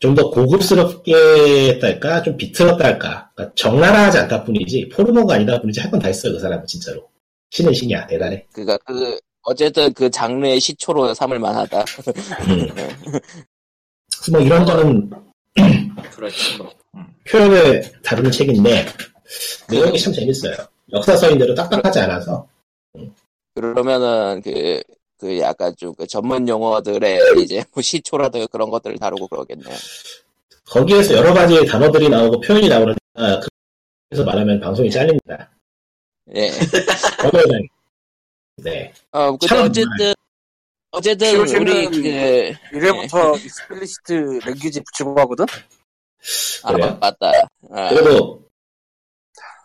[SPEAKER 4] 좀 더 고급스럽게 했달까, 좀 비틀었다 할까. 그러니까 적나라하지 않다 뿐이지, 포르노가 아니다 뿐이지 할 건 다 했어요, 그 사람은 진짜로. 신은 신이야, 대단해.
[SPEAKER 1] 그니까 그 어쨌든 그 장르의 시초로 삼을 만하다.
[SPEAKER 4] 음. 그래서 뭐 이런저런
[SPEAKER 2] 그렇지 뭐. 음.
[SPEAKER 4] 표현을 다루는 책인데 내용이 참 재밌어요. 역사서인대로 딱딱하지 않아서
[SPEAKER 1] 그러면은 그, 그 약간 좀 그 전문 용어들의 이제 뭐 시초라든가 그런 것들을 다루고 그러겠네요.
[SPEAKER 4] 거기에서 여러 가지 단어들이 나오고 표현이 나오는데 아, 그래서 말하면 방송이 잘립니다.
[SPEAKER 1] 예.
[SPEAKER 4] 거기에서 네.
[SPEAKER 1] 어, 근데
[SPEAKER 4] 참,
[SPEAKER 1] 어쨌든, 어쨌든 우리
[SPEAKER 3] 요새는
[SPEAKER 1] 그,
[SPEAKER 3] 1회부터 익스플리시트 랭귀지 붙이고 가거든?
[SPEAKER 1] 아,
[SPEAKER 4] 그래요?
[SPEAKER 1] 맞다. 아,
[SPEAKER 4] 그래도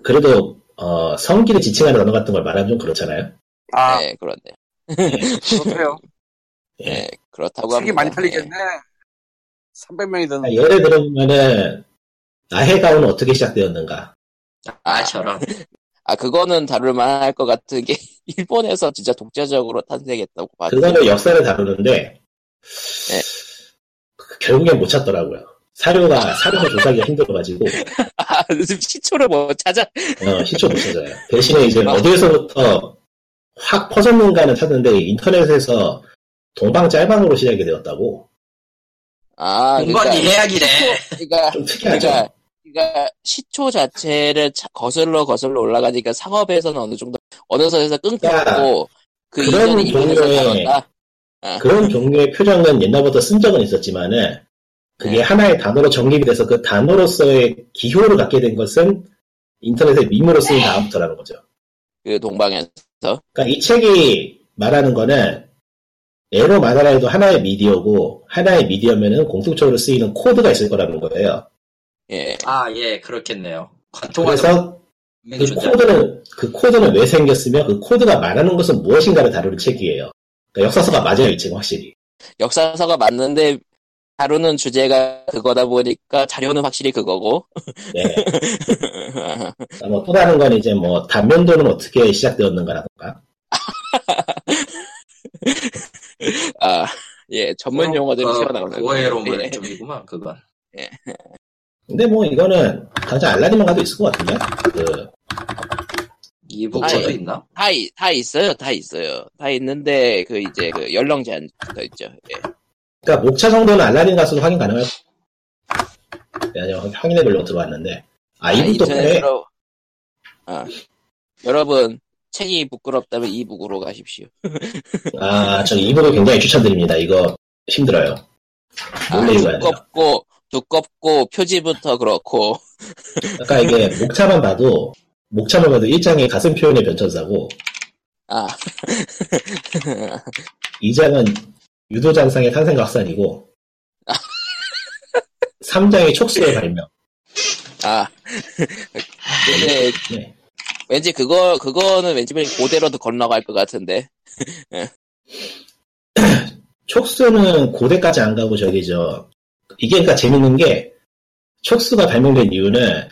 [SPEAKER 4] 그래도 어, 성기를 지칭하는 단어 같은 걸 말하면 좀 그렇잖아요.
[SPEAKER 3] 아,
[SPEAKER 1] 예, 그렇네.
[SPEAKER 3] 그렇대요.
[SPEAKER 1] 예, 그렇다고 합니다.
[SPEAKER 3] 책이 많이
[SPEAKER 1] 예.
[SPEAKER 3] 팔리겠네. 300명이
[SPEAKER 4] 아,
[SPEAKER 3] 되는.
[SPEAKER 4] 예를 들어보면은 나의 가운은 어떻게 시작되었는가.
[SPEAKER 2] 아 저런
[SPEAKER 1] 아, 그거는 다룰만 할 것 같은 게, 일본에서 진짜 독자적으로 탄생했다고 봐요.
[SPEAKER 4] 그거는 역사를 다루는데
[SPEAKER 1] 네.
[SPEAKER 4] 그- 결국엔 못 찾더라고요. 사료가 사료가 조사하기가 힘들어가지고
[SPEAKER 1] 아, 요즘 시초를 뭐 찾아,
[SPEAKER 4] 어, 시초 못 찾아요. 대신에 이제 뭐 어디에서부터 확 퍼졌는가는 찾는데 인터넷에서 동방 짤방으로 시작이 되었다고
[SPEAKER 1] 아,
[SPEAKER 2] 공방이
[SPEAKER 1] 그러니까,
[SPEAKER 2] 해악이네
[SPEAKER 1] 그러니까,
[SPEAKER 4] 좀 특이하죠.
[SPEAKER 1] 그러니까, 그러니까 시초 자체를 차- 거슬러 거슬러 올라가니까 상업에서는 어느 정도 어느 선에서 끊겼고 그
[SPEAKER 4] 그런
[SPEAKER 1] 이전이 이면에서
[SPEAKER 4] 종류의-
[SPEAKER 1] 다뤘다.
[SPEAKER 4] 그런 종류의 표정은 옛날부터 쓴 적은 있었지만은 그게
[SPEAKER 1] 네.
[SPEAKER 4] 하나의 단어로 정립이 돼서 그 단어로서의 기호를 갖게 된 것은 인터넷에 밈으로 쓰인
[SPEAKER 1] 네.
[SPEAKER 4] 다음부터라는 거죠.
[SPEAKER 1] 그 동방에서
[SPEAKER 4] 그러니까 이 책이 말하는 거는 에로 만화라 해도 하나의 미디어고 하나의 미디어면은 공통적으로 쓰이는 코드가 있을 거라는 거예요.
[SPEAKER 1] 예.
[SPEAKER 2] 아 예 그렇겠네요 관통하는
[SPEAKER 4] 그래서 그
[SPEAKER 2] 존재
[SPEAKER 4] 코드는 그 코드는 왜 생겼으며 그 코드가 말하는 것은 무엇인가를 다루는 책이에요. 그러니까 역사서가 맞아요 이 책은 확실히.
[SPEAKER 1] 역사서가 맞는데 다루는 주제가 그거다 보니까 자료는 확실히 그거고
[SPEAKER 4] 네. 그러니까 뭐또 다른 건 이제 뭐 단면도는 어떻게 시작되었는가라던가.
[SPEAKER 1] 아. 예, 전문 용어들이
[SPEAKER 2] 그
[SPEAKER 1] 튀어나오는
[SPEAKER 2] 고해로운
[SPEAKER 1] 예.
[SPEAKER 2] 쪽이구만 그건
[SPEAKER 4] 근데 뭐 이거는 당장 알라딘만 가도 있을 것 같은데. 그
[SPEAKER 2] 이북저도
[SPEAKER 1] 아예.
[SPEAKER 2] 있나?
[SPEAKER 1] 다, 이- 다 있어요, 다 있어요. 다 있는데, 그, 이제, 그, 연령 제한 붙어 있죠. 예.
[SPEAKER 4] 그러니까 목차 정도는 알라딘 가서도 확인 가능할. 네, 아니요 확인해 보려고 들어왔는데. 아 이분 또 그래.
[SPEAKER 1] 인터넷으로 아, 여러분 책이 부끄럽다면 이북으로 가십시오.
[SPEAKER 4] 아저 이분을 굉장히 추천드립니다. 이거 힘들어요.
[SPEAKER 1] 아,
[SPEAKER 4] 몰래 읽어야 돼요.
[SPEAKER 1] 두껍고 두껍고 표지부터 그렇고
[SPEAKER 4] 아까 이게 목차만 봐도 목차만 봐도 일장이 가슴 표현의 변천사고
[SPEAKER 1] 아
[SPEAKER 4] 이장은 유도장상의 탄생각산이고 3장이 촉수의 발명
[SPEAKER 1] 아. 근데
[SPEAKER 4] 네.
[SPEAKER 1] 왠지 그거 그거는 왠지 그냥 고대로도 건너갈 것 같은데.
[SPEAKER 4] 촉수는 고대까지 안 가고 저기 저 이게 그러니까 재밌는 게 촉수가 아, 발명된 이유는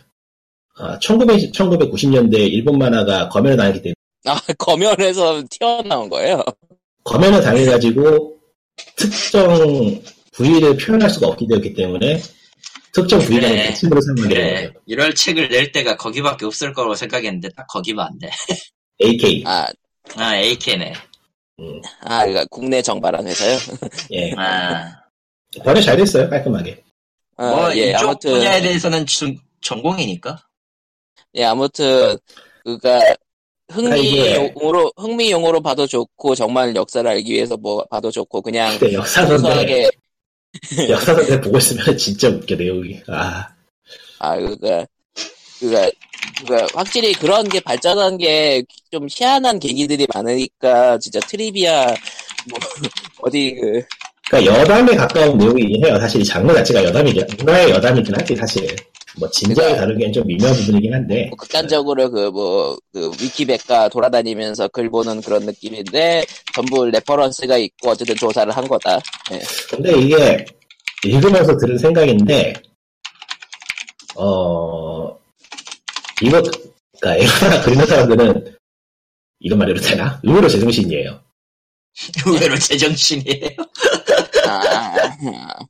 [SPEAKER 4] 1990년대 일본 만화가 검열을 당했기 때문에
[SPEAKER 1] 아, 검열해서 튀어나온 거예요.
[SPEAKER 4] 검열을 당해가지고 특정 부위를 표현할 수가 없게 되었기 때문에 특정 부위라는
[SPEAKER 2] 그래.
[SPEAKER 4] 특징으로 사용하게 된
[SPEAKER 2] 네. 그래
[SPEAKER 4] 거예요.
[SPEAKER 2] 이럴 책을 낼 때가 거기밖에 없을 거라고 생각했는데 딱 거기만 안돼
[SPEAKER 4] AK.
[SPEAKER 1] 아,
[SPEAKER 2] 아 AK네
[SPEAKER 4] 음,
[SPEAKER 1] 아, 그러니까 국내 정발한 회사요?
[SPEAKER 4] 예.
[SPEAKER 2] 아,
[SPEAKER 4] 번역 잘 됐어요, 깔끔하게.
[SPEAKER 1] 아,
[SPEAKER 2] 뭐
[SPEAKER 1] 예,
[SPEAKER 2] 이쪽
[SPEAKER 1] 아무튼.
[SPEAKER 2] 분야에 대해서는 중- 전공이니까
[SPEAKER 1] 예, 아무튼 그가 흥미
[SPEAKER 4] 아이고.
[SPEAKER 1] 용어로 흥미 용어로 봐도 좋고 정말 역사를 알기 위해서 뭐 봐도 좋고 그냥
[SPEAKER 2] 네.
[SPEAKER 4] 그때 역사선데,
[SPEAKER 1] 소소하게
[SPEAKER 4] 역사선데 보고 있으면 진짜 웃겨, 내용이. 아,
[SPEAKER 1] 아 그가 그가 그가 확실히 그런 게 발전한 게 좀 희한한 계기들이 많으니까 진짜 트리비아 뭐 어디 그
[SPEAKER 4] 그러니까 여담에 가까운 내용이긴 해요. 사실 이 장르 자체가 여담이긴, 문화의 여담이긴 하지, 사실. 뭐, 진정에
[SPEAKER 1] 그러니까-
[SPEAKER 4] 다루기엔 좀 미묘한 부분이긴 한데.
[SPEAKER 1] 뭐 극단적으로 그 뭐 그 위키백과 돌아다니면서 글 보는 그런 느낌인데 전부 레퍼런스가 있고 어쨌든 조사를 한 거다.
[SPEAKER 4] 근데 이게 읽으면서 들은 생각인데, 어, 이거, 그니까, 에어나 그리는 사람들은, 이런 말해도 되나? 의외로 제정신이에요.
[SPEAKER 2] 의외로 제정신이에요
[SPEAKER 1] 아, 아, 아.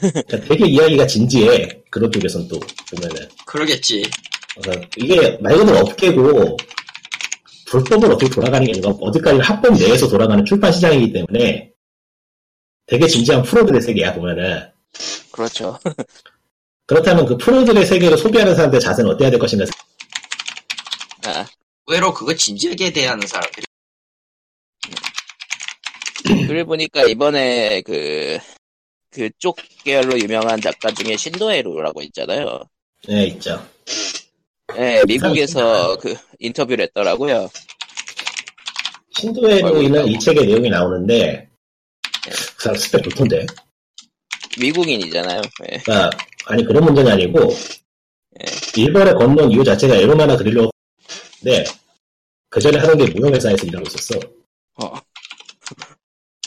[SPEAKER 4] 그러니까 되게 이야기가 진지해. 그런 쪽에선 또, 보면은.
[SPEAKER 2] 그러겠지
[SPEAKER 4] 그래서 이게 말 그대로 업계고, 불법으로 어떻게 돌아가는 게 아니라, 어디까지 합법 내에서 돌아가는 출판 시장이기 때문에, 되게 진지한 프로들의 세계야, 보면은.
[SPEAKER 1] 그렇죠.
[SPEAKER 4] 그렇다면 그 프로들의 세계를 소비하는 사람들의 자세는 어때야 될 것인가
[SPEAKER 1] 아.
[SPEAKER 2] 의외로 그거 진지하게 대하는 사람들이
[SPEAKER 1] 그래 보니까 이번에 그 그쪽 계열로 유명한 작가 중에 신도에루라고 있잖아요.
[SPEAKER 4] 네, 있죠.
[SPEAKER 1] 예, 미국에서 그 인터뷰를 했더라고요.
[SPEAKER 4] 신도에로
[SPEAKER 1] 아이고,
[SPEAKER 4] 인한
[SPEAKER 1] 있다고.
[SPEAKER 4] 이 책의 내용이 나오는데 그 사람 스펙 좋던데
[SPEAKER 1] 미국인이잖아요. 예.
[SPEAKER 4] 그러니까 아니 그런 문제는 아니고 일본에 건너온 이유 자체가 에로마나 그릴로 근데 그 전에 하던 게 무역회사에서 일하고 있었어
[SPEAKER 1] 어.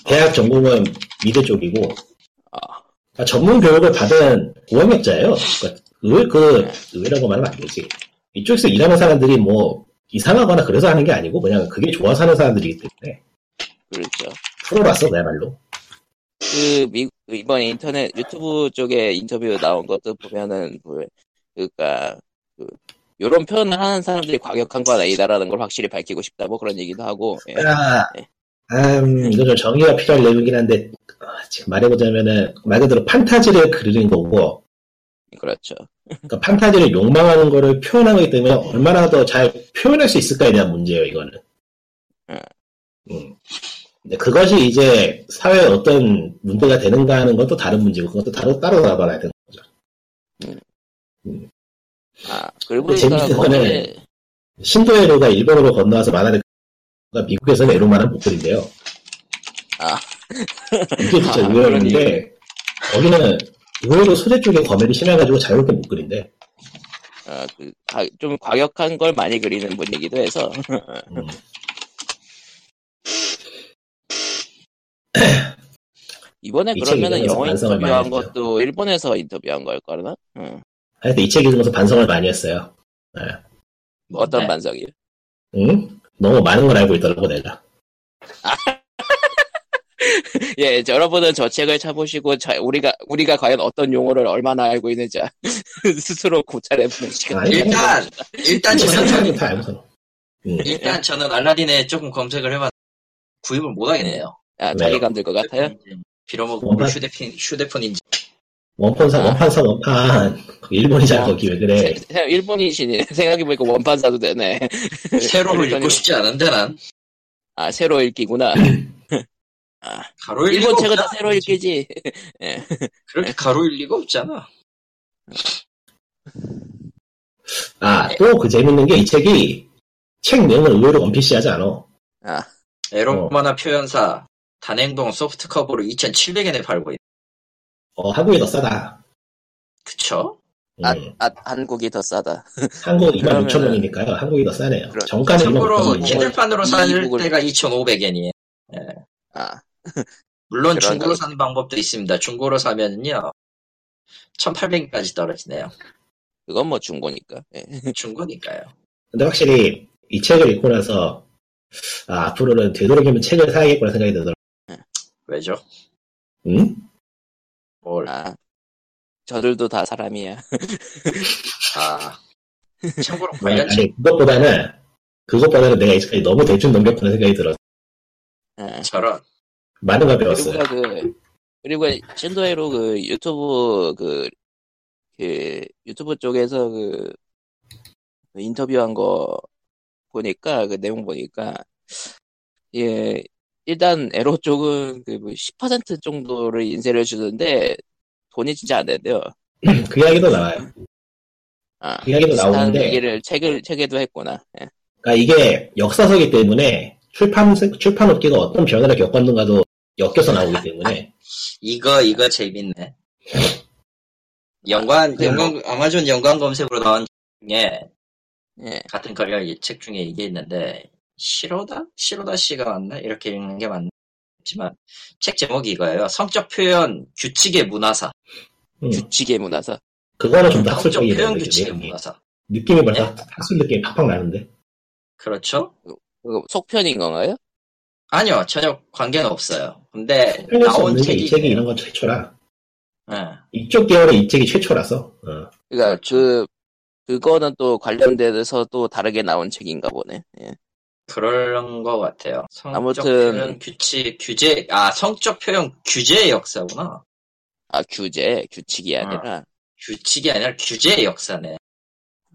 [SPEAKER 4] 대학 전공은 미대 쪽이고
[SPEAKER 1] 아.
[SPEAKER 4] 그러니까 전문 교육을 받은 고학력자예요 그러니까 의, 그 의외라고 말하면 안 되지 이쪽에서 일하는 사람들이 뭐 이상하거나 그래서 하는 게 아니고 그냥 그게 좋아서 하는 사람들이기 때문에
[SPEAKER 1] 그렇죠.
[SPEAKER 4] 프로라서 그야말로
[SPEAKER 1] 그 미, 이번 인터넷 유튜브 쪽에 인터뷰 나온 것도 보면은 그- 그러니까 그 요런 표현을 하는 사람들이 과격한 건 아니다라는 걸 확실히 밝히고 싶다 뭐 그런 얘기도 하고 예.
[SPEAKER 4] 아, 음, 이건 좀 정의가 필요한 내용이긴 한데, 아, 지금 말해보자면은, 말 그대로 판타지를 그리는 거고,
[SPEAKER 1] 그렇죠.
[SPEAKER 4] 그러니까 판타지를 욕망하는 거를 표현하기 때문에 얼마나 더 잘 표현할 수 있을까에 대한 문제예요, 이거는.
[SPEAKER 1] 음.
[SPEAKER 4] 음. 근데 그것이 이제 사회에 어떤 문제가 되는가 하는 것도 다른 문제고, 그것도 따로, 따로 알아봐야 되는 거죠.
[SPEAKER 1] 아 그리고
[SPEAKER 4] 근데 네.
[SPEAKER 1] 보니까
[SPEAKER 4] 재밌는 거는
[SPEAKER 1] 거기에
[SPEAKER 4] 신도에로가 일본으로 건너와서 만화를, 그러니까 미국에서는 에로만한 목소리인데요.
[SPEAKER 1] 아.
[SPEAKER 4] 이게 진짜
[SPEAKER 1] 아,
[SPEAKER 4] 의외였는데 거기는 의외로 소재 쪽에 검열이 심해가지고 자유롭게 못 그린대.
[SPEAKER 1] 아, 그, 가- 좀 과격한 걸 많이 그리는 분이기도 해서.
[SPEAKER 4] 음.
[SPEAKER 1] 이번에
[SPEAKER 4] 이
[SPEAKER 1] 그러면은
[SPEAKER 4] 책이
[SPEAKER 1] 영어
[SPEAKER 4] 반성을 많이
[SPEAKER 1] 인터뷰한
[SPEAKER 4] 했죠.
[SPEAKER 1] 것도 일본에서 인터뷰한 걸 거나? 응.
[SPEAKER 4] 하여튼 이 책 읽으면서 반성을 많이 했어요. 네.
[SPEAKER 1] 뭐 어떤
[SPEAKER 2] 네.
[SPEAKER 1] 반성이요?
[SPEAKER 4] 응? 너무 많은 걸 알고 있더라고 내가.
[SPEAKER 1] 예, 저- 여러분은 저 책을 찾으시고 자, 우리가 우리가 과연 어떤 용어를 얼마나 알고 있는지 스스로 고찰해보는 시간.
[SPEAKER 4] 아니,
[SPEAKER 2] 일단 일단
[SPEAKER 1] 뭐
[SPEAKER 2] 저는
[SPEAKER 4] 사는 사람은 아, 다 알고서. 음.
[SPEAKER 2] 일단 저는 알라딘에 조금 검색을 해봤 구입을 못 하겠네요.
[SPEAKER 1] 아,
[SPEAKER 4] 왜요?
[SPEAKER 1] 자기감 들 것 같아요?
[SPEAKER 2] 빌어먹고
[SPEAKER 4] 뭔가-
[SPEAKER 2] 휴대폰 휴대폰인지
[SPEAKER 4] 원판사
[SPEAKER 1] 아.
[SPEAKER 4] 원판사 원판. 거기 일본이잖아
[SPEAKER 1] 아.
[SPEAKER 4] 거기 왜 그래?
[SPEAKER 1] 세- 세- 일본이시니 생각해보니까 원판사도 되네.
[SPEAKER 2] 세로로
[SPEAKER 1] 일본이-
[SPEAKER 2] 읽고 싶지 않은데 난
[SPEAKER 1] 아, 새로 읽기구나. 아,
[SPEAKER 2] 가로 읽
[SPEAKER 1] 일본 책은 다 새로 읽기지.
[SPEAKER 2] 그렇게 가로 읽 리가 없잖아.
[SPEAKER 4] 아
[SPEAKER 1] 네.
[SPEAKER 4] 또 그 재밌는 게 이 책이 책 내용은 의외로 원피시하지 않아.
[SPEAKER 1] 아,
[SPEAKER 2] 에로마나 표현사 단행동 소프트 커버로 2,700엔에 팔고 있.
[SPEAKER 4] 어 한국이 더 싸다.
[SPEAKER 2] 그쵸?
[SPEAKER 4] 음.
[SPEAKER 1] 아, 아, 한국이 더 싸다.
[SPEAKER 4] 한국 2만 6천
[SPEAKER 1] 그러면은-
[SPEAKER 4] 원이니까요. 한국이 더 아, 싸네요.
[SPEAKER 1] 그렇죠.
[SPEAKER 4] 정가는 2만 6천
[SPEAKER 2] 참고로 뭐
[SPEAKER 1] 이건
[SPEAKER 4] 원이고.
[SPEAKER 2] 키들판으로 살
[SPEAKER 1] 미국을-
[SPEAKER 2] 때가 2,500엔이에요.
[SPEAKER 1] 아,
[SPEAKER 2] 물론
[SPEAKER 1] 그런
[SPEAKER 2] 중고로
[SPEAKER 1] 거-
[SPEAKER 2] 사는 방법도 있습니다. 중고로 사면은요. 1,800엔까지 떨어지네요.
[SPEAKER 1] 그건 뭐 중고니까. 예.
[SPEAKER 2] 중고니까요.
[SPEAKER 4] 근데 확실히 이 책을 읽고 나서 아, 앞으로는 되도록이면 책을 사야겠구나 생각이 음? 들더라고.
[SPEAKER 2] 왜죠?
[SPEAKER 4] 응?
[SPEAKER 2] 뭘?
[SPEAKER 1] 아, 저들도 다 사람이야.
[SPEAKER 2] 아. 참고로
[SPEAKER 4] 아니,
[SPEAKER 2] 관련
[SPEAKER 4] 아니, 그것보다는, 그것보다는 내가 이제까지 너무 대충 넘겼구나 생각이 들어.
[SPEAKER 1] 아,
[SPEAKER 2] 저런
[SPEAKER 4] 많은 걸
[SPEAKER 1] 그리고
[SPEAKER 4] 배웠어요.
[SPEAKER 1] 그 그리고 신도에로 그 유튜브 그, 그 유튜브 쪽에서 그, 그 인터뷰한 거 보니까 그 내용 보니까 예 일단 에로 쪽은 그 10% 정도를 인세를 주는데 돈이 진짜 안 된대요.
[SPEAKER 4] 그 이야기도 나와요.
[SPEAKER 1] 아,
[SPEAKER 4] 그 이야기도
[SPEAKER 1] 비슷한
[SPEAKER 4] 나오는데. 네.
[SPEAKER 1] 얘기를 책을 책에도 했구나. 예.
[SPEAKER 4] 그러니까 이게 역사서기 때문에 출판, 출판업계가 어떤 변화를 겪었는가도 엮여서 나오기 때문에.
[SPEAKER 2] 이거 이거 재밌네. 연관
[SPEAKER 1] 그게
[SPEAKER 2] 연관
[SPEAKER 4] 뭐.
[SPEAKER 2] 아마존 연관 검색으로 나온 중에
[SPEAKER 1] 예.
[SPEAKER 2] 같은 관련 이책 중에 이게 있는데 시로다 시로다 씨가 맞나 이렇게 읽는 게 맞지만 책 제목이 이거예요. 성적 표현 규칙의 문화사.
[SPEAKER 4] 음,
[SPEAKER 1] 규칙의 문화서.
[SPEAKER 4] 그거는 아, 좀 더
[SPEAKER 2] 성적
[SPEAKER 4] 학술적인
[SPEAKER 2] 표현
[SPEAKER 4] 내용이죠,
[SPEAKER 2] 규칙의
[SPEAKER 4] 내용이.
[SPEAKER 2] 문화사.
[SPEAKER 4] 느낌이 벌써
[SPEAKER 2] 네?
[SPEAKER 4] 학술 느낌이 팍팍 나는데.
[SPEAKER 2] 그렇죠?
[SPEAKER 1] 그거 속편인 건가요?
[SPEAKER 2] 아니요 전혀 관계는 없어요. 근데
[SPEAKER 4] 편할 수
[SPEAKER 2] 나온
[SPEAKER 4] 없는 게
[SPEAKER 2] 책이
[SPEAKER 4] 이 책이 이런 건 최초라.
[SPEAKER 2] 예.
[SPEAKER 4] 이쪽 계열의 이 책이 최초라서. 어.
[SPEAKER 1] 그러니까
[SPEAKER 2] 그렇죠.
[SPEAKER 1] 그 그거는 또 관련돼서 또 다르게 나온 책인가 보네. 예.
[SPEAKER 2] 그런 것 같아요. 성적
[SPEAKER 1] 아무튼-
[SPEAKER 2] 표현 규칙 규제 아 성적 표현 규제의 역사구나.
[SPEAKER 1] 아 규제 규칙이 아니라
[SPEAKER 2] 규칙이 아니라 규제의 역사네.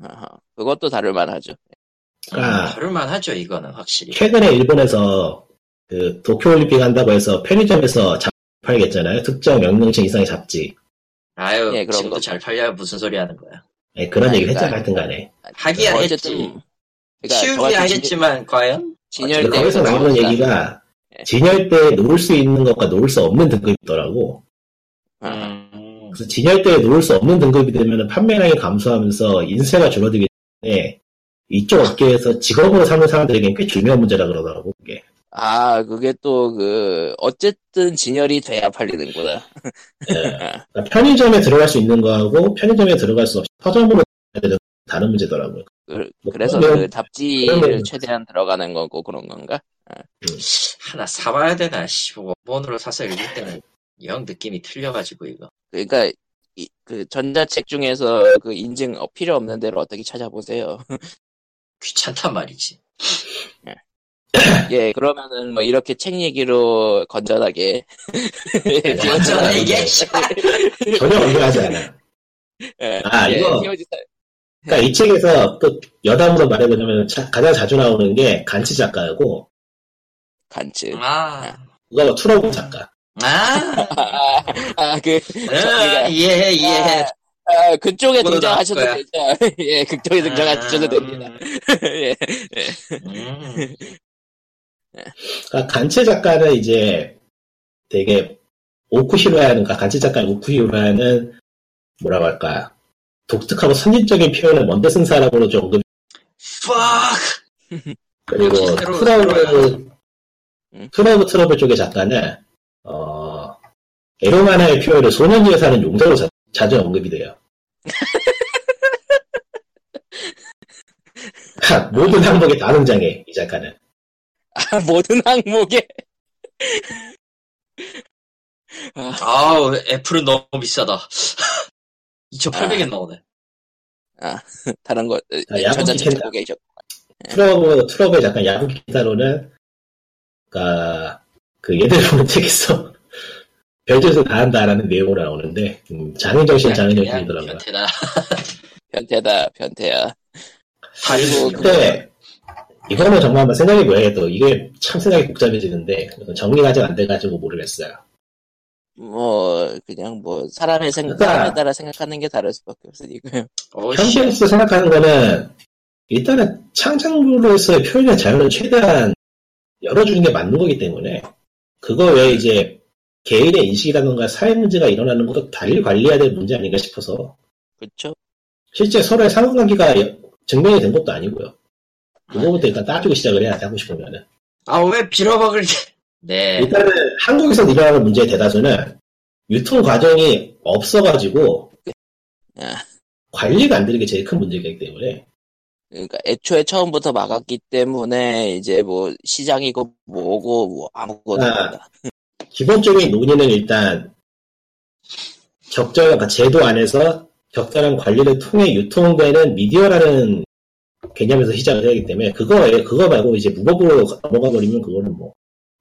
[SPEAKER 1] 아하. 그것도 다를만하죠.
[SPEAKER 4] 아.
[SPEAKER 2] 그럴만 하죠 이거는 확실히.
[SPEAKER 4] 최근에 일본에서 그 도쿄올림픽 한다고 해서 편의점에서 잡지 팔겠잖아요. 특정 명령층 이상의 잡지.
[SPEAKER 2] 아유
[SPEAKER 1] 예, 그런
[SPEAKER 2] 지금도
[SPEAKER 1] 거.
[SPEAKER 2] 잘 팔려요 무슨 소리 하는 거야.
[SPEAKER 4] 예, 그런
[SPEAKER 1] 아,
[SPEAKER 4] 얘기를 했잖아,
[SPEAKER 1] 그러니까.
[SPEAKER 4] 하여튼 간에.
[SPEAKER 2] 하긴
[SPEAKER 1] 어쨌든
[SPEAKER 2] 했지. 치우긴
[SPEAKER 1] 저같은
[SPEAKER 2] 하겠지만 과연
[SPEAKER 1] 진열-
[SPEAKER 4] 근데
[SPEAKER 1] 진열대
[SPEAKER 4] 거기서 아, 나오는
[SPEAKER 1] 나옵니다.
[SPEAKER 4] 얘기가
[SPEAKER 1] 예.
[SPEAKER 4] 진열대에 놓을 수 있는 것과 놓을 수 없는 등급이 있더라고.
[SPEAKER 1] 아,
[SPEAKER 2] 음,
[SPEAKER 4] 그래서 진열대에 놓을 수 없는 등급이 되면 판매량이 감소하면서 인세가 줄어들기 때문에 이쪽 업계에서 직업으로 삼는 사람들에게는 꽤 중요한 문제라 그러더라고, 그게.
[SPEAKER 1] 아 그게 또 그 어쨌든 진열이 돼야 팔리는구나.
[SPEAKER 4] 그러니까 편의점에 들어갈 수 있는 거하고 편의점에 들어갈 수 없이 서점으로 들어가야 되는 건 다른 문제더라고요.
[SPEAKER 1] 그, 래서
[SPEAKER 4] 그러면-
[SPEAKER 1] 그 잡지를
[SPEAKER 4] 그러면-
[SPEAKER 1] 최대한 들어가는 거고 그런 건가?
[SPEAKER 2] 하나 사봐야 되나 씨 원본으로 사서 읽을 때는 영 느낌이 틀려가지고 이거.
[SPEAKER 1] 그러니까 이- 그 전자책 중에서 그 인증 어, 필요 없는 대로 어떻게 찾아보세요.
[SPEAKER 2] 귀찮단 말이지.
[SPEAKER 1] 예, 그러면은 뭐 이렇게 책 얘기로 건전하게
[SPEAKER 2] 완전
[SPEAKER 1] 피어지는
[SPEAKER 2] 이게
[SPEAKER 4] 전혀 공감하지 않아.
[SPEAKER 1] 예,
[SPEAKER 4] 아,
[SPEAKER 1] 예,
[SPEAKER 4] 이거.
[SPEAKER 1] 피어지다.
[SPEAKER 4] 그러니까 이 책에서 또 여담으로 말해보자면 자- 가장 자주 나오는 게 간치 작가하고
[SPEAKER 1] 간츠.
[SPEAKER 2] 아,
[SPEAKER 4] 그거 투러브 작가.
[SPEAKER 2] 아,
[SPEAKER 1] 아, 아, 그,
[SPEAKER 2] 아, 이해해 이해해.
[SPEAKER 1] 아, 아, 그쪽에
[SPEAKER 2] 그거는
[SPEAKER 1] 등장하셔도
[SPEAKER 2] 나올
[SPEAKER 1] 되죠. 예, 그쪽에
[SPEAKER 4] 아,
[SPEAKER 1] 등장하셔도 됩니다. 예,
[SPEAKER 2] 음, 음.
[SPEAKER 4] 그러니까 간치 작가는 이제 되게 오쿠히로야는 그러니까 간치 작가 오쿠히로야는 뭐라고 할까 독특하고 선진적인 표현을 먼저 쓴 사람으로 좀 언급.
[SPEAKER 2] fuck.
[SPEAKER 4] 그리고
[SPEAKER 2] 실제로
[SPEAKER 4] 투러브
[SPEAKER 1] 음.
[SPEAKER 4] 투러브 트러블 쪽의 작가는 어 에로만화의 표현을 소년기에 사는 용서로 자- 자주 언급이 돼요. 모든 항목에 다 등장해 이 작가는.
[SPEAKER 1] 아, 모든 항목에.
[SPEAKER 2] 아우 애플은 너무 비싸다. 2,800엔 나오네.
[SPEAKER 1] 다른 거,
[SPEAKER 4] 아, 야구
[SPEAKER 1] 전자책
[SPEAKER 4] 기캔다.
[SPEAKER 1] 찾고 계셨고.
[SPEAKER 4] 트러브 트러브의 작가 야구 기타로는 그러니까 그 얘들 보는 책에서 별짓을 다 한다라는 내용으로 나오는데 음, 장인정신
[SPEAKER 2] 그냥
[SPEAKER 4] 장인정신이더라고요.
[SPEAKER 2] 변태다.
[SPEAKER 1] 변태다, 변태야.
[SPEAKER 2] 다리고
[SPEAKER 4] 근데 이거는 정말 한번 생각해봐야 해도 이게 참 생각이 복잡해지는데 정리가 아직 안 돼가지고 모르겠어요.
[SPEAKER 1] 뭐, 그냥 뭐, 사람의 생,
[SPEAKER 4] 그러니까-
[SPEAKER 1] 사람에 따라 생각하는 게 다를 수밖에 없으니까요.
[SPEAKER 2] 오, 씨.
[SPEAKER 4] 현실에서 생각하는 거는 일단은 창작물로서의 표현의 자유를 최대한 열어주는 게 맞는 거기 때문에 그거 외에 이제 개인의 인식이라든가 사회 문제가 일어나는 것도 달리 관리해야 될 문제 아닌가 싶어서
[SPEAKER 1] 그쵸?
[SPEAKER 4] 실제 서로의 상관관계가 증명이 된 것도 아니고요. 그거부터 일단 따지고 시작을 해야 돼, 하고 싶으면은.
[SPEAKER 2] 아, 왜 빌어먹을 게.
[SPEAKER 1] 예.
[SPEAKER 2] 네.
[SPEAKER 4] 일단은 한국에서 일어나는 문제의 대다수는 유통 과정이 없어가지고
[SPEAKER 1] 아.
[SPEAKER 4] 관리가 안 되는 게 제일 큰 문제이기 때문에
[SPEAKER 1] 그러니까 애초에 처음부터 막았기 때문에 이제 뭐 시장이고 뭐고 뭐 아무거나
[SPEAKER 4] 아.
[SPEAKER 1] 합니다.
[SPEAKER 4] 기본적인 논의는 일단 적절, 그러니까 제도 안에서 적절한 관리를 통해 유통되는 미디어라는 개념에서 시작을 하기 때문에 그거 그거 말고 이제 무법으로 넘어가 버리면 그거는 뭐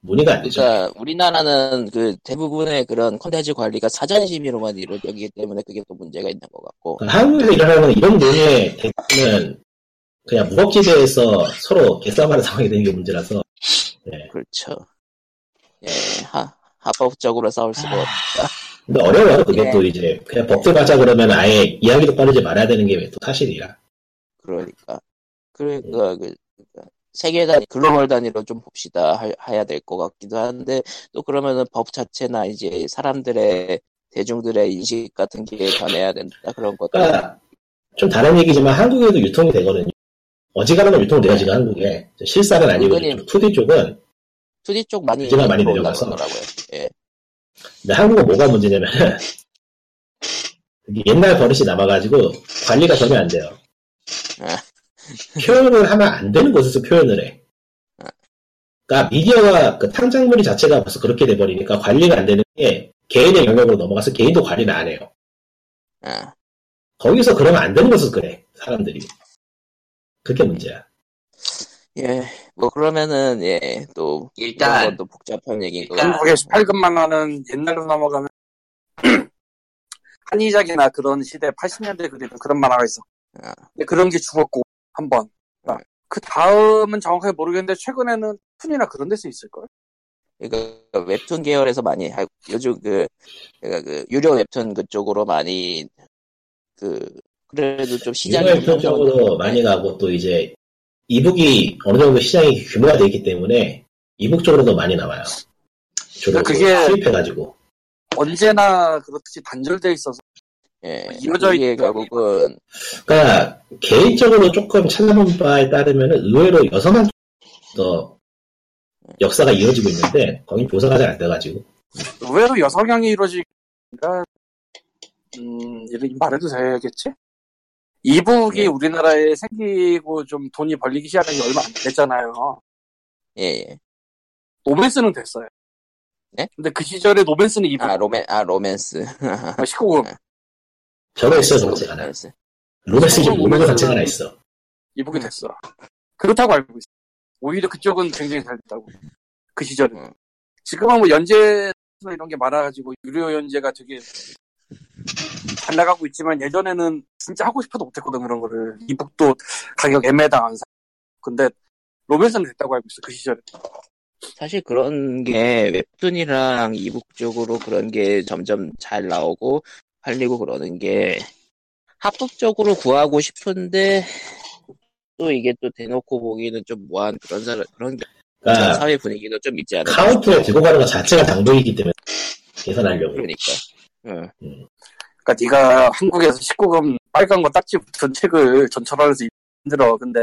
[SPEAKER 4] 논의가 안 되죠.
[SPEAKER 1] 그러니까 우리나라는 그 대부분의 그런 컨텐츠 관리가 사전 심의로만 이루어지기 때문에 그게 또 문제가 있는 것 같고
[SPEAKER 4] 그러니까 한국에서 일어나는 이런 논의의 대부분은 그냥 무법지대에서 서로 개싸움하는 상황이 되는 게 문제라서 네.
[SPEAKER 1] 그렇죠. 예, 하, 합법적으로 싸울 수가
[SPEAKER 4] 아.
[SPEAKER 1] 없.
[SPEAKER 4] 근데 어려워요 그게
[SPEAKER 1] 네.
[SPEAKER 4] 또 이제 그냥 법대 가자 그러면 아예 이야기도 빠르지 말아야 되는 게 또 사실이라
[SPEAKER 1] 그러니까
[SPEAKER 4] 네.
[SPEAKER 1] 그러니까 그 그러니까 세계 단위 글로벌 단위로 좀 봅시다 하, 해야 될 것 같기도 한데 또 그러면은 법 자체나 이제 사람들의 대중들의 인식 같은 게 변해야 된다 그런 것도
[SPEAKER 4] 그러니까 좀 다른 얘기지만 한국에도 유통이 되거든요. 어지간하면 유통돼요 지금 한국에 실사는 아니고
[SPEAKER 1] 네. 은근히-
[SPEAKER 4] 좀 2D 쪽은
[SPEAKER 1] 2D 쪽 많이
[SPEAKER 4] 기대가 많이
[SPEAKER 1] 들어온다고
[SPEAKER 4] 내려가서.
[SPEAKER 1] 그러더라고요. 예.
[SPEAKER 4] 근데 한국은 뭐가 문제냐면 이게 옛날 버릇이 남아가지고 관리가 전혀 안 돼요.
[SPEAKER 1] 아.
[SPEAKER 4] 표현을 하면 안 되는 곳에서 표현을 해. 그러니까 미디어가 그 탕장물이 자체가 벌써 그렇게 돼버리니까 관리가 안 되는 게 개인의 영역으로 넘어가서 개인도 관리를 안 해요.
[SPEAKER 1] 아,
[SPEAKER 4] 거기서 그러면 안 되는 곳에서 그래 사람들이. 그게 문제야.
[SPEAKER 1] 예. 뭐 그러면은 예또
[SPEAKER 2] 일단
[SPEAKER 1] 것도 복잡한 얘기인 거
[SPEAKER 2] 일단
[SPEAKER 3] 한국에 18금만 원은 옛날로 넘어가면 한의작이나 그런 시대 80년대 그리는 그런 만화가 있어.
[SPEAKER 1] 아.
[SPEAKER 3] 근데 그런 게 죽었고 한 번. 그러니까 그 다음은 정확하게 모르겠는데 최근에는 툰이나 그런 데서 있을 걸.
[SPEAKER 1] 그러니까 웹툰 계열에서 많이 하고 요즘 그 그러니까 그 유료 웹툰 그쪽으로 많이 그 그래도 좀 시장이
[SPEAKER 4] 유료의
[SPEAKER 1] 좀
[SPEAKER 4] 표적으로
[SPEAKER 3] 네.
[SPEAKER 4] 많이 가고 또 이제 이북이 어느 정도 시장이 규모가 되기 때문에 이북 쪽으로도 많이 나와요. 주로
[SPEAKER 3] 그러니까 그게-
[SPEAKER 4] 수입해가지고
[SPEAKER 3] 언제나 그렇듯이 단절돼 있어서
[SPEAKER 1] 예,
[SPEAKER 3] 이어져
[SPEAKER 1] 이게
[SPEAKER 3] 있더라고요.
[SPEAKER 1] 결국은
[SPEAKER 4] 그러니까 개인적으로 조금 찾아본 바에 따르면 의외로 여성한 더 역사가 이어지고 있는데 거긴 조사가 잘 안 돼가지고
[SPEAKER 3] 의외로 여성향이 이루어지니까 음 이런 말해도 되겠지? 이북이
[SPEAKER 1] 네.
[SPEAKER 3] 우리나라에 생기고 좀 돈이 벌리기 시작한 지 얼마 안 됐잖아요.
[SPEAKER 1] 예, 예.
[SPEAKER 3] 노벤스는 됐어요.
[SPEAKER 1] 네?
[SPEAKER 3] 근데 그 시절에 노벤스는 이북
[SPEAKER 1] 아 로맨 아 로맨스
[SPEAKER 3] 아, 19금
[SPEAKER 4] 저거 있어요 정체가 나
[SPEAKER 1] 로맨스.
[SPEAKER 4] 로맨스지 모르는
[SPEAKER 3] 로맨스.
[SPEAKER 4] 자체가 나 있어
[SPEAKER 3] 이북이 됐어. 그렇다고 알고 있어. 오히려 그쪽은 굉장히 잘 됐다고. 그 시절에.
[SPEAKER 1] 음.
[SPEAKER 3] 지금은 뭐 연재나 이런 게 많아가지고 유료 연재가 되게 잘 나가고 있지만 예전에는 진짜 하고 싶어도 못했거든 그런 거를. 이북도 가격 애매당 안 사. 근데 로맨스는 됐다고 알고 있어 그 시절에.
[SPEAKER 1] 사실 그런 게 네, 웹툰이랑 이북 쪽으로 그런 게 점점 잘 나오고 팔리고 그러는 게 합법적으로 구하고 싶은데 또 이게 또 대놓고 보기는 좀 뭐한 그런 사람 그런 그런
[SPEAKER 4] 그러니까
[SPEAKER 1] 사회 분위기도 좀 있지 않을까
[SPEAKER 4] 카운트를 들고 가는 것 자체가 장벽이기 때문에 계산하려고
[SPEAKER 1] 그러니까 응.
[SPEAKER 3] 그러니까 네가 한국에서 19금 빨간 거 딱지 붙은 책을 전철하면서 힘들어. 근데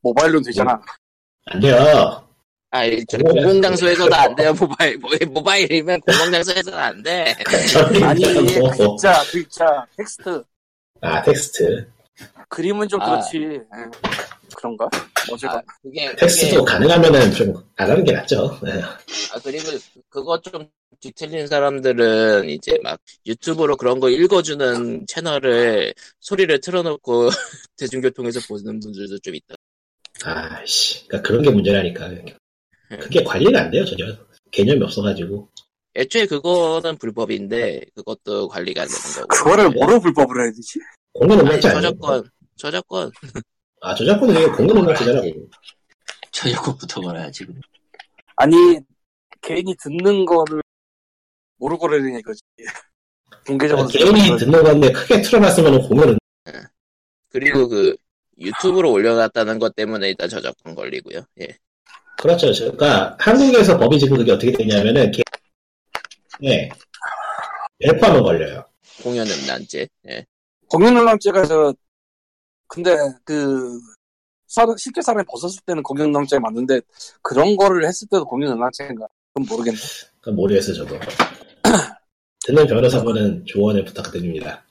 [SPEAKER 3] 모바일로는 되잖아.
[SPEAKER 4] 안 돼요
[SPEAKER 1] 아 저기
[SPEAKER 4] 공공장-
[SPEAKER 1] 공공장소에서도 안 돼요 모바일 모- 모바일이면 공공장소에서는 안돼
[SPEAKER 4] 그러니까
[SPEAKER 3] 아니
[SPEAKER 1] 예.
[SPEAKER 4] 저기
[SPEAKER 3] 글자 글자 텍스트
[SPEAKER 4] 뭐, 아 텍스트
[SPEAKER 3] 그림은 좀
[SPEAKER 1] 아.
[SPEAKER 3] 그렇지. 예. 그런가? 어제가
[SPEAKER 1] 아, 그게
[SPEAKER 4] 텍스트도 가능하면은 좀 안 하는 게 낫죠. 네.
[SPEAKER 1] 아, 그리고 그거 좀 뒤틀린 사람들은 이제 막 유튜브로 그런 거 읽어주는 채널을 소리를 틀어놓고 대중교통에서 보는 분들도 좀 있다.
[SPEAKER 4] 아, 씨. 그러니까 그런 게 문제라니까. 그게 관리가 안 돼요, 전혀. 개념이 없어가지고.
[SPEAKER 1] 애초에 그거는 불법인데 그것도 관리가 안 되는 거고.
[SPEAKER 3] 그거를 뭐로 불법으로 해야 되지?
[SPEAKER 4] 공연
[SPEAKER 1] 아니,
[SPEAKER 4] 음악지 아니에요?
[SPEAKER 1] 저작권, 저작권.
[SPEAKER 4] 아, 저작권은 이게 공연 음악지잖아.
[SPEAKER 1] 예.
[SPEAKER 2] 저녁부터 걸어야지. 그럼.
[SPEAKER 3] 아니 개인이 듣는 거를 모르고 그러는 이거지. 공개적으로
[SPEAKER 4] 그러니까 개인이 듣는 건데 크게 틀어놨으면 공연 은
[SPEAKER 1] 그리고 그 유튜브로 올려놨다는 것 때문에 일단 저작권 걸리고요. 예.
[SPEAKER 4] 그렇죠. 저- 그러니까 한국에서 법이 지금 그게 어떻게 되냐면은 개... 네. 벨포하면 걸려요.
[SPEAKER 1] 공연 음란죄. 예.
[SPEAKER 3] 공연음악제가 저 근데 그 사람, 실제 사람이 벗었을 때는 공연음악제 맞는데 그런 거를 했을 때도 공연음악제인가? 그건 모르겠네.
[SPEAKER 4] 그러니까 모르겠어요, 저도. 듣는 변호사분은 조언을 부탁드립니다.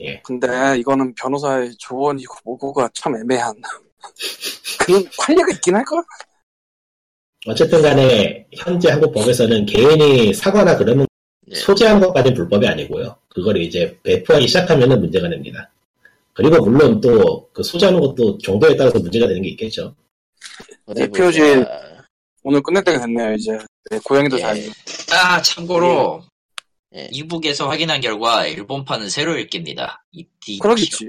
[SPEAKER 4] 예.
[SPEAKER 3] 근데 이거는 변호사의 조언이고 뭐고가 참 애매한. 그 관리가 있긴 할걸?
[SPEAKER 4] 어쨌든 간에 현재 한국 법에서는 개인이 사거나 그러면
[SPEAKER 1] 예.
[SPEAKER 4] 소지한 것까지는 불법이 아니고요. 그걸 이제 배포하기 시작하면 문제가 됩니다. 그리고 물론 또 그 소지하는 것도 정도에 따라서 문제가 되는 게 있겠죠.
[SPEAKER 1] 어디
[SPEAKER 3] 네, 표지.
[SPEAKER 1] 보자.
[SPEAKER 3] 오늘 끝낼 때가 됐네요, 이제. 네, 고양이도
[SPEAKER 1] 예.
[SPEAKER 3] 잘.
[SPEAKER 2] 아, 참고로
[SPEAKER 1] 예.
[SPEAKER 2] 네. 이북에서 확인한 결과 일본판은 새로 읽깁니다. 이티 네,
[SPEAKER 3] 그러겠지.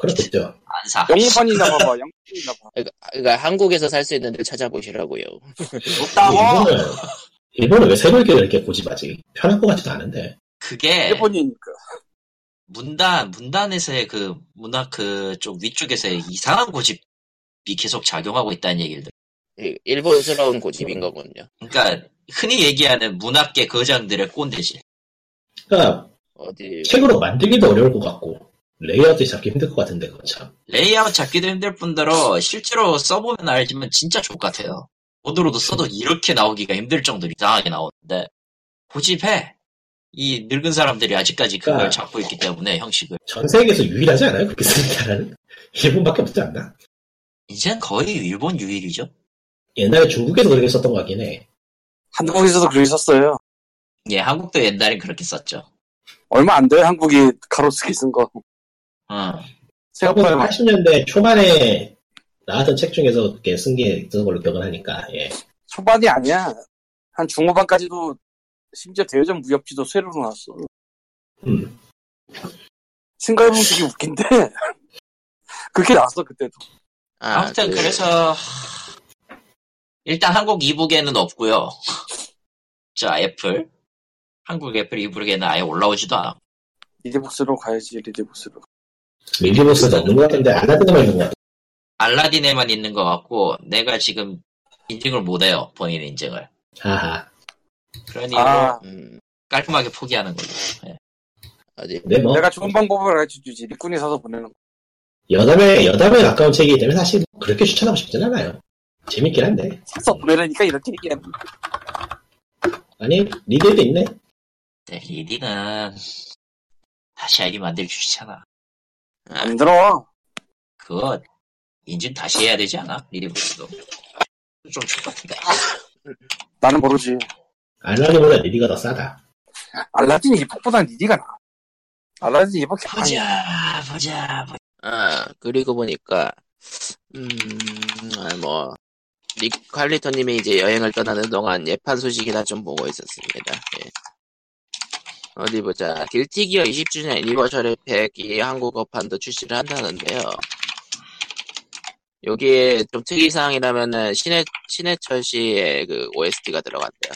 [SPEAKER 4] 그렇겠죠.
[SPEAKER 2] 안사.
[SPEAKER 3] 영판이나 봐봐, 영판이나 봐.
[SPEAKER 1] 그러니까 한국에서 살 수 있는 데 찾아보시라고요.
[SPEAKER 2] 없다고.
[SPEAKER 4] 일본은 일본은 왜 새벽에 이렇게 고집하지? 편할 것 같지도 않은데.
[SPEAKER 2] 그게
[SPEAKER 3] 일본이니까.
[SPEAKER 2] 문단 문단에서의 그 문화 그 좀 위쪽에서 의 이상한 고집이 계속 작용하고 있다는 얘기를 들.
[SPEAKER 1] 이- 일본스러운 고집인 거군요.
[SPEAKER 2] 그러니까 흔히 얘기하는 문학계 거장들의 꼰대질.
[SPEAKER 4] 그러니까
[SPEAKER 1] 어디
[SPEAKER 4] 책으로 만들기도 어려울 것 같고 레이아웃이 잡기 힘들 것 같은데 그거 참.
[SPEAKER 2] 레이아웃 잡기도 힘들뿐더러 실제로 써보면 알지만 진짜 족 같아요. 모드로도 써도 이렇게 나오기가 힘들 정도로 이상하게 나오는데 고집해. 이 늙은 사람들이 아직까지 그걸
[SPEAKER 4] 그러니까.
[SPEAKER 2] 잡고 있기 때문에 형식을
[SPEAKER 4] 전 세계에서 유일하지 않아요? 그렇게 쓰니까는 일본밖에 없지 않나?
[SPEAKER 2] 이젠 거의 일본 유일이죠.
[SPEAKER 4] 옛날에 중국에서 그렇게 썼던 것 같긴 해.
[SPEAKER 3] 한국에서도 그러게 썼어요.
[SPEAKER 2] 예, 한국도 옛날엔 그렇게 썼죠.
[SPEAKER 3] 얼마 안 돼요, 한국이 가로수기 쓴 거.
[SPEAKER 2] 어.
[SPEAKER 3] 생각보다
[SPEAKER 4] 네.
[SPEAKER 3] 많이.
[SPEAKER 4] 80년대 초반에 나왔던 책 중에서 이렇게 쓴게 있던 걸로 기억을 하니까 예.
[SPEAKER 3] 초반이 아니야. 한 중후반까지도 심지어 대여점 무협지도 쇠로 나왔어.
[SPEAKER 4] 음.
[SPEAKER 3] 생각해보면 되게 웃긴데. 그렇게 나왔어, 그때도.
[SPEAKER 1] 아,
[SPEAKER 2] 아무튼
[SPEAKER 1] 그-
[SPEAKER 2] 그... 래서 일단 한국 이북에는 없고요. 자, 애플 한국 애플 이북에는 아예 올라오지도 않아.
[SPEAKER 3] 리디북스로 가야지, 리디북스로.
[SPEAKER 4] 밀리보스도 없는 것 같은데 알라딘만 있는 것 같아.
[SPEAKER 2] 알라딘에만 있는 것 같고 내가 지금 인증을 못해요 본인 인증을
[SPEAKER 4] 하하.
[SPEAKER 2] 그러니 뭐
[SPEAKER 3] 아,
[SPEAKER 1] 음,
[SPEAKER 2] 깔끔하게 포기하는 거죠 예.
[SPEAKER 1] 어디
[SPEAKER 4] 근데 뭐
[SPEAKER 3] 내가 좋은 방법을 알려주지. 리꾼이 사서 보내는 거.
[SPEAKER 4] 여담에 여담에 가까운 책이기 때문에 사실 뭐 그렇게 추천하고 싶진 않아요. 재밌긴 한데.
[SPEAKER 3] 사서 보내라니까 이렇게 얘기해.
[SPEAKER 4] 아니 리드에도 있네.
[SPEAKER 2] 근데 리디는 다시 아이디 만들기 쉽잖아
[SPEAKER 3] 안 들어.
[SPEAKER 2] 그거 인증 다시 해야 되지 않아? 리디부스도 좀 똑같은데 아,
[SPEAKER 3] 나는 모르지.
[SPEAKER 4] 알라딘보다 리드가 더 싸다.
[SPEAKER 3] 알라딘 이북보단 리디가 나. 알라딘 이북이 아니야.
[SPEAKER 2] 보자 보자 보자
[SPEAKER 1] 아, 그리고 보니까, 음, 아, 뭐, 닉 칼리터님이 이제 여행을 떠나는 동안 예판 소식이나 좀 보고 있었습니다. 예. 어디 보자. 딜티기어 20주년 애니버셜의 팩이 한국어판도 출시를 한다는데요. 여기에 좀 특이사항이라면은 신해, 신해철 씨의 그 OST가 들어갔대요.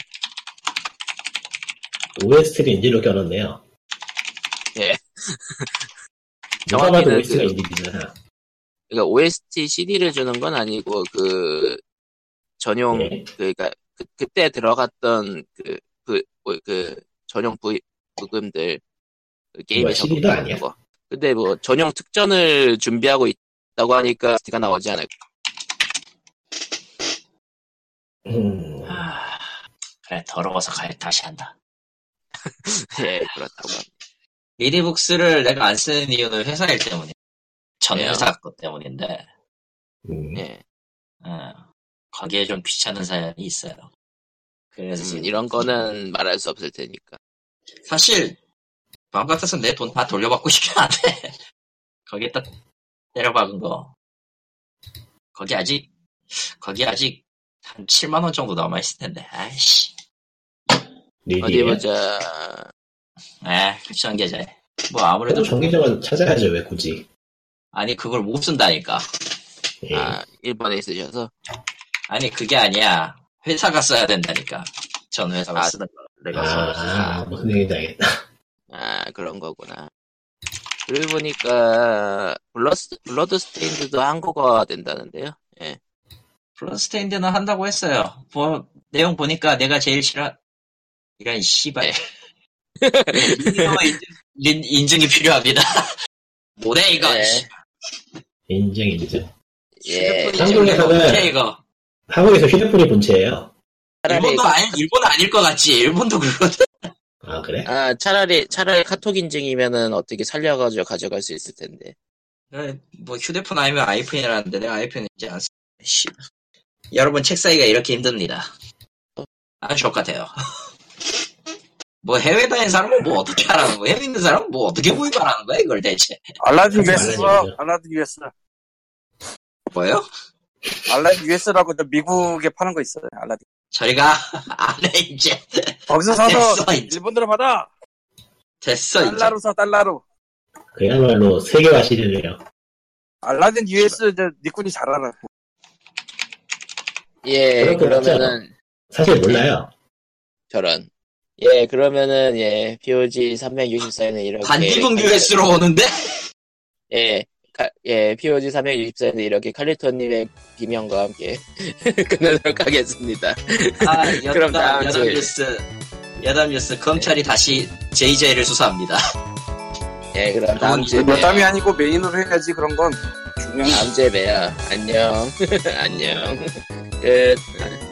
[SPEAKER 4] OST를 인질로 껴넣네요.
[SPEAKER 1] 예.
[SPEAKER 4] 누가 봐도
[SPEAKER 1] 정확히는
[SPEAKER 4] OST가
[SPEAKER 1] 그-
[SPEAKER 4] 인질이잖아.
[SPEAKER 1] 그러니까 OST CD를 주는 건 아니고 그 전용
[SPEAKER 4] 예.
[SPEAKER 1] 그러니까 그, 그때 들어갔던 그 그 그 전용 부, 부금들 그 게임에
[SPEAKER 4] 뭐야, CD 도 아니야?
[SPEAKER 1] 적용되는 거. 근데 뭐 전용 특전을 준비하고 있다고 하니까 OST가 나오지 않을까.
[SPEAKER 4] 음.
[SPEAKER 2] 아, 그래 더러워서 가 다시 한다
[SPEAKER 1] 예, 그렇다고. 합니다.
[SPEAKER 2] 리디북스를 내가 안 쓰는 이유는 회사 일 때문이야 전
[SPEAKER 1] 예.
[SPEAKER 2] 회사 것 때문인데
[SPEAKER 4] 음.
[SPEAKER 1] 예.
[SPEAKER 2] 어, 거기에 좀 귀찮은 사연이 있어요. 그래서
[SPEAKER 1] 음,
[SPEAKER 2] 지금
[SPEAKER 1] 이런 거는 말할 수 없을 테니까.
[SPEAKER 2] 사실 마음 같아서 내 돈 다 돌려받고 싶긴 한데 거기에다 때려박은 거 거기 아직 거기 아직 한 7만 원 정도 남아 있을 텐데 아이씨
[SPEAKER 1] 어디
[SPEAKER 4] 리드에.
[SPEAKER 1] 보자.
[SPEAKER 2] 에 급전 계좌에 뭐 아무래도
[SPEAKER 4] 그래도 정기적으로 찾아야죠 왜 굳이.
[SPEAKER 2] 아니 그걸 못 쓴다니까
[SPEAKER 4] 예.
[SPEAKER 1] 아, 1번에 있으셔서
[SPEAKER 2] 아니 그게 아니야 회사가 써야 된다니까 전 회사가
[SPEAKER 1] 아,
[SPEAKER 2] 쓰는 거 내가 써야
[SPEAKER 4] 아, 무슨 얘기인지 알겠다.
[SPEAKER 1] 아, 그런 거구나. 그리고 보니까 블러스, 블러드 스테인드도 한국어가 된다는데요. 예.
[SPEAKER 2] 블러스테인드는 한다고 했어요. 뭐, 내용 보니까 내가 제일 싫어. 이런 씨발. 리디노 인증- 린- 인증이 필요합니다. 뭐래 이거.
[SPEAKER 1] 예.
[SPEAKER 2] 씨.
[SPEAKER 4] 인정, 인정.
[SPEAKER 1] 예.
[SPEAKER 2] 인증이
[SPEAKER 4] 한국에서는
[SPEAKER 2] 뭐래, 이거.
[SPEAKER 4] 한국에서 휴대폰이 본체예요.
[SPEAKER 1] 차라리
[SPEAKER 2] 일본도 아니 일본 아닐 것 같지. 일본도 그러거든.
[SPEAKER 4] 아 그래?
[SPEAKER 1] 아 차라리 차라리 카톡 인증이면은 어떻게 살려가지고 가져갈 수 있을 텐데.
[SPEAKER 2] 네, 뭐 휴대폰 아니면 아이폰이라는데 내가 아이폰 이제 안 쓰. 씨. 여러분 책 사이가 이렇게 힘듭니다. 아주 똑같아요. 뭐 해외 다닌 사람은 뭐 어떻게 하라는 거야? 해외 있는 사람은 뭐 어떻게 구입을 하는 거야 이걸 대체?
[SPEAKER 3] 알라딘
[SPEAKER 4] 알라딘
[SPEAKER 3] US,
[SPEAKER 4] US.
[SPEAKER 3] 알라딘 US,
[SPEAKER 2] 뭐요?
[SPEAKER 3] 알라딘 US라고 저 미국에 파는 거 있어요. 알라딘.
[SPEAKER 2] 저희가 안해 이제
[SPEAKER 3] 거기서 사서
[SPEAKER 2] 됐어, 이제.
[SPEAKER 3] 일본으로 받아.
[SPEAKER 2] 됐어 이제.
[SPEAKER 3] 달러로 사 달러로.
[SPEAKER 4] 그야말로 세계화 시대네요.
[SPEAKER 3] 알라딘 US 저 니꾼이 잘 알아.
[SPEAKER 1] 예
[SPEAKER 4] 그럴 것 같지
[SPEAKER 1] 그러면은
[SPEAKER 4] 사실 몰라요.
[SPEAKER 1] 저런. 예 그러면은 예 POG 364에는 이렇게.
[SPEAKER 2] 반지붕 US로 오는데
[SPEAKER 1] 예. 가- 예, POG 364에는 이렇게 칼리토님의 비명과 함께 끝내도록 하겠습니다.
[SPEAKER 2] 아,
[SPEAKER 1] 그럼 다음
[SPEAKER 2] 여담, 여담
[SPEAKER 1] 주에.
[SPEAKER 2] 뉴스. 여담 뉴스. 검찰이 다시 JJ를 수사합니다.
[SPEAKER 1] 예, 그럼 다음 주에
[SPEAKER 3] 몇
[SPEAKER 1] 봬요.
[SPEAKER 3] 담이 뭐 아니고 메인으로 해야지 그런 건 중요한.
[SPEAKER 1] 다음 주에 봬요. 안녕. 안녕. 끝.